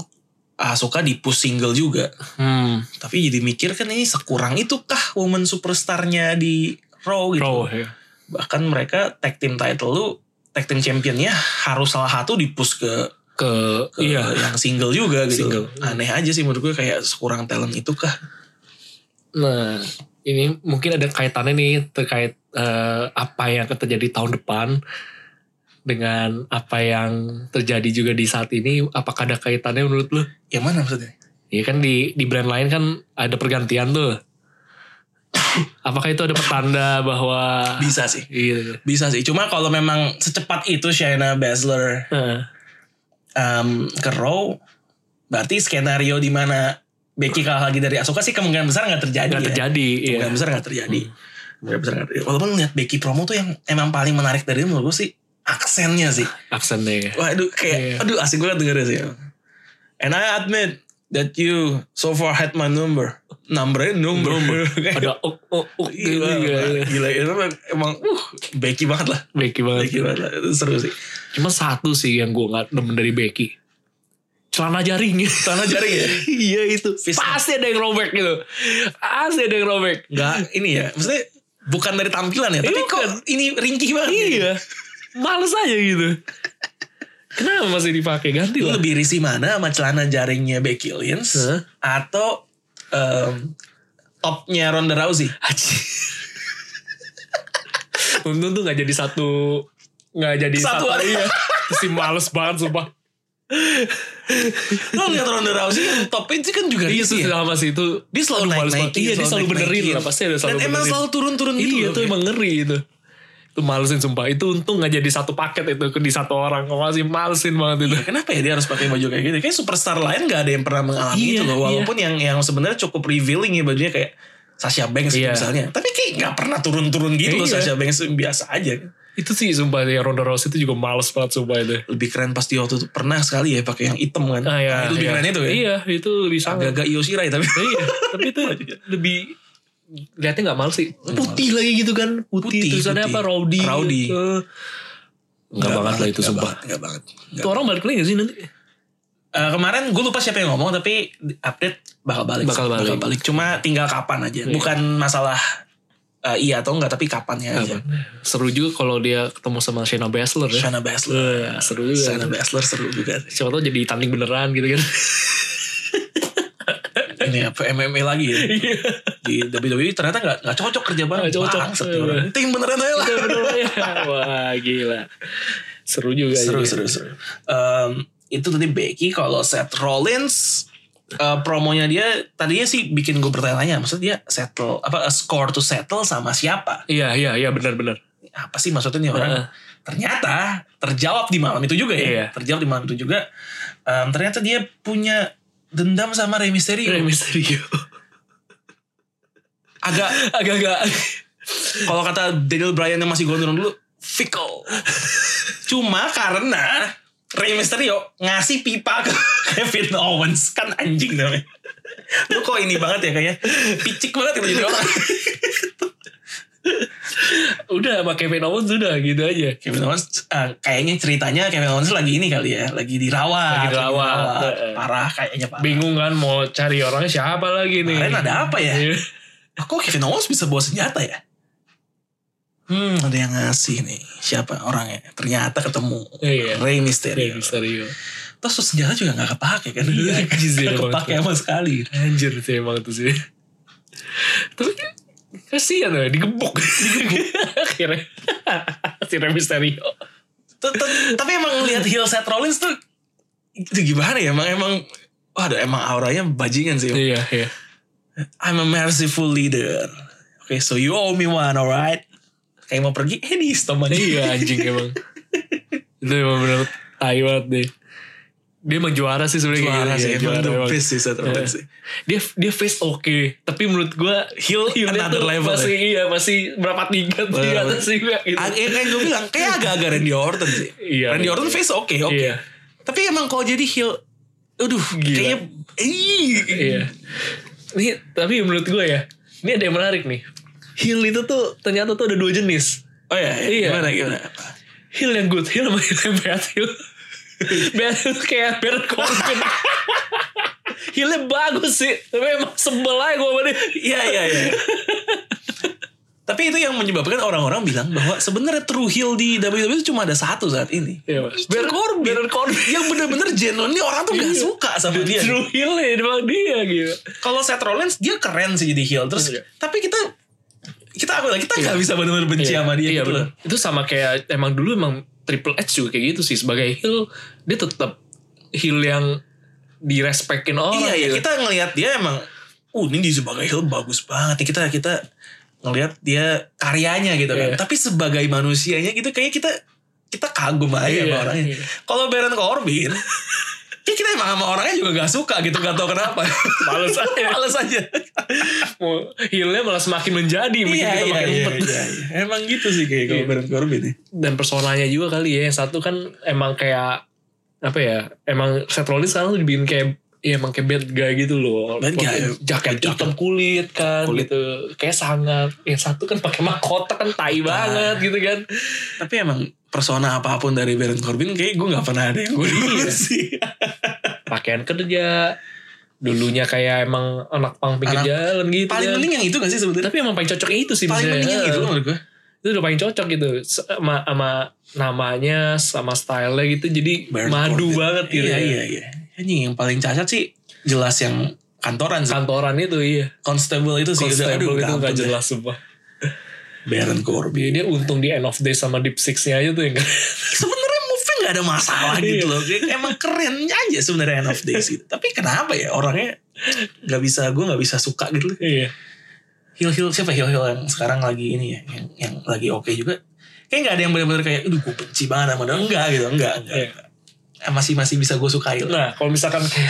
Speaker 1: Asuka di push single juga.
Speaker 2: Hmm.
Speaker 1: Tapi jadi mikir kan ini sekurang itukah woman superstarnya di Raw gitu.
Speaker 2: Pro ya.
Speaker 1: Bahkan mereka tag team title lu tag team championnya harus salah satu di push ke,
Speaker 2: Ke,
Speaker 1: ke
Speaker 2: iya.
Speaker 1: yang single juga gitu.
Speaker 2: Single.
Speaker 1: Aneh aja sih menurut gue kayak sekurang talent itukah.
Speaker 2: Nah, ini mungkin ada kaitannya nih terkait eh, apa yang akan terjadi tahun depan dengan apa yang terjadi juga di saat ini. Apakah ada kaitannya menurut lu?
Speaker 1: Yang Ya mana maksudnya?
Speaker 2: Iya kan di di brand lain kan ada pergantian tuh. Apakah itu ada petanda bahwa
Speaker 1: Bisa sih.
Speaker 2: iya.
Speaker 1: Bisa sih. Cuma kalau memang secepat itu Shayna Baszler
Speaker 2: Heeh.
Speaker 1: um, ke Raw, berarti skenario di mana Becky kalah lagi dari Asuka sih kemungkinan besar nggak terjadi.
Speaker 2: nggak
Speaker 1: ya.
Speaker 2: terjadi iya.
Speaker 1: Kemungkinan besar nggak terjadi. Kemungkinan besar nggak terjadi. Walaupun lihat Becky promo tuh yang emang paling menarik dari dia menurut gue sih aksennya sih.
Speaker 2: aksennya ya.
Speaker 1: Waduh kayak
Speaker 2: Iya.
Speaker 1: aduh asik banget dengernya sih. And I admit that you so far had my number. Numbernya number. Kayak,
Speaker 2: Ada ok ok ok gitu
Speaker 1: Gila,
Speaker 2: ya.
Speaker 1: gila, itu emang- emang uh, Becky banget lah,
Speaker 2: Becky banget.
Speaker 1: Becky banget lah, itu seru sih.
Speaker 2: Cuma satu sih yang gue nggak demen dari Becky. Celana jaring.
Speaker 1: Tanah jaring ya,
Speaker 2: iya itu.
Speaker 1: Fist
Speaker 2: Pasti ada yang robek gitu. Pasti ada yang robek.
Speaker 1: nggak ini ya, maksudnya bukan dari tampilan ya, tapi kok
Speaker 2: Bukan.
Speaker 1: ini ringkih banget. ya.
Speaker 2: Iya. Males aja gitu. Kenapa masih dipakai? Ganti
Speaker 1: Lu
Speaker 2: lah.
Speaker 1: lebih risih mana sama celana jaringnya Becky Lynch
Speaker 2: Hah?
Speaker 1: atau em, topnya Ronda Rousey?
Speaker 2: Aji. Untung tuh gak jadi satu nggak jadi satu,
Speaker 1: Kesatuan.
Speaker 2: iya. Pasti males banget sumpah.
Speaker 1: Lu lihat Ronda Rousey yang topnya sih kan juga
Speaker 2: Iya
Speaker 1: risih
Speaker 2: sih
Speaker 1: ya.
Speaker 2: sama sih itu.
Speaker 1: Dia selalu
Speaker 2: Aduh,
Speaker 1: naik
Speaker 2: males banget.
Speaker 1: naikin,
Speaker 2: Iya dia selalu benerin lah pasti ada selalu
Speaker 1: Dan emang
Speaker 2: benerin.
Speaker 1: selalu turun-turun gitu.
Speaker 2: iya
Speaker 1: loh,
Speaker 2: itu
Speaker 1: kayak.
Speaker 2: emang ngeri itu. Itu malesin sumpah. Itu untung gak jadi satu paket itu ke di satu orang. Kalau masih malesin banget itu.
Speaker 1: Ya, Kenapa ya dia harus pakai baju kayak gitu? Kayak superstar lain gak ada yang pernah mengalami itu
Speaker 2: Iya,
Speaker 1: loh.
Speaker 2: iya.
Speaker 1: Walaupun yang yang sebenarnya cukup revealing ya bajunya kayak Sasha Banks gitu
Speaker 2: Iya.
Speaker 1: misalnya. Tapi kayak gak pernah turun-turun gitu loh
Speaker 2: Iya.
Speaker 1: Sasha Banks biasa aja.
Speaker 2: Itu sih sumpah ya Ronda Rousey itu juga males banget sumpah itu.
Speaker 1: Lebih keren pasti waktu itu pernah sekali ya pakai yang hitam kan. Nah,
Speaker 2: Ah, ya,
Speaker 1: itu lebih
Speaker 2: ya.
Speaker 1: keren itu ya.
Speaker 2: Iya itu lebih sangat.
Speaker 1: Agak-agak Io Shirai tapi
Speaker 2: iya tapi itu lebih lihatnya nggak males sih putih lagi gitu kan putih,
Speaker 1: Putih,
Speaker 2: tulisannya
Speaker 1: putih.
Speaker 2: apa rowdy
Speaker 1: Rowdy.
Speaker 2: Eh, nggak banget lah itu
Speaker 1: nggak
Speaker 2: sumpah
Speaker 1: banget, Nggak banget.
Speaker 2: itu orang balik lagi nggak sih nanti
Speaker 1: Eh, kemarin gue lupa siapa yang ngomong tapi update bakal balik.
Speaker 2: Bakal balik.
Speaker 1: Cuma tinggal kapan aja.
Speaker 2: Iya.
Speaker 1: Bukan masalah eh, iya atau enggak tapi kapannya aja.
Speaker 2: Iya. seru juga kalau dia ketemu sama Shayna Baszler ya
Speaker 1: Shana Baszler.
Speaker 2: Eh, seru juga
Speaker 1: Shana Baszler seru juga.
Speaker 2: siapa tau jadi tanding beneran gitu kan
Speaker 1: ini apa MMA lagi ya
Speaker 2: Iya.
Speaker 1: di WWE ternyata nggak nggak cocok kerja bareng
Speaker 2: Nggak cocok. Iya.
Speaker 1: Bangsat nih orang. penting beneran aja lah
Speaker 2: wah gila seru juga
Speaker 1: seru
Speaker 2: ini.
Speaker 1: seru seru Em, itu tadi Becky kalau Seth Rollins eh, promonya dia tadinya sih bikin gue bertanya-tanya maksudnya dia settle apa a score to settle sama siapa
Speaker 2: iya iya iya benar-benar
Speaker 1: apa sih maksudnya nih orang
Speaker 2: Heeh.
Speaker 1: ternyata terjawab di malam itu juga ya
Speaker 2: Iya.
Speaker 1: terjawab di malam itu juga Em, ternyata dia punya dendam sama Rey Mysterio
Speaker 2: Rey Mysterio
Speaker 1: agak
Speaker 2: agak-agak
Speaker 1: Kalau kata Daniel Bryan yang masih gondrong dulu, fickle. Cuma karena Rey Mysterio ngasih pipa ke Kevin Owens kan anjing namanya. Lu kok ini banget ya kayak picik banget gitu jadi orang.
Speaker 2: udah sama Kevin Owens udah gitu aja
Speaker 1: Kevin Owens eh, kayaknya ceritanya Kevin Owens lagi ini kali ya, lagi dirawat,
Speaker 2: Lagi dirawat, eh, eh.
Speaker 1: parah kayaknya parah.
Speaker 2: bingung kan mau cari orangnya siapa lagi nih
Speaker 1: Kemarin ada apa ya?
Speaker 2: Iya.
Speaker 1: Ah, kok Kevin Owens bisa bawa senjata ya? Hmm, ada yang ngasih nih. Siapa orangnya? Ternyata ketemu.
Speaker 2: Iya.
Speaker 1: Rey
Speaker 2: Rey
Speaker 1: Mysterio.
Speaker 2: Mysterio
Speaker 1: Terus senjata juga gak kepake kan
Speaker 2: Iya, anjir sih,
Speaker 1: Gak
Speaker 2: emang.
Speaker 1: kepake sama sekali
Speaker 2: anjir sih emang itu sih tapi kasihan ya digebuk akhirnya si Rey Mysterio
Speaker 1: T- t- Tapi emang lihat heel Seth Rollins tuh Itu gimana ya Emang emang gitu. Waduh emang auranya bajingan sih
Speaker 2: iya iya
Speaker 1: I'm a merciful leader Okay, so you owe me one, alright? Kayak mau pergi, eh nih temannya.
Speaker 2: Iya anjing emang. itu emang bener tai banget deh. Dia emang juara sih sebenarnya kayak
Speaker 1: Juara
Speaker 2: gini,
Speaker 1: sih,
Speaker 2: ya,
Speaker 1: emang the
Speaker 2: emang.
Speaker 1: best sih Seth Rollins
Speaker 2: Iya.
Speaker 1: sih.
Speaker 2: Dia dia face oke, tapi menurut gua
Speaker 1: Heel
Speaker 2: Unit
Speaker 1: another
Speaker 2: tuh
Speaker 1: level
Speaker 2: Masih
Speaker 1: ya.
Speaker 2: iya masih berapa tingkat di
Speaker 1: Bener,
Speaker 2: atas sih Mbak, gitu.
Speaker 1: Akhirnya kan gue bilang, kayak agak-agak Randy Orton sih.
Speaker 2: Iya,
Speaker 1: Randy
Speaker 2: iya.
Speaker 1: Orton face oke, oke.
Speaker 2: Iya.
Speaker 1: Tapi emang kalau jadi heel, aduh
Speaker 2: Gila.
Speaker 1: kayaknya, ih,
Speaker 2: Iya. Ini tapi menurut gue ya, ini ada yang menarik nih. Heel itu tuh ternyata tuh ada dua jenis.
Speaker 1: Oh ya,
Speaker 2: Iya.
Speaker 1: gimana gimana?
Speaker 2: Heel yang good heel sama heel yang bad heel. bad heel kayak Baron Corbin. Heelnya bagus sih, tapi emang sebel aja gue sama dia.
Speaker 1: Iya iya iya. Tapi itu yang menyebabkan orang-orang bilang bahwa sebenarnya true heel di WWE itu cuma ada satu saat ini.
Speaker 2: Iya, Pak.
Speaker 1: Mickey
Speaker 2: Baron-
Speaker 1: Corbin.
Speaker 2: Baron Corbin.
Speaker 1: Yang bener-bener genuinely orang tuh gak
Speaker 2: Iya.
Speaker 1: suka sama dia.
Speaker 2: True heel ya emang dia gitu.
Speaker 1: Kalau Seth Rollins dia keren sih jadi heel. Terus
Speaker 2: Iya.
Speaker 1: tapi kita kita aku bilang, kita nggak bisa benar-benar benci sama dia
Speaker 2: Iya,
Speaker 1: gitu
Speaker 2: bener.
Speaker 1: loh.
Speaker 2: Itu sama kayak emang dulu emang Triple H juga kayak gitu sih sebagai heel dia tetap heel yang direspekin orang.
Speaker 1: iya iya
Speaker 2: gitu.
Speaker 1: kita ngelihat dia emang uh ini dia sebagai heel bagus banget nih. kita kita ngelihat dia karyanya gitu kan
Speaker 2: Iya.
Speaker 1: tapi sebagai manusianya gitu kayak kita kita kagum aja sama
Speaker 2: Iya,
Speaker 1: orangnya
Speaker 2: iya.
Speaker 1: kalau Baron Corbin ya kita emang sama orangnya juga gak suka gitu gak tau kenapa
Speaker 2: Males aja.
Speaker 1: males aja
Speaker 2: Mau heelnya malah semakin menjadi bikin
Speaker 1: iya
Speaker 2: kita
Speaker 1: iya,
Speaker 2: makin
Speaker 1: iya,
Speaker 2: umpet.
Speaker 1: iya, iya. emang gitu sih kayak kalau
Speaker 2: Iya.
Speaker 1: Baron Corbin ya
Speaker 2: Dan personanya juga kali ya yang satu kan emang kayak apa ya emang Seth Rollins sekarang tuh dibikin kayak ya emang kayak bad guy gitu loh.
Speaker 1: Bad guy,
Speaker 2: Pakai
Speaker 1: ya.
Speaker 2: Jaket
Speaker 1: Jaket.
Speaker 2: hitam kulit kan
Speaker 1: Kulit.
Speaker 2: gitu. Kayak sangat. Yang satu kan pakai mahkota kan tai banget gitu kan.
Speaker 1: tapi emang persona apapun dari Baron Corbin kayak gue gak pernah ada yang gue dulu sih
Speaker 2: pakaian kerja dulunya kayak emang anak pang pinggir
Speaker 1: Anak-
Speaker 2: jalan gitu
Speaker 1: paling
Speaker 2: kan.
Speaker 1: penting yang itu gak sih sebenarnya
Speaker 2: tapi emang paling cocok itu sih
Speaker 1: paling gitu.
Speaker 2: biasanya.
Speaker 1: penting yang itu
Speaker 2: Eh,
Speaker 1: menurut gue
Speaker 2: itu udah paling cocok gitu sama, sama namanya sama stylenya gitu jadi
Speaker 1: Baron
Speaker 2: madu
Speaker 1: Corbin.
Speaker 2: banget gitu
Speaker 1: Iya
Speaker 2: ya.
Speaker 1: iya iya. Anjing yang paling cacat sih jelas yang kantoran sih.
Speaker 2: kantoran itu iya
Speaker 1: Constable itu sih.
Speaker 2: Constable itu
Speaker 1: aduh,
Speaker 2: gak
Speaker 1: ampun
Speaker 2: jelas sumpah
Speaker 1: deh. Baron Corbin.
Speaker 2: dia, dia untung di end of day sama deep sixnya aja tuh ya, yang
Speaker 1: Sebenarnya move-nya gak ada masalah gitu loh. Kayak Emang keren aja sebenarnya end of days gitu. Tapi kenapa ya orangnya gak bisa gue gak bisa suka gitu loh.
Speaker 2: iya
Speaker 1: Heel heel siapa heel heel yang sekarang lagi ini ya yang, yang lagi oke juga. Kayak gak ada yang benar-benar kayak aduh gue benci banget sama dia. Enggak gitu enggak enggak.
Speaker 2: Iya.
Speaker 1: enggak. Masih masih bisa gue sukai lah.
Speaker 2: nah kalau misalkan kayak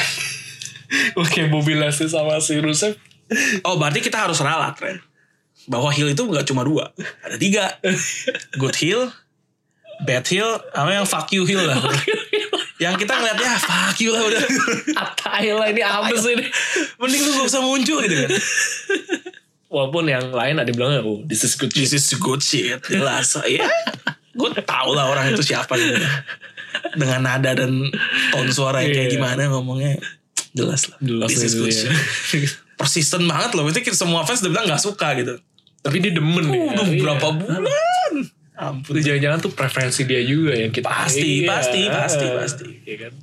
Speaker 2: Oke Bobby Lashley sama si Rusev
Speaker 1: Oh berarti kita harus ralat Ren Bahwa heel itu gak cuma dua Ada tiga Good heel Bad heel Sama yang fuck you heel lah Yang kita ngeliatnya ah, Fuck you lah udah
Speaker 2: Atai lah ini abis ini
Speaker 1: Mending lu gak usah muncul gitu kan
Speaker 2: walaupun yang lain ada yang bilang oh this is good
Speaker 1: This is good shit Jelas ya Gue tau lah orang itu siapa gitu. Dengan nada dan Tone suara yang kayak
Speaker 2: Iya.
Speaker 1: gimana ngomongnya Jelas lah
Speaker 2: Jelas
Speaker 1: This is
Speaker 2: itu,
Speaker 1: good
Speaker 2: iya.
Speaker 1: shit Persisten banget loh Maksudnya semua fans udah bilang gak suka gitu
Speaker 2: tapi dia demen ya.
Speaker 1: Udah
Speaker 2: Iya.
Speaker 1: berapa bulan Ampun
Speaker 2: Itu jangan-jangan tuh preferensi dia juga yang kita
Speaker 1: Pasti, pasti, pasti, pasti.
Speaker 2: Iya kan?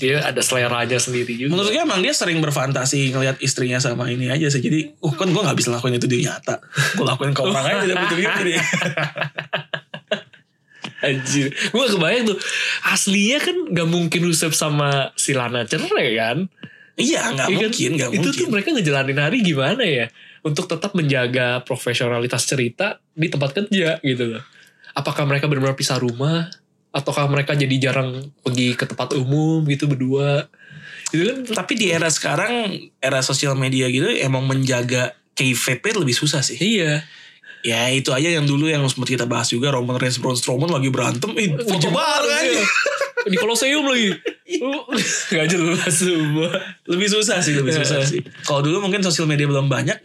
Speaker 2: Dia ada seleranya sendiri juga.
Speaker 1: Menurut gue emang dia sering berfantasi ngelihat istrinya sama ini aja sih. Jadi, oh kan gue gak bisa lakuin itu di nyata. Gue lakuin ke orang aja tidak butuh gitu deh.
Speaker 2: Anjir. Gue kebayang tuh. Aslinya kan gak mungkin Rusev sama si Lana cerai kan.
Speaker 1: Iya, gak
Speaker 2: Iya kan?
Speaker 1: mungkin, gak
Speaker 2: Itu
Speaker 1: mungkin.
Speaker 2: tuh mereka ngejalanin hari gimana ya. Untuk tetap menjaga profesionalitas cerita di tempat kerja gitu loh. Apakah mereka benar-benar pisah rumah? Ataukah mereka jadi jarang pergi ke tempat umum gitu berdua? Itu kan
Speaker 1: Tapi di era sekarang, era sosial media gitu, emang menjaga KVP lebih susah sih.
Speaker 2: Iya.
Speaker 1: Ya itu aja yang dulu yang sempat kita bahas juga, Roman Reigns, Braun Strowman lagi berantem, eh, foto bareng aja.
Speaker 2: Iya. Di Colosseum lagi. Uh, Gak jelas semua.
Speaker 1: Lebih susah sih, lebih susah sih. Kalau dulu mungkin sosial media belum banyak,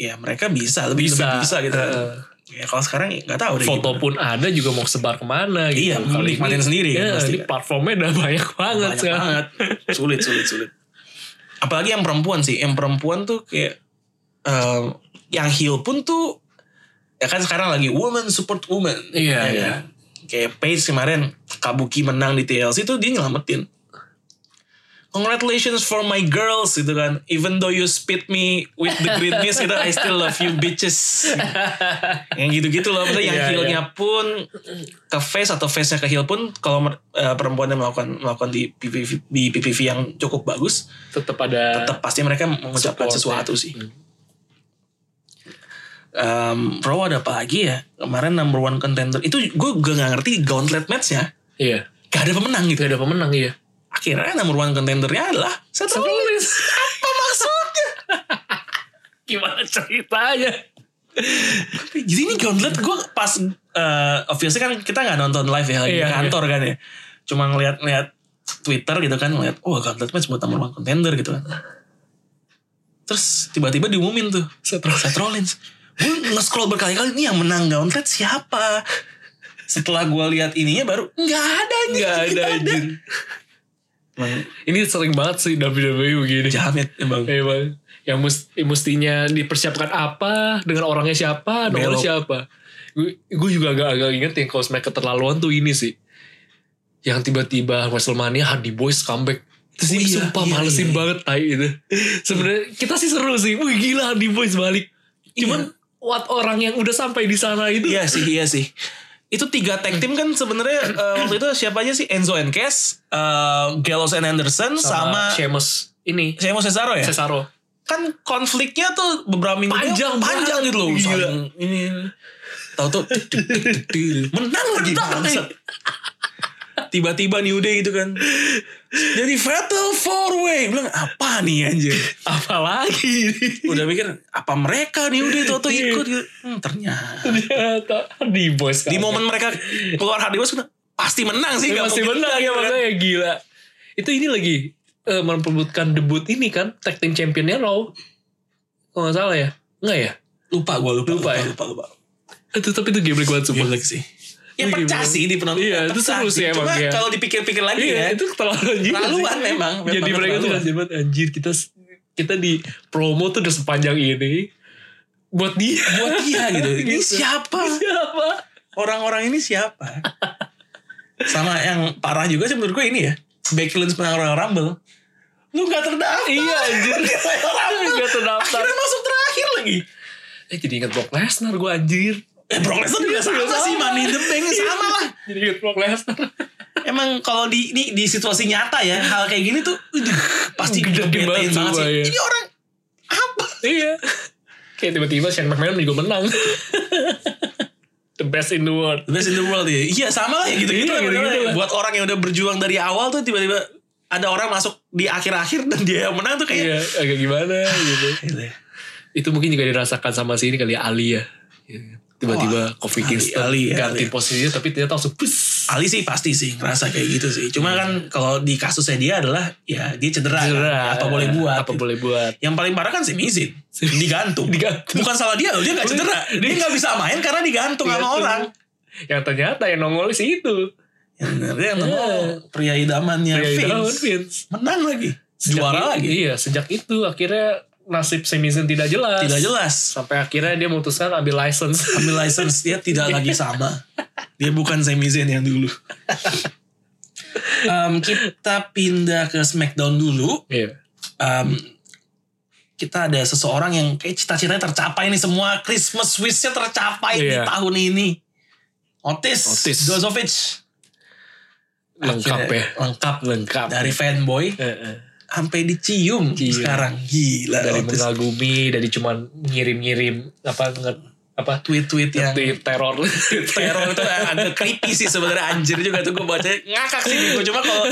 Speaker 1: ya mereka bisa, lebih bisa, lebih bisa gitu. kan.
Speaker 2: Heeh.
Speaker 1: Ya kalau sekarang nggak tahu deh
Speaker 2: Foto
Speaker 1: gimana.
Speaker 2: pun ada juga mau sebar kemana gitu.
Speaker 1: Iya,
Speaker 2: Kalau
Speaker 1: nikmatin
Speaker 2: ini-
Speaker 1: sendiri kan
Speaker 2: Iya,
Speaker 1: pasti
Speaker 2: ini
Speaker 1: kan.
Speaker 2: platformnya udah banyak banget
Speaker 1: banyak
Speaker 2: sekarang.
Speaker 1: banget sulit sulit sulit apalagi yang perempuan sih yang perempuan tuh kayak eh, yang heel pun tuh ya kan sekarang lagi woman support woman
Speaker 2: Iya,
Speaker 1: Ya
Speaker 2: iya.
Speaker 1: kan? kayak Paige kemarin Kabuki menang di TLC tuh dia nyelamatin Congratulations for my girls gitu kan. Even though you spit me with the green mist gitu, I still love you bitches. yang gitu-gitu loh. Maksudnya yang
Speaker 2: Iya,
Speaker 1: heelnya pun ke face atau face-nya ke heel pun kalau mer- eh, perempuan yang melakukan melakukan di PPV, di PPV yang cukup bagus,
Speaker 2: Tetap ada ya. Hmm.
Speaker 1: tetap pasti mereka mengucapkan
Speaker 2: Support,
Speaker 1: sesuatu sih.
Speaker 2: Hmm.
Speaker 1: Em, Raw ada apa lagi ya? Kemarin number one contender. Itu gue gak ngerti gauntlet matchnya.
Speaker 2: Iya.
Speaker 1: Gak ada pemenang gitu.
Speaker 2: Gak ada pemenang iya.
Speaker 1: Akhirnya number one contendernya adalah Seth
Speaker 2: Seth
Speaker 1: Rollins.
Speaker 2: Rollins.
Speaker 1: Apa maksudnya?
Speaker 2: Gimana ceritanya?
Speaker 1: Jadi ini gauntlet gue pas... eh, obviously kan kita gak nonton live ya. Lagi
Speaker 2: Iya,
Speaker 1: di kantor kan ya. Cuma ngeliat-ngeliat Twitter gitu kan. Ngeliat, oh gauntlet match buat number one contender gitu kan. Terus tiba-tiba diumumin tuh.
Speaker 2: Seth Rollins.
Speaker 1: Seth Rollins. Gue nge-scroll berkali-kali, ini yang menang gauntlet siapa? Setelah gue lihat ininya baru, nggak ada nih.
Speaker 2: Gak ada anjir.
Speaker 1: Emang
Speaker 2: Ini sering banget sih WWE begini.
Speaker 1: jahat ya, emang.
Speaker 2: Emang. Eh, Yang mus- yang mestinya dipersiapkan apa, dengan orangnya siapa, nomornya
Speaker 1: Belok.
Speaker 2: siapa. Gue juga agak-agak inget yang kalau mereka keterlaluan tuh ini sih. Yang tiba-tiba WrestleMania Hardy Boys comeback.
Speaker 1: Oh
Speaker 2: Terus ini
Speaker 1: iya,
Speaker 2: sumpah
Speaker 1: iya,
Speaker 2: malesin
Speaker 1: iya, iya.
Speaker 2: banget tai itu. Sebenarnya kita sih seru sih. Wih gila Hardy Boys balik. Cuman what orang yang udah sampai di sana itu.
Speaker 1: Iya sih, iya sih. Itu tiga tag team kan sebenarnya eh, waktu itu siapa aja sih? Enzo and Cass, eh, Gallows and Anderson, sama,
Speaker 2: Sheamus ini.
Speaker 1: Sheamus Cesaro ya?
Speaker 2: Cesaro.
Speaker 1: Kan konfliknya tuh beberapa minggu
Speaker 2: Panjang
Speaker 1: panjang
Speaker 2: banget.
Speaker 1: gitu loh.
Speaker 2: Gila.
Speaker 1: Saling Ini tahu tuh menang lagi
Speaker 2: Menang lagi.
Speaker 1: bangsat. Tiba-tiba New Day gitu kan. Jadi fatal four way. Bilang apa nih anjir?
Speaker 2: Apalagi ini.
Speaker 1: Udah mikir apa mereka New Day tuh ikut gitu. Hmm, ternyata
Speaker 2: Ternyata Hardy Boys
Speaker 1: di
Speaker 2: comeback.
Speaker 1: momen mereka keluar Hardy Boys pasti menang sih
Speaker 2: Dia
Speaker 1: nggak
Speaker 2: masih
Speaker 1: mungkin
Speaker 2: menang ya
Speaker 1: nggak, kan?
Speaker 2: makanya gila. Itu ini lagi eh, memperbutkan debut ini kan tag team championnya Raw. Kalau nggak salah ya, nggak ya?
Speaker 1: lupa gue lupa
Speaker 2: Lupa
Speaker 1: lupa
Speaker 2: ya?
Speaker 1: lupa lupa,
Speaker 2: Itu tapi itu game banget sumpah.
Speaker 1: Gimana sih ya
Speaker 2: Itu
Speaker 1: pecah
Speaker 2: gimana?
Speaker 1: sih di penonton
Speaker 2: Iya, itu
Speaker 1: pecah
Speaker 2: seru sih
Speaker 1: sih.
Speaker 2: emang,
Speaker 1: cuma
Speaker 2: iya.
Speaker 1: kalau dipikir-pikir lagi
Speaker 2: Iya,
Speaker 1: ya
Speaker 2: itu keterlaluan juga. sih.
Speaker 1: Laluan memang, memang
Speaker 2: Jadi mereka tuh
Speaker 1: keterlaluan.
Speaker 2: ngasih banget anjir kita kita di promo tuh udah sepanjang ini buat dia.
Speaker 1: buat dia gitu ini
Speaker 2: Gitu.
Speaker 1: siapa
Speaker 2: Siapa?
Speaker 1: orang-orang ini siapa sama yang parah juga sih menurut gue ini ya Becky Lynch menang Royal Rumble lu gak terdaftar
Speaker 2: Iya, anjir.
Speaker 1: Di Royal Rumble
Speaker 2: Nggak terdaftar.
Speaker 1: akhirnya masuk terakhir lagi
Speaker 2: Eh jadi ingat Brock Lesnar gue anjir.
Speaker 1: eh Brock Lesnar juga
Speaker 2: Iya,
Speaker 1: sama
Speaker 2: sama. Iya.
Speaker 1: sih Money in the Bank sama lah
Speaker 2: Jadi ingat Brock Lesnar.
Speaker 1: Emang kalau di, di di situasi nyata ya hal kayak gini tuh aduh, pasti
Speaker 2: Gede
Speaker 1: ngebetain banget
Speaker 2: banget sumpah,
Speaker 1: sih.
Speaker 2: iya.
Speaker 1: Ini orang apa?
Speaker 2: iya. Kayak tiba-tiba Shane McMahon juga menang. The best in the world.
Speaker 1: The best in the world ya. Iya sama lah ya gitu-gitu.
Speaker 2: Iya,
Speaker 1: lah,
Speaker 2: gitu-gitu
Speaker 1: bener-bener.
Speaker 2: lah.
Speaker 1: Buat orang yang udah berjuang dari awal tuh tiba-tiba ada orang masuk di akhir-akhir dan dia yang menang tuh kayak.
Speaker 2: Iya, agak gimana gitu.
Speaker 1: Gitu ya.
Speaker 2: Itu mungkin juga dirasakan sama si ini kali ya, Ali ya. Iya. Tiba-tiba Kofi
Speaker 1: Ali,
Speaker 2: Kingston
Speaker 1: Ali ya, Ali.
Speaker 2: ganti posisinya tapi ternyata langsung pus.
Speaker 1: Ali sih pasti sih ngerasa kayak gitu sih.
Speaker 2: Iya.
Speaker 1: Cuma kan kalau di kasusnya dia adalah ya dia cedera. kan. Apa boleh buat.
Speaker 2: Apa
Speaker 1: gitu.
Speaker 2: boleh buat.
Speaker 1: Yang paling parah kan si Mizin. Digantung.
Speaker 2: Digantung.
Speaker 1: Bukan salah dia loh, dia gak cedera. Dia gak bisa main karena digantung sama
Speaker 2: Digantung.
Speaker 1: orang.
Speaker 2: Iya, Yang ternyata yang nongol sih itu.
Speaker 1: Yang benernya yang nemu pria idamannya
Speaker 2: Kayak
Speaker 1: Vince.
Speaker 2: Dragon Iya. Vince.
Speaker 1: Menang lagi.
Speaker 2: Sejak
Speaker 1: Juara
Speaker 2: i-
Speaker 1: lagi.
Speaker 2: Iya, sejak itu akhirnya nasib Semizin tidak jelas.
Speaker 1: Tidak jelas.
Speaker 2: Sampai akhirnya dia memutuskan ambil license.
Speaker 1: Ambil license dia tidak lagi sama. Dia bukan Sami Zayn yang dulu. Em, kita pindah ke SmackDown dulu.
Speaker 2: Iya.
Speaker 1: Em, kita ada seseorang yang kayak cita-citanya tercapai nih semua. Christmas wish-nya tercapai di
Speaker 2: Iya.
Speaker 1: tahun ini. Otis,
Speaker 2: Otis.
Speaker 1: Dozovic.
Speaker 2: Lengkap
Speaker 1: Akhirnya
Speaker 2: ya.
Speaker 1: Lengkap.
Speaker 2: Lengkap.
Speaker 1: Dari fanboy
Speaker 2: Heeh.
Speaker 1: sampai dicium,
Speaker 2: Cium.
Speaker 1: sekarang. Gila
Speaker 2: dari
Speaker 1: Eh, Otis.
Speaker 2: mengagumi dari cuman ngirim-ngirim apa nge- apa
Speaker 1: tweet-tweet yang
Speaker 2: tweet teror
Speaker 1: teror itu ada creepy sih sebenarnya anjir juga tuh gue bacanya ngakak sih gue cuma kalau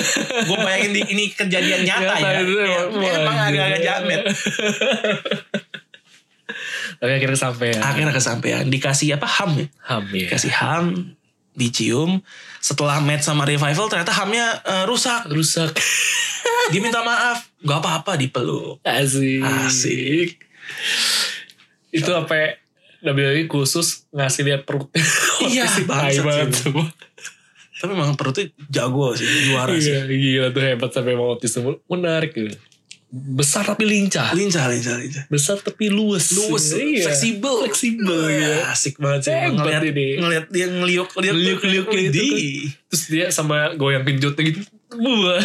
Speaker 1: gue bayangin di, ini kejadian nyata,
Speaker 2: Nyata
Speaker 1: ya,
Speaker 2: itu
Speaker 1: ya,
Speaker 2: emang-
Speaker 1: emang
Speaker 2: wah,
Speaker 1: agak-agak
Speaker 2: anjir.
Speaker 1: jamet
Speaker 2: tapi akhirnya sampai ya
Speaker 1: akhirnya kesampaian dikasih apa ham ya
Speaker 2: ham ya
Speaker 1: dikasih ham dicium setelah match sama revival ternyata hamnya eh, rusak
Speaker 2: rusak
Speaker 1: diminta maaf gak apa-apa dipeluk
Speaker 2: asik
Speaker 1: Asik.
Speaker 2: itu apa WWE khusus ngasih lihat perut
Speaker 1: Iya,
Speaker 2: bangsat
Speaker 1: bangsat
Speaker 2: banget
Speaker 1: sih.
Speaker 2: semua
Speaker 1: tapi memang perutnya jago sih juara sih
Speaker 2: iya gila tuh hebat sampai mau otis semua menarik gitu. besar tapi lincah
Speaker 1: lincah lincah lincah
Speaker 2: besar tapi luas
Speaker 1: luwes
Speaker 2: Iya.
Speaker 1: fleksibel
Speaker 2: fleksibel
Speaker 1: ya.
Speaker 2: gitu.
Speaker 1: asik banget sih
Speaker 2: Hebat
Speaker 1: ngeliat,
Speaker 2: ini.
Speaker 1: ngeliat dia ngeliuk ngeliuk
Speaker 2: Ngeliuk-ngeliuk gitu
Speaker 1: di
Speaker 2: terus dia sama goyang genjotnya gitu buah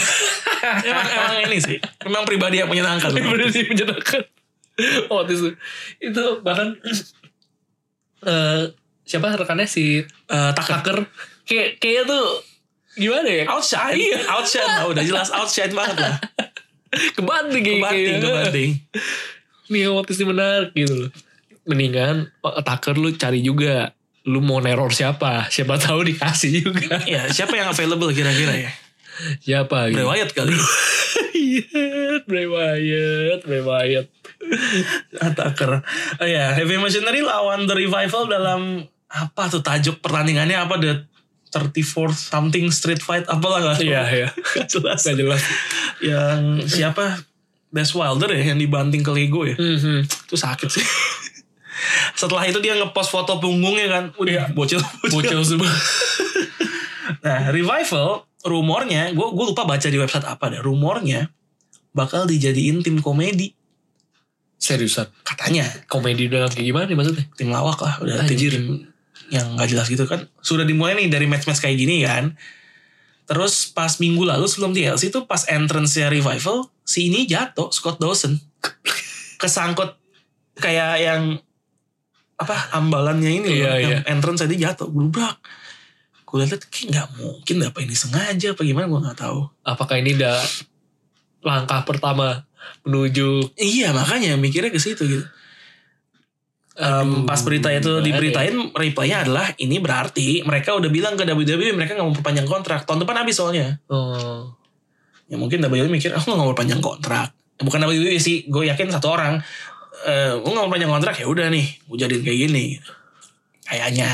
Speaker 1: emang emang ini sih memang pribadi yang menyenangkan
Speaker 2: Ini bener sih menyenangkan Otis tuh. Oh, itu bahkan eh siapa rekannya si
Speaker 1: Eh, Tucker
Speaker 2: Tucker kayak kayak tuh gimana ya
Speaker 1: outshine outshine lah, udah jelas outshine banget lah
Speaker 2: kebanting kayak
Speaker 1: Iya.
Speaker 2: gitu.
Speaker 1: kebanting
Speaker 2: kayak-
Speaker 1: kebanting
Speaker 2: nih Otis ini menarik gitu loh mendingan oh, Tucker lu cari juga lu mau neror siapa siapa tahu dikasih juga
Speaker 1: ya siapa yang available kira-kira ya
Speaker 2: siapa
Speaker 1: Bray
Speaker 2: gitu.
Speaker 1: Wyatt kali
Speaker 2: Wyatt Bray Wyatt Bray Wyatt
Speaker 1: Attacker oh ya Heavy Machinery lawan The Revival dalam apa tuh tajuk pertandingannya apa The 34 something street fight apalah gak
Speaker 2: iya ya
Speaker 1: Gak jelas
Speaker 2: gak jelas
Speaker 1: yang siapa Dash Wilder ya yang dibanting ke Lego ya
Speaker 2: Mhm.
Speaker 1: itu sakit sih setelah itu dia ngepost foto punggungnya kan udah bocil bocil
Speaker 2: bocil semua
Speaker 1: nah revival rumornya gue gue lupa baca di website apa dah rumornya bakal dijadiin tim komedi
Speaker 2: seriusan
Speaker 1: katanya
Speaker 2: komedi dalam kayak gimana nih maksudnya
Speaker 1: tim lawak lah udah tim,
Speaker 2: Anjir.
Speaker 1: tim yang nggak jelas gitu kan sudah dimulai nih dari match-match kayak gini kan terus pas minggu lalu sebelum DLC itu pas entrance nya revival si ini jatuh Scott Dawson kesangkut kayak yang apa ambalannya ini loh
Speaker 2: Iya,
Speaker 1: yang
Speaker 2: iya.
Speaker 1: entrance tadi jatuh blubrak gue lihat kayak nggak mungkin dah, apa ini sengaja apa gimana gue nggak tahu
Speaker 2: apakah ini udah langkah pertama menuju
Speaker 1: iya makanya mikirnya ke situ gitu Em,
Speaker 2: Aduh,
Speaker 1: pas berita itu
Speaker 2: gimana ya?
Speaker 1: diberitain reply-nya adalah ini berarti mereka udah bilang ke WWE mereka nggak mau perpanjang kontrak tahun depan habis soalnya
Speaker 2: Oh,
Speaker 1: ya mungkin WWE mikir aku nggak mau perpanjang kontrak Eh, bukan WWE sih gue yakin satu orang eh gue nggak mau perpanjang kontrak ya udah nih gue jadiin kayak gini kayaknya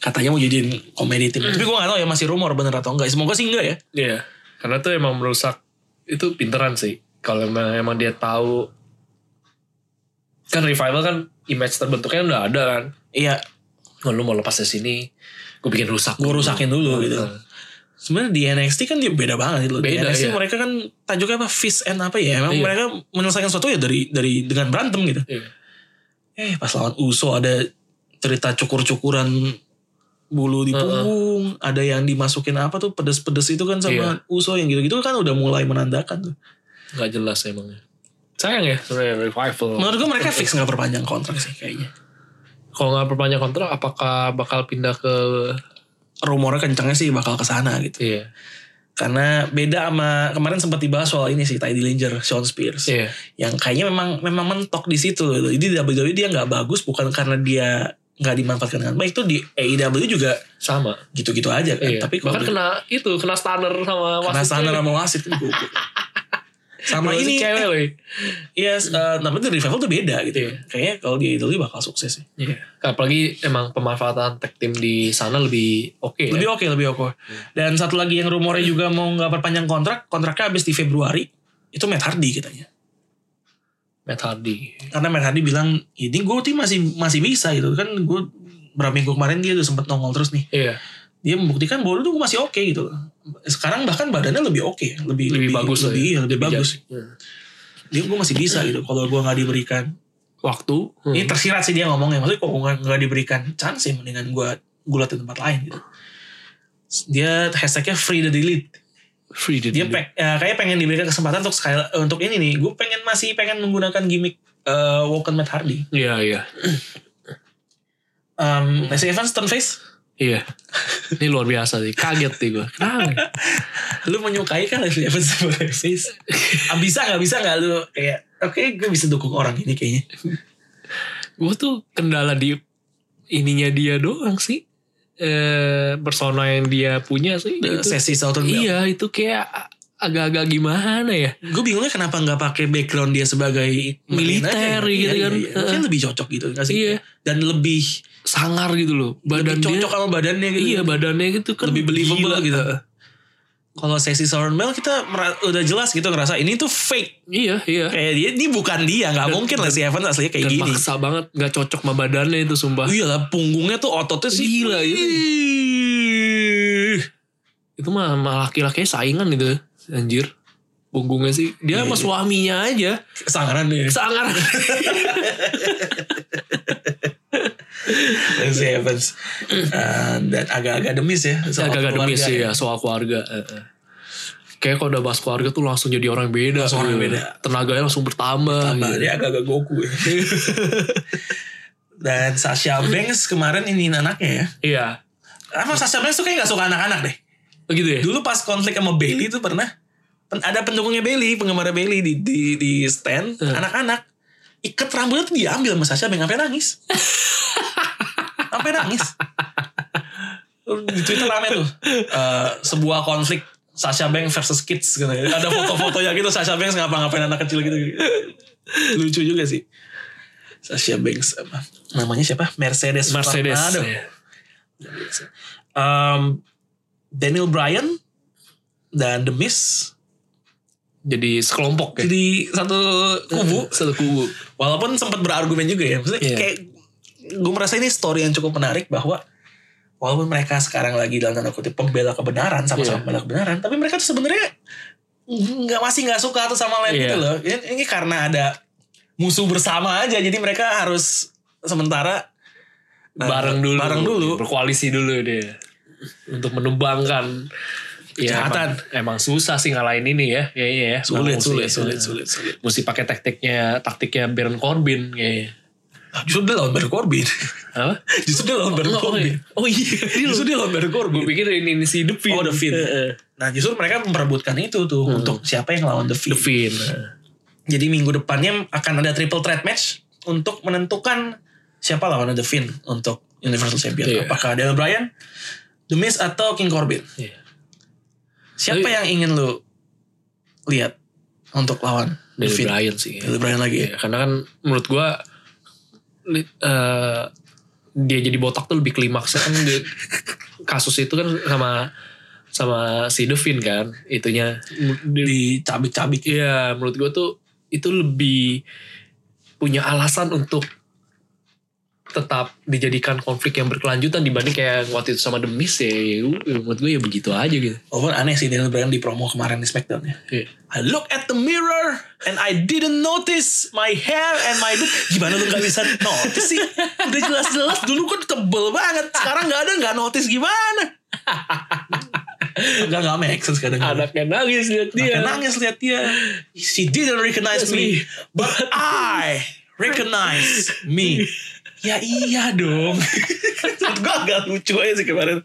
Speaker 1: katanya mau jadiin komedi tim tapi gue nggak tahu ya masih rumor bener atau enggak semoga sih enggak ya
Speaker 2: iya. Karena tuh emang merusak itu pinteran sih. Kalau emang, emang dia tahu kan revival kan image terbentuknya udah ada kan.
Speaker 1: iya
Speaker 2: Oh, lu mau lepas dari sini, gue bikin rusak.
Speaker 1: gue rusakin dulu gitu
Speaker 2: Heeh.
Speaker 1: sebenarnya di NXT kan dia beda banget gitu. loh. di
Speaker 2: Beda,
Speaker 1: NXT
Speaker 2: iya.
Speaker 1: mereka kan tajuknya apa fist and apa ya. Emang
Speaker 2: Iya.
Speaker 1: mereka menyelesaikan sesuatu ya dari dari dengan berantem gitu.
Speaker 2: Iya.
Speaker 1: Eh pas lawan Uso ada cerita cukur-cukuran bulu di
Speaker 2: Heeh.
Speaker 1: punggung, ada yang dimasukin apa tuh pedes-pedes itu kan
Speaker 2: Iya.
Speaker 1: sama Uso yang gitu-gitu kan udah mulai menandakan tuh.
Speaker 2: Gak jelas emangnya. Sayang ya sebenarnya revival.
Speaker 1: Menurut gue mereka fix nggak perpanjang kontrak sih kayaknya.
Speaker 2: Kalau nggak perpanjang kontrak, apakah bakal pindah ke?
Speaker 1: Rumornya kencangnya sih bakal ke sana gitu.
Speaker 2: Iya.
Speaker 1: Karena beda sama kemarin sempat dibahas soal ini sih Ty Dillinger, Sean Spears.
Speaker 2: Iya.
Speaker 1: yang kayaknya memang memang mentok di situ loh. Jadi WWE dia nggak bagus bukan karena dia nggak dimanfaatkan dengan baik itu di AEW juga
Speaker 2: Sama.
Speaker 1: gitu-gitu aja kan.
Speaker 2: Iya.
Speaker 1: Tapi kalau
Speaker 2: bahkan
Speaker 1: dia-
Speaker 2: kena itu kena stunner sama
Speaker 1: karena
Speaker 2: wasit
Speaker 1: sana
Speaker 2: cewek.
Speaker 1: sama wasit kan goblok. sama
Speaker 2: Sama
Speaker 1: ini eh,
Speaker 2: cewek loh.
Speaker 1: ya namanya The Revival tuh beda gitu.
Speaker 2: Iya.
Speaker 1: Kayaknya kalau di AEW bakal sukses sih.
Speaker 2: Iya. Apalagi emang pemanfaatan tag team di sana lebih oke ya.
Speaker 1: Lebih oke, lebih oke. Dan satu lagi yang rumornya juga mau nggak perpanjang kontrak, kontraknya habis di Februari. Itu Matt Hardy katanya.
Speaker 2: Matt Hardy.
Speaker 1: karena Matt Hardy bilang ini gue tuh masih masih bisa gitu kan gue berapa minggu kemarin dia udah sempet nongol terus nih
Speaker 2: Iya.
Speaker 1: dia membuktikan bahwa dulu gue masih oke gitu loh sekarang bahkan badannya lebih oke lebih,
Speaker 2: Lebih bagus lah
Speaker 1: lebih
Speaker 2: ya.
Speaker 1: iya, lebih, bagus
Speaker 2: Hmm.
Speaker 1: dia gue masih bisa gitu kalau gue nggak diberikan
Speaker 2: Waktu. Hmm.
Speaker 1: ini tersirat sih dia ngomongnya maksudnya kalau gue nggak diberikan chance ya mendingan gue gulat di tempat lain gitu dia hashtagnya free the delete
Speaker 2: free
Speaker 1: dia
Speaker 2: dia.
Speaker 1: peng- ya, kayak pengen diberikan kesempatan untuk sekali eh, untuk ini nih gue pengen masih pengen menggunakan gimmick eh Woken Matt Hardy
Speaker 2: Iya iya.
Speaker 1: um, Lacey Evans turn face
Speaker 2: Iya. Ini luar biasa sih. Kaget sih gue. Kenapa?
Speaker 1: lu menyukai kan Leslie Evans sama Revis bisa nggak bisa nggak lu kayak oke gue bisa dukung orang ini kayaknya
Speaker 2: gue tuh kendala di ininya dia doang sih. Eh persona yang dia punya sih.
Speaker 1: The Eh,
Speaker 2: Itu.
Speaker 1: sesi Southern Bell
Speaker 2: Iya itu kayak a- agak-agak gimana ya.
Speaker 1: gue bingungnya kenapa nggak pakai background dia sebagai
Speaker 2: Militer
Speaker 1: marine aja.
Speaker 2: gitu
Speaker 1: Iya,
Speaker 2: kan.
Speaker 1: iya, iya. Mungkin lebih cocok gitu nggak sih
Speaker 2: Iya.
Speaker 1: dan lebih
Speaker 2: Sangar gitu loh.
Speaker 1: lebih
Speaker 2: Badan dia.
Speaker 1: cocok sama badannya gitu
Speaker 2: Iya badannya gitu kan.
Speaker 1: lebih believable
Speaker 2: gila.
Speaker 1: gitu kalau sesi Southern Bell kita mera- udah jelas gitu ngerasa ini tuh fake
Speaker 2: Iya iya.
Speaker 1: kayak dia ini bukan dia nggak mungkin Leslie Evans aslinya kayak
Speaker 2: Dan
Speaker 1: gini
Speaker 2: maksa banget nggak cocok sama badannya itu sumpah
Speaker 1: iya lah punggungnya tuh ototnya sih
Speaker 2: Gila, iya.
Speaker 1: Ih.
Speaker 2: itu mah sama laki-lakinya saingan itu anjir punggungnya sih
Speaker 1: Iya,
Speaker 2: dia sama suaminya aja
Speaker 1: sangaran deh
Speaker 2: sangar
Speaker 1: Lindsay Evans Eh, dan agak agademis ya soal
Speaker 2: agak akademis
Speaker 1: keluarga
Speaker 2: sih
Speaker 1: ya.
Speaker 2: ya soal keluarga Eh, eh. kayak kalau udah bahas keluarga tuh langsung jadi orang beda
Speaker 1: Langsung orang
Speaker 2: Eh,
Speaker 1: beda.
Speaker 2: tenaganya langsung bertambah
Speaker 1: Tambah,
Speaker 2: gitu.
Speaker 1: dia agak-agak Goku ya. dan Sasha Banks kemarin ini anaknya ya
Speaker 2: iya
Speaker 1: apa Sasha Banks tuh kayak gak suka anak-anak deh
Speaker 2: Oh, gitu ya
Speaker 1: dulu pas konflik sama Bailey tuh pernah pen- ada pendukungnya Bailey penggemar Bailey di di, di stand
Speaker 2: Hmm.
Speaker 1: anak-anak ikat rambutnya tuh diambil sama Sasha Banks sampai nangis. sampai nangis. Di Twitter rame tuh. Eh, sebuah konflik Sasha Banks versus Kids gitu. Ada foto-fotonya gitu Sasha Banks ngapa-ngapain anak kecil gitu. Lucu juga sih. Sasha Banks apa? Namanya siapa? Mercedes.
Speaker 2: Mercedes.
Speaker 1: Aduh.
Speaker 2: ya.
Speaker 1: Um, Daniel Bryan dan The Miz
Speaker 2: Jadi sekelompok ya.
Speaker 1: jadi satu kubu
Speaker 2: Satu kubu.
Speaker 1: walaupun sempat berargumen juga ya maksudnya
Speaker 2: Iya.
Speaker 1: kayak gue merasa ini story yang cukup menarik bahwa walaupun mereka sekarang lagi dalam tanda kutip pembela kebenaran sama-sama
Speaker 2: Iya.
Speaker 1: pembela kebenaran tapi mereka tuh sebenarnya nggak masih nggak suka satu sama lain
Speaker 2: Iya.
Speaker 1: gitu loh ini, ini karena ada musuh bersama aja jadi mereka harus sementara eh,
Speaker 2: bareng dulu.
Speaker 1: bareng dulu
Speaker 2: Berkoalisi dulu ya dia. Untuk menembangkan Ya,
Speaker 1: Kejahatan.
Speaker 2: emang, emang susah sih ngalahin ini ya. Kayaknya ya.
Speaker 1: sulit
Speaker 2: Emang
Speaker 1: sulit
Speaker 2: mesti-
Speaker 1: sulit sulit sulit
Speaker 2: Mesti pakai taktiknya taktiknya Baron Corbin kayaknya.
Speaker 1: justru dia lawan Baron Corbin
Speaker 2: Apa?
Speaker 1: justru dia lawan Baron
Speaker 2: Oh,
Speaker 1: Corbin
Speaker 2: oh iya.
Speaker 1: justru dia lawan Baron Corbin
Speaker 2: Gue pikir ini, ini si The Fin.
Speaker 1: Oh, The Fin.
Speaker 2: Heeh.
Speaker 1: Nah justru mereka memperebutkan itu tuh untuk siapa yang lawan The
Speaker 2: Hmm. The
Speaker 1: Fiend.
Speaker 2: Fin.
Speaker 1: Jadi minggu depannya akan ada triple threat match untuk menentukan siapa lawan The Fiend untuk Universal Champion.
Speaker 2: Iya.
Speaker 1: Apakah Daniel Bryan, The Miz atau King Corbin?
Speaker 2: Iya.
Speaker 1: Siapa
Speaker 2: Tapi-
Speaker 1: yang ingin lu lihat untuk lawan The
Speaker 2: Dari
Speaker 1: Fiend?
Speaker 2: Brian sih.
Speaker 1: Daniel Bryan lagi.
Speaker 2: Iya, karena kan menurut gua li- eh, dia jadi botak tuh lebih klimaksnya kan dia- kasus itu kan sama sama si Devin kan itunya
Speaker 1: Di cabik-cabik.
Speaker 2: Iya menurut gua tuh itu lebih punya alasan untuk tetap dijadikan konflik yang berkelanjutan dibanding kayak waktu itu sama Demis ya, ya menurut gue ya begitu aja gitu.
Speaker 1: Walaupun aneh sih Daniel Bryan di promo kemarin di Smackdown ya.
Speaker 2: Iya.
Speaker 1: I look at the mirror and I didn't notice my hair and my beard. Gimana lu gak bisa notice sih? Udah jelas-jelas dulu kan tebel banget. Sekarang gak ada gak notice gimana? Enggak gak make sense kadang.
Speaker 2: Anaknya nangis lihat dia.
Speaker 1: Dia nangis lihat dia. She didn't recognize me, but I recognize me. ya iya dong. Menurut gue agak lucu aja sih kemarin.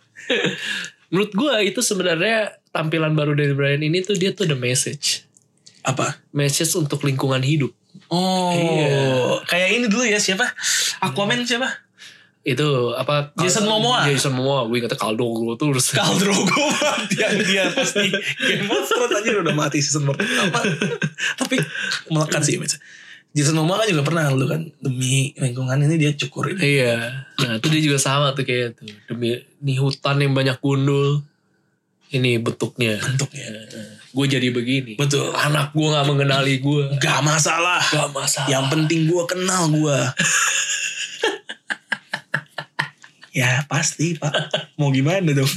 Speaker 2: Menurut gue itu sebenarnya tampilan baru dari Brian ini tuh dia tuh the message.
Speaker 1: Apa?
Speaker 2: message untuk lingkungan hidup
Speaker 1: Oh,
Speaker 2: Iya.
Speaker 1: kayak ini dulu ya siapa? Aquaman siapa?
Speaker 2: itu apa
Speaker 1: Jason Momoa.
Speaker 2: Jason Momoa gue kata Kaldo gue terus
Speaker 1: Khal Drogo mati yang dia pasti Game of Thrones aja udah mati season pertama. Tapi melekat sih image. Jason Momoa kan juga pernah dulu kan demi lingkungan ini dia cukur ini.
Speaker 2: iya nah itu dia juga sama tuh kayak tuh demi nih hutan yang banyak gundul ini bentuknya
Speaker 1: bentuknya.
Speaker 2: gue jadi begini
Speaker 1: Betul.
Speaker 2: anak gue nggak mengenali gue
Speaker 1: Gak masalah.
Speaker 2: gak masalah
Speaker 1: Yang penting gua kenal gua. ya pasti pak. Mau gimana dong.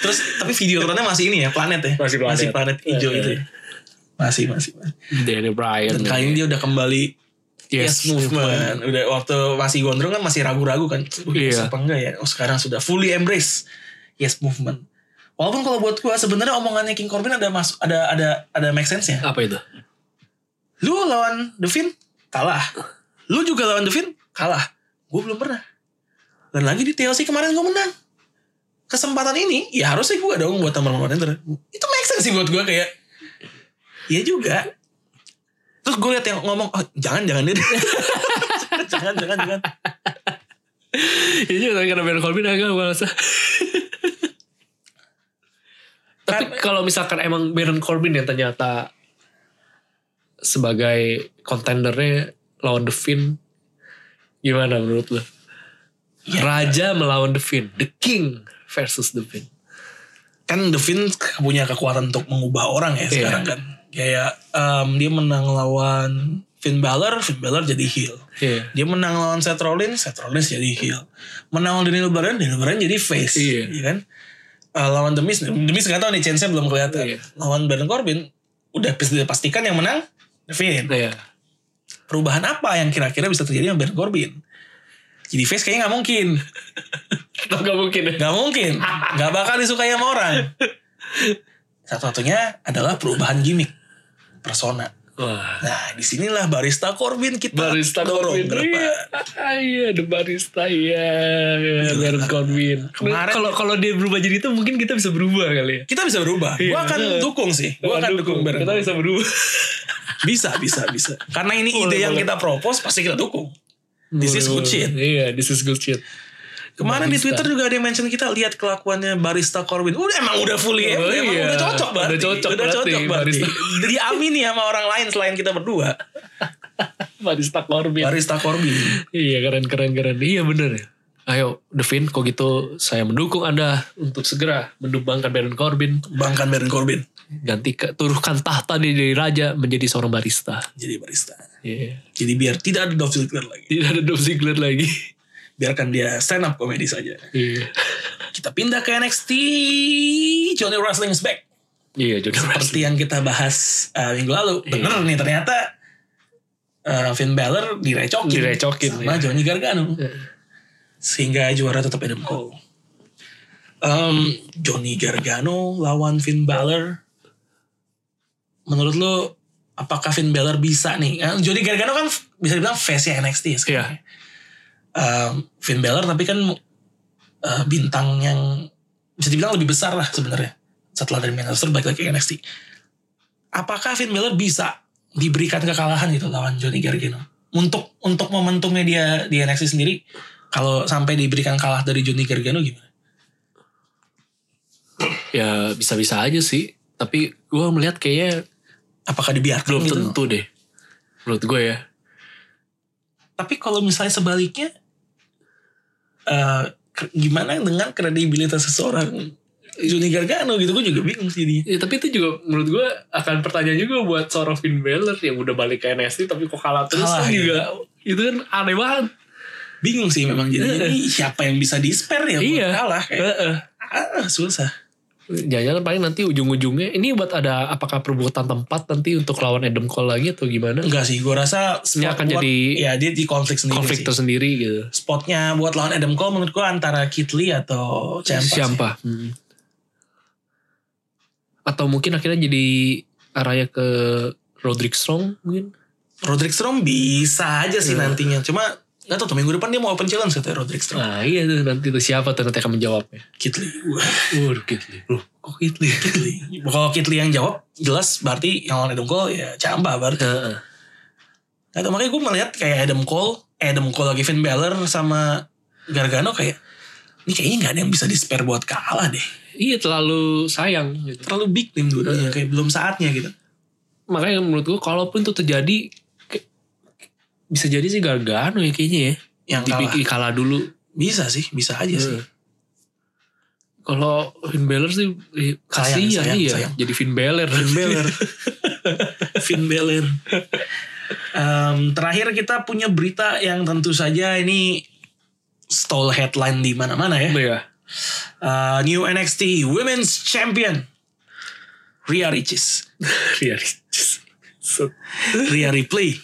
Speaker 1: Terus tapi videotronnya masih ini ya planet ya.
Speaker 2: Masih planet.
Speaker 1: Masih planet hijau
Speaker 2: Iya.
Speaker 1: itu. Ya. Masih masih. masih.
Speaker 2: Daniel Bryan
Speaker 1: Dan kali ini dia udah kembali Yes,
Speaker 2: yes,
Speaker 1: movement. Udah waktu masih gondrong kan masih ragu-ragu kan. Aduh, yes
Speaker 2: Iya.
Speaker 1: apa enggak ya? Oh sekarang sudah fully embrace yes movement. Walaupun kalau buat gua sebenarnya omongannya King Corbin ada mas ada ada ada make sense nya.
Speaker 2: apa itu
Speaker 1: Lu lawan Devin kalah. Lu juga lawan Devin kalah. Gue belum pernah. Dan lagi di TLC kemarin gue menang. Kesempatan ini ya harusnya gue dong buat teman-teman enter. Itu make sense sih buat gue kayak. Iya juga. Terus gue liat yang ngomong, oh, jangan jangan dia. jangan jangan jangan.
Speaker 2: Iya tapi karena Baron Corbin agak gue rasa. tapi kalau misalkan emang Baron Corbin yang ternyata sebagai kontendernya lawan The Finn gimana menurut lo?
Speaker 1: Ya,
Speaker 2: Raja melawan The Finn, The King versus The Finn.
Speaker 1: kan Devin punya kekuatan untuk mengubah orang ya sekarang kan. Kayak em, dia menang lawan Finn Balor, Finn Balor jadi heel.
Speaker 2: Iya.
Speaker 1: Dia menang lawan Seth Rollins, Seth Rollins jadi heel. Menang lawan Daniel Bryan, Daniel Bryan jadi face.
Speaker 2: Iya.
Speaker 1: ya kan? Eh, lawan The Miz, The Miz gak tau nih chance-nya belum kelihatan.
Speaker 2: Iya.
Speaker 1: Lawan Baron Corbin, udah pasti pastikan yang menang Devin.
Speaker 2: Iya.
Speaker 1: Perubahan apa yang kira-kira bisa terjadi sama Baron Corbin? Jadi face kayaknya gak mungkin.
Speaker 2: Atau gak mungkin ya?
Speaker 1: Gak mungkin. Gak bakal disukai sama orang. Satu-satunya adalah perubahan gimmick. Persona.
Speaker 2: Wah.
Speaker 1: Nah, disinilah barista Corbin kita
Speaker 2: Barista
Speaker 1: Ah, ke
Speaker 2: Corbin.
Speaker 1: depan.
Speaker 2: Iya, Ah, iya, the barista iya, iya, Baron Corbin.
Speaker 1: Kemarin-
Speaker 2: kalau kalau dia berubah jadi itu mungkin kita bisa berubah kali ya.
Speaker 1: Kita bisa berubah. Gue akan dukung sih. Gue akan dukung Baron
Speaker 2: Iya. Kita
Speaker 1: Corbin.
Speaker 2: bisa berubah.
Speaker 1: Bisa, bisa, bisa. Karena ini ide
Speaker 2: Boleh,
Speaker 1: yang
Speaker 2: boleh.
Speaker 1: kita propose pasti kita dukung. This is good shit.
Speaker 2: Iya, this is good shit.
Speaker 1: Kemarin di
Speaker 2: Barista.
Speaker 1: Twitter juga ada yang mention kita lihat kelakuannya barista Corwin. Udah emang udah fully
Speaker 2: Oh
Speaker 1: emang
Speaker 2: iya.
Speaker 1: udah cocok
Speaker 2: Udah
Speaker 1: banget.
Speaker 2: cocok
Speaker 1: udah
Speaker 2: berarti
Speaker 1: cocok berarti.
Speaker 2: barista.
Speaker 1: Diamini sama orang lain selain kita berdua.
Speaker 2: Barista Corbin.
Speaker 1: Barista Corbin.
Speaker 2: Iya keren keren keren. Iya bener ya. Ayo Devin kok gitu saya mendukung Anda untuk segera menumbangkan Baron Corbin
Speaker 1: Bangkan Baron Corbin
Speaker 2: ganti ke, turunkan tahta dia dari raja menjadi seorang barista.
Speaker 1: jadi barista.
Speaker 2: Iya.
Speaker 1: Jadi biar tidak ada Dolph Ziggler lagi.
Speaker 2: Tidak ada Dolph Ziggler lagi.
Speaker 1: Biarkan dia stand up comedy saja.
Speaker 2: Iya.
Speaker 1: Kita pindah ke NXT Johnny Wrestling's back.
Speaker 2: Iya Johnny Wrestling.
Speaker 1: Seperti yang kita bahas eh, minggu lalu.
Speaker 2: Iya.
Speaker 1: Bener nih ternyata eh, Finn Balor direcokin.
Speaker 2: Direcokin,
Speaker 1: Sama
Speaker 2: iya.
Speaker 1: Johnny Gargano.
Speaker 2: Iya.
Speaker 1: Sehingga juara tetap Adam Cole. Em, Johnny Gargano lawan Finn Balor. Menurut lo apakah Finn Balor bisa nih? Eh, Johnny Gargano kan f- bisa dibilang face-nya NXT ya sekarang.
Speaker 2: Iya.
Speaker 1: Eh, Finn Balor tapi kan eh, bintang yang bisa dibilang lebih besar lah sebenarnya setelah dari main roster baik lagi ke NXT. Apakah Finn Balor bisa diberikan kekalahan gitu lawan Johnny Gargano? Untuk untuk momentumnya dia di NXT sendiri, kalau sampai diberikan kalah dari Johnny Gargano gimana?
Speaker 2: Ya bisa-bisa aja sih. Tapi gue melihat kayaknya
Speaker 1: Apakah dibiarkan
Speaker 2: belum
Speaker 1: gitu?
Speaker 2: tentu deh. Menurut gue ya.
Speaker 1: Tapi kalau misalnya sebaliknya, eh, ke- gimana dengan kredibilitas seseorang Johnny Gargano gitu? Gue juga bingung sih dia.
Speaker 2: Ya, tapi itu juga menurut gue akan pertanyaan juga buat seorang Finn Balor yang udah balik ke NXT tapi kok kalah terus
Speaker 1: Kalah,
Speaker 2: kan
Speaker 1: iya.
Speaker 2: juga itu kan aneh banget.
Speaker 1: Bingung sih memang jadi ini siapa yang bisa disper ya buat
Speaker 2: Iya.
Speaker 1: kalah kayak
Speaker 2: Heeh.
Speaker 1: ah, susah.
Speaker 2: Jangan-jangan paling nanti ujung-ujungnya ini buat ada apakah perbuatan tempat nanti untuk lawan Adam Cole lagi atau gimana?
Speaker 1: Enggak sih, gue rasa
Speaker 2: Ini
Speaker 1: spot
Speaker 2: akan
Speaker 1: buat-
Speaker 2: jadi
Speaker 1: ya dia di konflik sendiri
Speaker 2: Konflik
Speaker 1: Iya sih.
Speaker 2: tersendiri gitu.
Speaker 1: Spotnya buat lawan Adam Cole menurut gue antara Kit Lee atau Ciampa. sih.
Speaker 2: Siapa? Hmm. Atau mungkin akhirnya jadi arahnya ke Roderick Strong mungkin?
Speaker 1: Roderick Strong bisa aja sih
Speaker 2: Iya.
Speaker 1: nantinya. Cuma nggak tahu tuh minggu depan dia mau open challenge katanya Roderick Strong.
Speaker 2: Nah iya tuh nanti tuh siapa tuh nanti akan menjawabnya.
Speaker 1: Kit Lee. Wah,
Speaker 2: Waduh
Speaker 1: gitu ya.
Speaker 2: Kitli. Loh kok Kitli?
Speaker 1: Kit Lee. Kalau Kit Lee yang jawab jelas berarti yang lawan Adam Cole ya Ciampa berarti.
Speaker 2: Heeh.
Speaker 1: Nggak tahu makanya gue melihat kayak Adam Cole, eh, Adam Cole lagi Finn Balor sama Gargano kayak ini kayaknya nggak ada yang bisa disper buat kalah deh.
Speaker 2: Iya terlalu sayang gitu.
Speaker 1: Terlalu big name dua-duanya kayak belum saatnya gitu.
Speaker 2: Makanya menurut gua kalaupun itu terjadi ke- bisa jadi sih Gargano ya kayaknya ya.
Speaker 1: Yang kalah.
Speaker 2: Dipikir kalah dulu.
Speaker 1: Bisa sih, bisa aja sih.
Speaker 2: Heeh. Kalau Finn Balor sih eh,
Speaker 1: Sayang,
Speaker 2: kasihan
Speaker 1: sayang,
Speaker 2: iya.
Speaker 1: sayang.
Speaker 2: Jadi Finn Balor.
Speaker 1: Finn Balor. Finn Balor. Em, terakhir kita punya berita yang tentu saja ini stole headline di mana-mana ya.
Speaker 2: Iya.
Speaker 1: Eh, new NXT Women's Champion Rhea Riches,
Speaker 2: Iya. Set.
Speaker 1: Rhea Ripley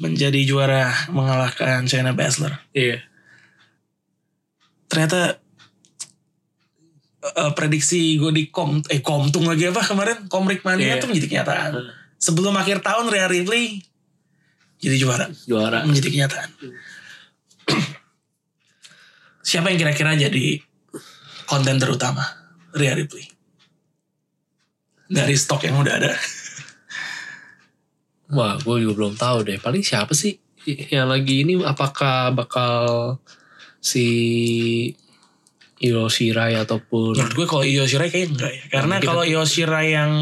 Speaker 1: menjadi juara mengalahkan Shayna Baszler.
Speaker 2: Iya.
Speaker 1: Ternyata eh, prediksi gue di kom eh komtung lagi apa kemarin komrik mania
Speaker 2: Iya.
Speaker 1: tuh menjadi kenyataan. Sebelum akhir tahun Rhea Ripley jadi juara.
Speaker 2: Juara.
Speaker 1: menjadi kenyataan. Siapa yang kira-kira jadi konten terutama Rhea Ripley? Dari stok yang udah ada.
Speaker 2: Wah, gue juga belum tahu deh. Paling siapa sih yang lagi ini? Apakah bakal si Io Shirai ataupun
Speaker 1: Menurut gue kalau Io Shirai kayaknya enggak ya. Karena
Speaker 2: Mungkin.
Speaker 1: kalau Io Shirai yang...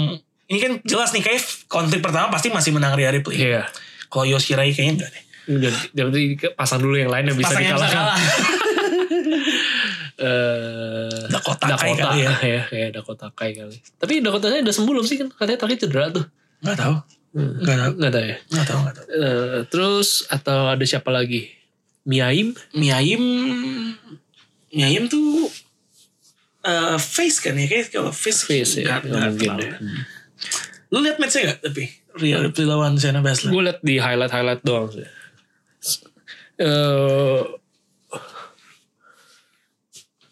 Speaker 1: Ini kan jelas nih kayak konflik pertama pasti masih menang Rhea Ripley.
Speaker 2: Iya.
Speaker 1: Kalau Io Shirai kayaknya enggak deh.
Speaker 2: Jadi jadi pasang dulu yang lain yang bisa
Speaker 1: Pasang yang
Speaker 2: dikalahkan.
Speaker 1: kalah.
Speaker 2: Eh,
Speaker 1: Dakota Kai
Speaker 2: Dakota
Speaker 1: kali ya.
Speaker 2: ya, ya Dakota Kai kali. Tapi Dakota Kai udah sembuh belum sih kan katanya tadi cedera tuh.
Speaker 1: Enggak tahu.
Speaker 2: Hmm.
Speaker 1: Enggak tahu.
Speaker 2: Nggak tahu ya.
Speaker 1: Enggak tahu, enggak tahu.
Speaker 2: Eh, terus atau ada siapa lagi? Miaim?
Speaker 1: Miaim Miaim tuh eh, face kan ya kayak kalau face
Speaker 2: Face ya,
Speaker 1: nggak-
Speaker 2: nggak
Speaker 1: nggak
Speaker 2: mungkin
Speaker 1: terlalu. ya.
Speaker 2: deh.
Speaker 1: Lu lihat matchnya gak tapi Rhea Ripley lawan Shayna Baszler.
Speaker 2: Gue liat di highlight highlight doang sih. Eh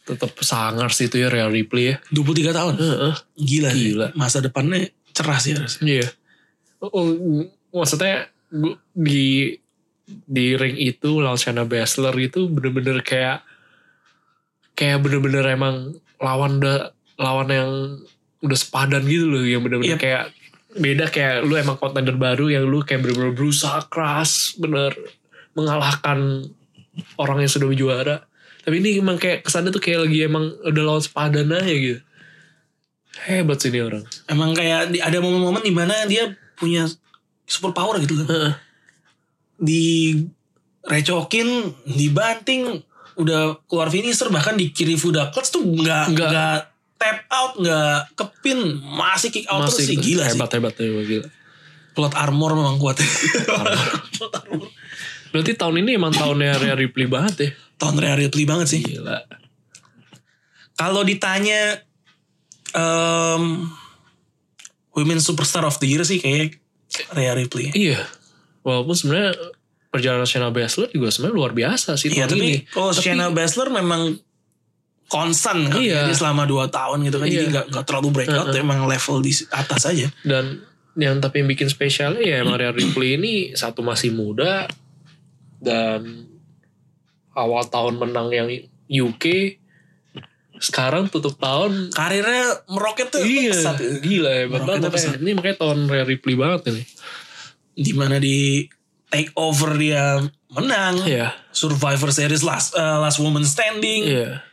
Speaker 2: tetap sangar sih itu ya Real Ripley ya.
Speaker 1: 23 tahun.
Speaker 2: Heeh.
Speaker 1: Gila, sih.
Speaker 2: Gila.
Speaker 1: Masa depannya cerah sih harusnya.
Speaker 2: Iya. Oh, oh, maksudnya gua- di di ring itu lawan Shayna Baszler itu bener-bener kayak kayak bener-bener emang lawan da, lawan yang udah sepadan gitu loh yang
Speaker 1: Yep.
Speaker 2: bener-bener kayak beda kayak lu emang contender baru yang lu kayak bener-bener berusaha keras bener mengalahkan orang yang sudah juara tapi ini emang kayak kesannya tuh kayak lagi emang udah lawan sepadan aja gitu hebat sih ini orang
Speaker 1: Emang kayak di- ada momen-momen di mana dia punya super power gitu kan.
Speaker 2: Heeh.
Speaker 1: Direcokin, dibanting, udah keluar finisher bahkan di kiri Fuda clutch tuh nggak
Speaker 2: Nggak.
Speaker 1: nggak tap out, nggak kepin, masih kick out terus sih
Speaker 2: gitu.
Speaker 1: gila sih.
Speaker 2: hebat, hebat hebat gila
Speaker 1: Plot armor memang kuat.
Speaker 2: berarti tahun ini emang tahunnya Rhea Ripley banget ya
Speaker 1: Tahun Rhea Ripley banget sih.
Speaker 2: gila
Speaker 1: Kalau ditanya em Women Superstar of the Year sih kayak Rhea Ripley.
Speaker 2: iya walaupun sebenarnya perjalanan Shayna Baszler juga sebenarnya luar biasa sih
Speaker 1: Iya
Speaker 2: tahun ini
Speaker 1: tapi kalau
Speaker 2: Tapi-
Speaker 1: Shayna Baszler memang konstan kan
Speaker 2: Iya.
Speaker 1: jadi selama 2 tahun gitu kan jadi
Speaker 2: Iya.
Speaker 1: nggak nggak terlalu breakout emang level di atas aja.
Speaker 2: dan yang tapi yang bikin spesialnya ya emang Rhea Ripley ini satu masih muda dan awal tahun menang yang UK sekarang tutup tahun
Speaker 1: Karirnya meroket tuh
Speaker 2: iya
Speaker 1: pesat.
Speaker 2: gila hebat
Speaker 1: Rocketnya
Speaker 2: banget
Speaker 1: pesat.
Speaker 2: makanya. ini makanya tahun Rhea Ripley banget ini
Speaker 1: di mana di take over dia menang
Speaker 2: iya
Speaker 1: Survivor Series last eh, last woman standing.
Speaker 2: iya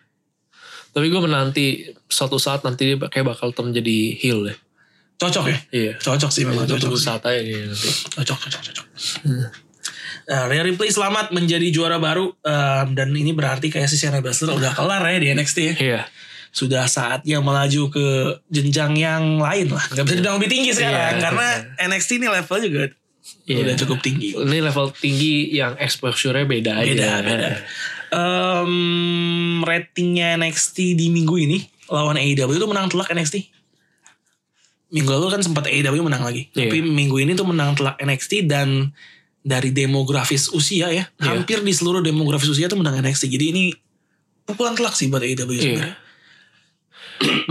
Speaker 2: tapi gue menanti suatu saat nanti dia kayak bakal menjadi heel deh
Speaker 1: Cocok ya?
Speaker 2: iya Iya.
Speaker 1: Cocok sih memang
Speaker 2: itu
Speaker 1: cocok.
Speaker 2: tunggu saat aja kayaknya nanti
Speaker 1: Cocok cocok cocok. Nah, Rhea Ripley selamat menjadi juara baru em, dan ini berarti kayak si Shayna Baszler udah kelar ya di NXT ya.
Speaker 2: iya
Speaker 1: sudah saatnya melaju ke jenjang yang lain lah. Gak bisa dibilang lebih tinggi sekarang
Speaker 2: Iya.
Speaker 1: karena NXT ini level juga
Speaker 2: Iya.
Speaker 1: udah cukup tinggi.
Speaker 2: ini level tinggi yang exposure-nya beda, aja
Speaker 1: Beda, beda. Em, ratingnya NXT di minggu ini lawan AEW itu menang telak NXT. Minggu lalu kan sempat AEW menang lagi.
Speaker 2: Iya.
Speaker 1: Tapi minggu ini tuh menang telak NXT dan dari demografis usia ya.
Speaker 2: Iya.
Speaker 1: Hampir di seluruh demografis usia tuh menang NXT. Jadi ini pukulan telak sih buat AEW
Speaker 2: Iya.
Speaker 1: sebenarnya.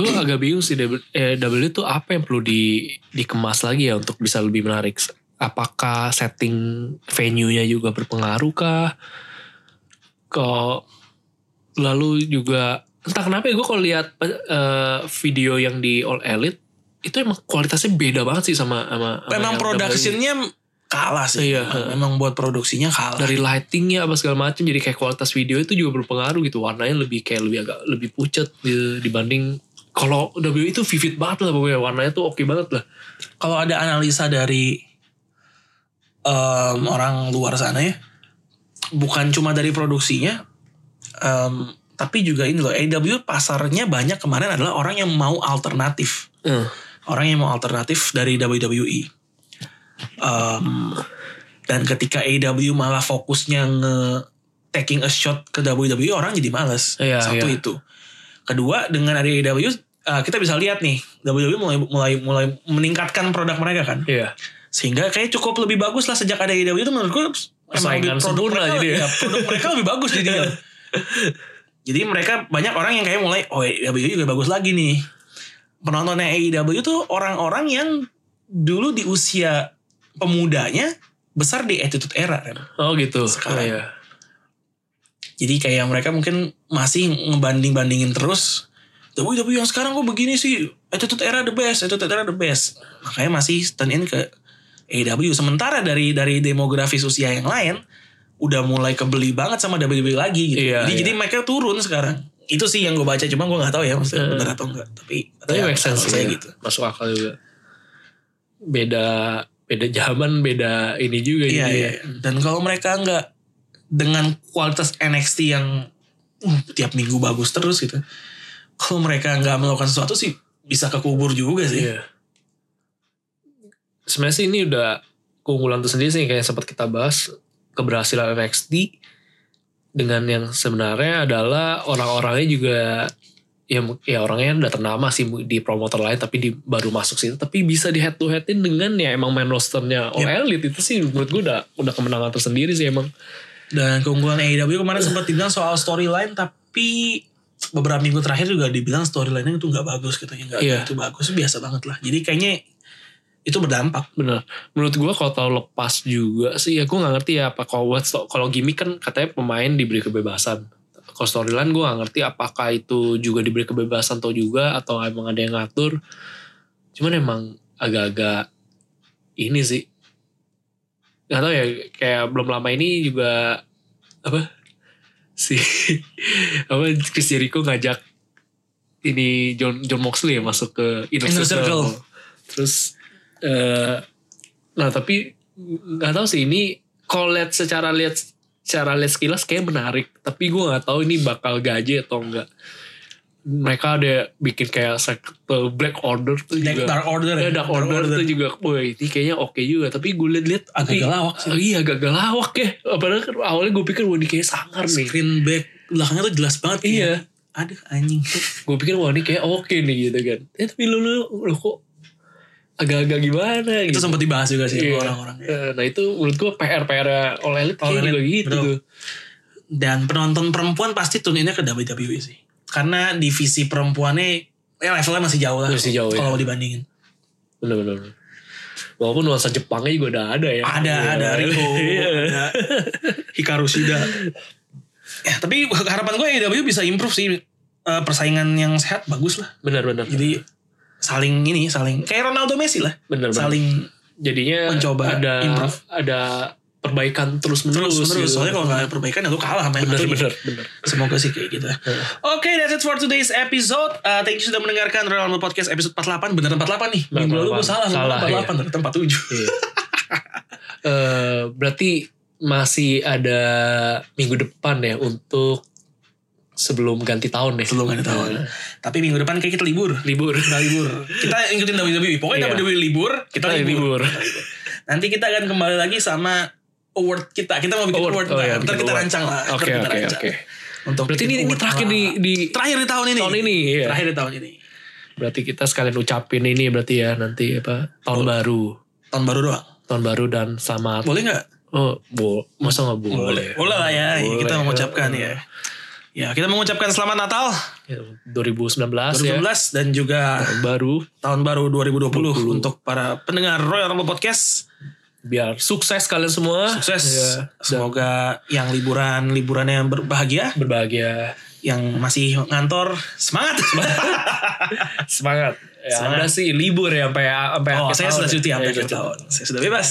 Speaker 2: gue agak bingung sih W eh, W itu apa yang perlu di dikemas lagi ya untuk bisa lebih menarik. Apakah setting venue-nya juga berpengaruh kah? Kok lalu juga entah kenapa ya gue kalau lihat eh, video yang di All Elite itu emang kualitasnya beda banget sih sama sama, sama
Speaker 1: Memang
Speaker 2: yang W.
Speaker 1: productionnya kalah sih.
Speaker 2: Iya.
Speaker 1: Memang- Memang buat produksinya kalah.
Speaker 2: dari lightingnya apa segala macam jadi kayak kualitas video itu juga berpengaruh gitu warnanya lebih kayak lebih agak lebih pucat di- dibanding kalau W itu vivid banget lah pokoknya warnanya tuh oke banget lah
Speaker 1: Kalau ada analisa dari em, orang luar sana ya, bukan cuma dari produksinya, em, tapi juga ini loh, AW pasarnya banyak kemarin adalah orang yang mau alternatif. Orang yang mau alternatif dari WWE. Em, Um, dan ketika AW malah fokusnya nge taking a shot ke WWE orang jadi males.
Speaker 2: Iya,
Speaker 1: Satu
Speaker 2: iya.
Speaker 1: itu. Kedua dengan ada AW eh, kita bisa lihat nih WWE mulai mulai mulai meningkatkan produk mereka kan.
Speaker 2: iya
Speaker 1: Sehingga kayak cukup lebih bagus lah sejak ada AW itu menurut gue emang
Speaker 2: Persaingan
Speaker 1: lebih produk
Speaker 2: sempurna
Speaker 1: mereka,
Speaker 2: jadi ya.
Speaker 1: ya, produk mereka lebih bagus jadi. jadi mereka banyak orang yang kayak mulai oh AEW juga bagus lagi nih. Penontonnya AEW tuh orang-orang yang dulu di usia pemudanya besar di attitude era Rem.
Speaker 2: oh gitu
Speaker 1: Sekarang.
Speaker 2: Oh, iya.
Speaker 1: Jadi kayak mereka mungkin masih ngebanding-bandingin terus. Tapi tapi yang sekarang kok begini sih? Attitude era the best, attitude era the best. Makanya masih turn in ke AEW. Sementara dari dari demografis usia yang lain udah mulai kebeli banget sama WWE lagi gitu.
Speaker 2: Iya,
Speaker 1: jadi,
Speaker 2: iya.
Speaker 1: jadi mereka turun sekarang. Itu sih yang gue baca, cuma gue nggak tahu ya maksudnya
Speaker 2: Eh.
Speaker 1: benar atau enggak. Tapi
Speaker 2: tapi
Speaker 1: ya,
Speaker 2: make sense
Speaker 1: kalau
Speaker 2: sih,
Speaker 1: saya
Speaker 2: ya.
Speaker 1: gitu.
Speaker 2: masuk akal juga beda beda zaman beda ini juga
Speaker 1: Iya,
Speaker 2: jadi ya.
Speaker 1: iya. Dan kalau mereka nggak dengan kualitas NXT yang uh, tiap minggu bagus terus gitu, kalau mereka nggak melakukan sesuatu sih bisa kekubur juga sih.
Speaker 2: Iya. Sebenarnya sih ini udah keunggulan tersendiri sih kayak sempat kita bahas keberhasilan NXT dengan yang sebenarnya adalah orang-orangnya juga ya mu- ya orangnya udah ternama sih mu- di promotor lain tapi di baru masuk situ tapi bisa di head to headin dengan ya emang main rosternya All Elite itu sih menurut gue udah udah kemenangan tersendiri sih emang
Speaker 1: Dan keunggulan AEW kemarin sempat dibilang soal storyline, tapi beberapa minggu terakhir juga dibilang storyline itu nggak bagus katanya nggak
Speaker 2: Iya.
Speaker 1: itu bagus biasa banget lah. Jadi kayaknya itu berdampak.
Speaker 2: Bener. Menurut gua kalau tahun lepas juga sih ya gue nggak ngerti ya apa kalau what's- kalau gimmick kan katanya pemain diberi kebebasan. Kalau storyline gue nggak ngerti apakah itu juga diberi kebebasan atau juga atau emang ada yang ngatur. Cuman emang agak-agak ini sih nggak tahu ya kayak belum lama ini juga apa si apa Chris Jericho ngajak ini John John Moxley ya masuk ke Inner,
Speaker 1: Inner Circle.
Speaker 2: terus eh nah tapi nggak tahu sih ini kalau lihat secara lihat secara lihat sekilas kayak menarik tapi gue nggak tahu ini bakal gaji atau enggak mereka ada bikin kayak sector Black Order tuh
Speaker 1: Dark,
Speaker 2: juga
Speaker 1: Dark Order
Speaker 2: Eh, Iya. Dark Order, tuh juga, woi ini kayaknya oke juga. Tapi gue liat-liat,
Speaker 1: Agak
Speaker 2: tapi-
Speaker 1: galawak sih.
Speaker 2: Iya, agak galawak ya. Padahal kan awalnya gue pikir, wah ini kayaknya sangar nih.
Speaker 1: Screen back belakangnya tuh jelas banget.
Speaker 2: Iya.
Speaker 1: ya. Aduh anjing.
Speaker 2: Gue pikir, wah ini kayak oke nih gitu kan. Eh tapi lu, lu, lu kok agak-agak gimana
Speaker 1: Itu
Speaker 2: gitu.
Speaker 1: sempat dibahas juga sih
Speaker 2: Iya.
Speaker 1: sama orang-orang. ya.
Speaker 2: Eh, Nah itu menurut gue PR-PR oleh
Speaker 1: Oleh
Speaker 2: elit kayaknya juga
Speaker 1: elit,
Speaker 2: gitu.
Speaker 1: betul.
Speaker 2: tuh.
Speaker 1: Dan penonton perempuan pasti tune innya ke WWE sih. Karena divisi perempuannya eh, levelnya masih jauh lah.
Speaker 2: Masih jauh, ya.
Speaker 1: Kalau dibandingin.
Speaker 2: Bener-bener. Walaupun nuansa Jepangnya juga udah ada ya.
Speaker 1: Ada,
Speaker 2: Iya.
Speaker 1: ada Riho,
Speaker 2: Iya.
Speaker 1: ada Hikaru Shida. Ya, tapi harapan gue AEW bisa improve sih. Eh, persaingan yang sehat bagus lah.
Speaker 2: Bener-bener.
Speaker 1: Jadi saling ini, saling kayak Ronaldo Messi lah.
Speaker 2: Bener-bener.
Speaker 1: Saling
Speaker 2: Jadinya
Speaker 1: Mencoba
Speaker 2: ada,
Speaker 1: improve.
Speaker 2: ada perbaikan terus-menerus.
Speaker 1: terus menerus.
Speaker 2: gitu.
Speaker 1: Soalnya kalau nggak ada perbaikan ya lu kalah sama yang
Speaker 2: bener,
Speaker 1: satunya.
Speaker 2: bener, bener.
Speaker 1: Semoga sih kayak gitu.
Speaker 2: Iya.
Speaker 1: Oke, that's it for today's episode. Uh, thank you sudah mendengarkan Royal Rumble Podcast episode 48. Beneran 48 nih. Minggu lalu gue
Speaker 2: 48.
Speaker 1: salah.
Speaker 2: Salah,
Speaker 1: Salah, 48, ternyata 47.
Speaker 2: Iya. Eh, berarti masih ada minggu depan ya untuk sebelum ganti tahun ya.
Speaker 1: Sebelum ada tahun.
Speaker 2: Eh,
Speaker 1: Tapi minggu depan kayak kita libur.
Speaker 2: libur.
Speaker 1: Kita libur. kita ngikutin WWE. Pokoknya
Speaker 2: Iya.
Speaker 1: WWE libur,
Speaker 2: Kita
Speaker 1: kita, libur.
Speaker 2: libur.
Speaker 1: Nanti kita akan kembali lagi sama award kita. Kita mau bikin award.
Speaker 2: Award, oh iya,
Speaker 1: ntar. Ntar
Speaker 2: bikin
Speaker 1: kita
Speaker 2: award.
Speaker 1: rancang lah. Ntar
Speaker 2: Oke,
Speaker 1: kita
Speaker 2: oke,
Speaker 1: rancang.
Speaker 2: oke.
Speaker 1: Untuk
Speaker 2: Berarti
Speaker 1: bikin
Speaker 2: ini, ini
Speaker 1: award
Speaker 2: terakhir di,
Speaker 1: lah.
Speaker 2: di
Speaker 1: terakhir di tahun ini.
Speaker 2: tahun ini. Iya.
Speaker 1: Terakhir di tahun ini.
Speaker 2: Berarti kita sekalian ucapin ini berarti ya nanti apa tahun baru,
Speaker 1: Tahun baru doang.
Speaker 2: tahun baru dan selamat.
Speaker 1: Boleh nggak?
Speaker 2: Oh, bo, masa nggak boleh?
Speaker 1: Boleh lah ya.
Speaker 2: Iya. Boleh.
Speaker 1: Kita mengucapkan ya. Ya, kita mengucapkan selamat Natal
Speaker 2: 2019, ya
Speaker 1: 2019 dan juga
Speaker 2: tahun baru
Speaker 1: tahun baru 2020 untuk para pendengar Royal Rumble Podcast.
Speaker 2: biar sukses kalian semua
Speaker 1: Sukses.
Speaker 2: Iya.
Speaker 1: Semoga yang liburan liburannya yang berbahagia,
Speaker 2: berbahagia
Speaker 1: yang masih ngantor semangat.
Speaker 2: semangat. Ya,
Speaker 1: Semangat.
Speaker 2: Anda sih libur ya sampai sampai
Speaker 1: oh,
Speaker 2: akhir
Speaker 1: saya
Speaker 2: tahun
Speaker 1: sudah
Speaker 2: ya.
Speaker 1: cuti
Speaker 2: Ya,
Speaker 1: sampai akhir
Speaker 2: cuti.
Speaker 1: tahun. Saya sudah bebas.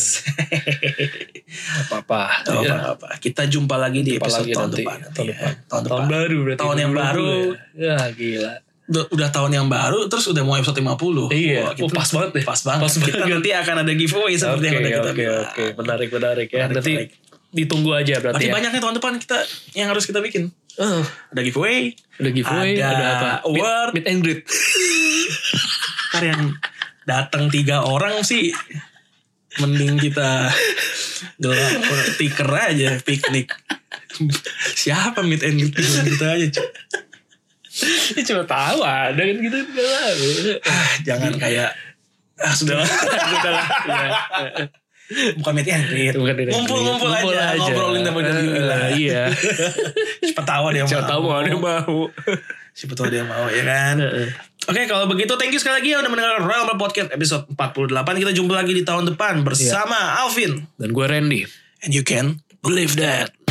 Speaker 2: Nggak apa-apa.
Speaker 1: Gak
Speaker 2: Iya.
Speaker 1: apa-apa. Kita jumpa lagi di
Speaker 2: Apa
Speaker 1: episode
Speaker 2: lagi
Speaker 1: tahun
Speaker 2: nanti?
Speaker 1: depan. nanti
Speaker 2: Tahun
Speaker 1: ya.
Speaker 2: depan.
Speaker 1: Tahun
Speaker 2: Tahun
Speaker 1: depan.
Speaker 2: baru berarti.
Speaker 1: Tahun yang
Speaker 2: 2020
Speaker 1: baru.
Speaker 2: Ya, Ya, gila.
Speaker 1: Udah- Udah tahun yang baru, terus udah mau episode 50. Wah,
Speaker 2: Iya.
Speaker 1: gitu.
Speaker 2: Oh, pas banget deh.
Speaker 1: Pas banget.
Speaker 2: Pas
Speaker 1: Kita nanti akan ada giveaway seperti yang
Speaker 2: Oke,
Speaker 1: udah kita
Speaker 2: oke,
Speaker 1: bilang.
Speaker 2: oke. Menarik, menarik ya.
Speaker 1: Menarik,
Speaker 2: Nanti
Speaker 1: menarik.
Speaker 2: ditunggu aja berarti
Speaker 1: Berarti
Speaker 2: ya.
Speaker 1: banyak nih tahun depan kita yang harus kita bikin.
Speaker 2: Eh,
Speaker 1: Ada giveaway,
Speaker 2: ada giveaway,
Speaker 1: Ada
Speaker 2: ada, apa? Meet-
Speaker 1: award.
Speaker 2: Meet, and greet.
Speaker 1: ntar yang datang tiga orang sih mending kita gelap tiker aja piknik. Siapa meet and greet kita aja? cuy.
Speaker 2: Ini Ya, cuma tahu ada kan gitu. Udah lah.
Speaker 1: Ah, Jangan kayak ah sudahlah
Speaker 2: Udah lah. Iya.
Speaker 1: bukan meet and greet.
Speaker 2: Bukan direct.
Speaker 1: Ngumpul-ngumpul aja, ngobrolin sama WWE
Speaker 2: Eh,
Speaker 1: lah.
Speaker 2: eh, Iya.
Speaker 1: Siapa tahu ada yang
Speaker 2: Siapa tahu mau ada Eh, yang mau.
Speaker 1: Siapa tahu ada yang mau ya kan. Oke kalau begitu thank you sekali lagi ya udah mendengarkan Royal Rumble Podcast episode 48. Kita
Speaker 2: Iya.
Speaker 1: jumpa lagi di tahun depan bersama Alvin.
Speaker 2: Dan gue Randy.
Speaker 1: And you can believe that.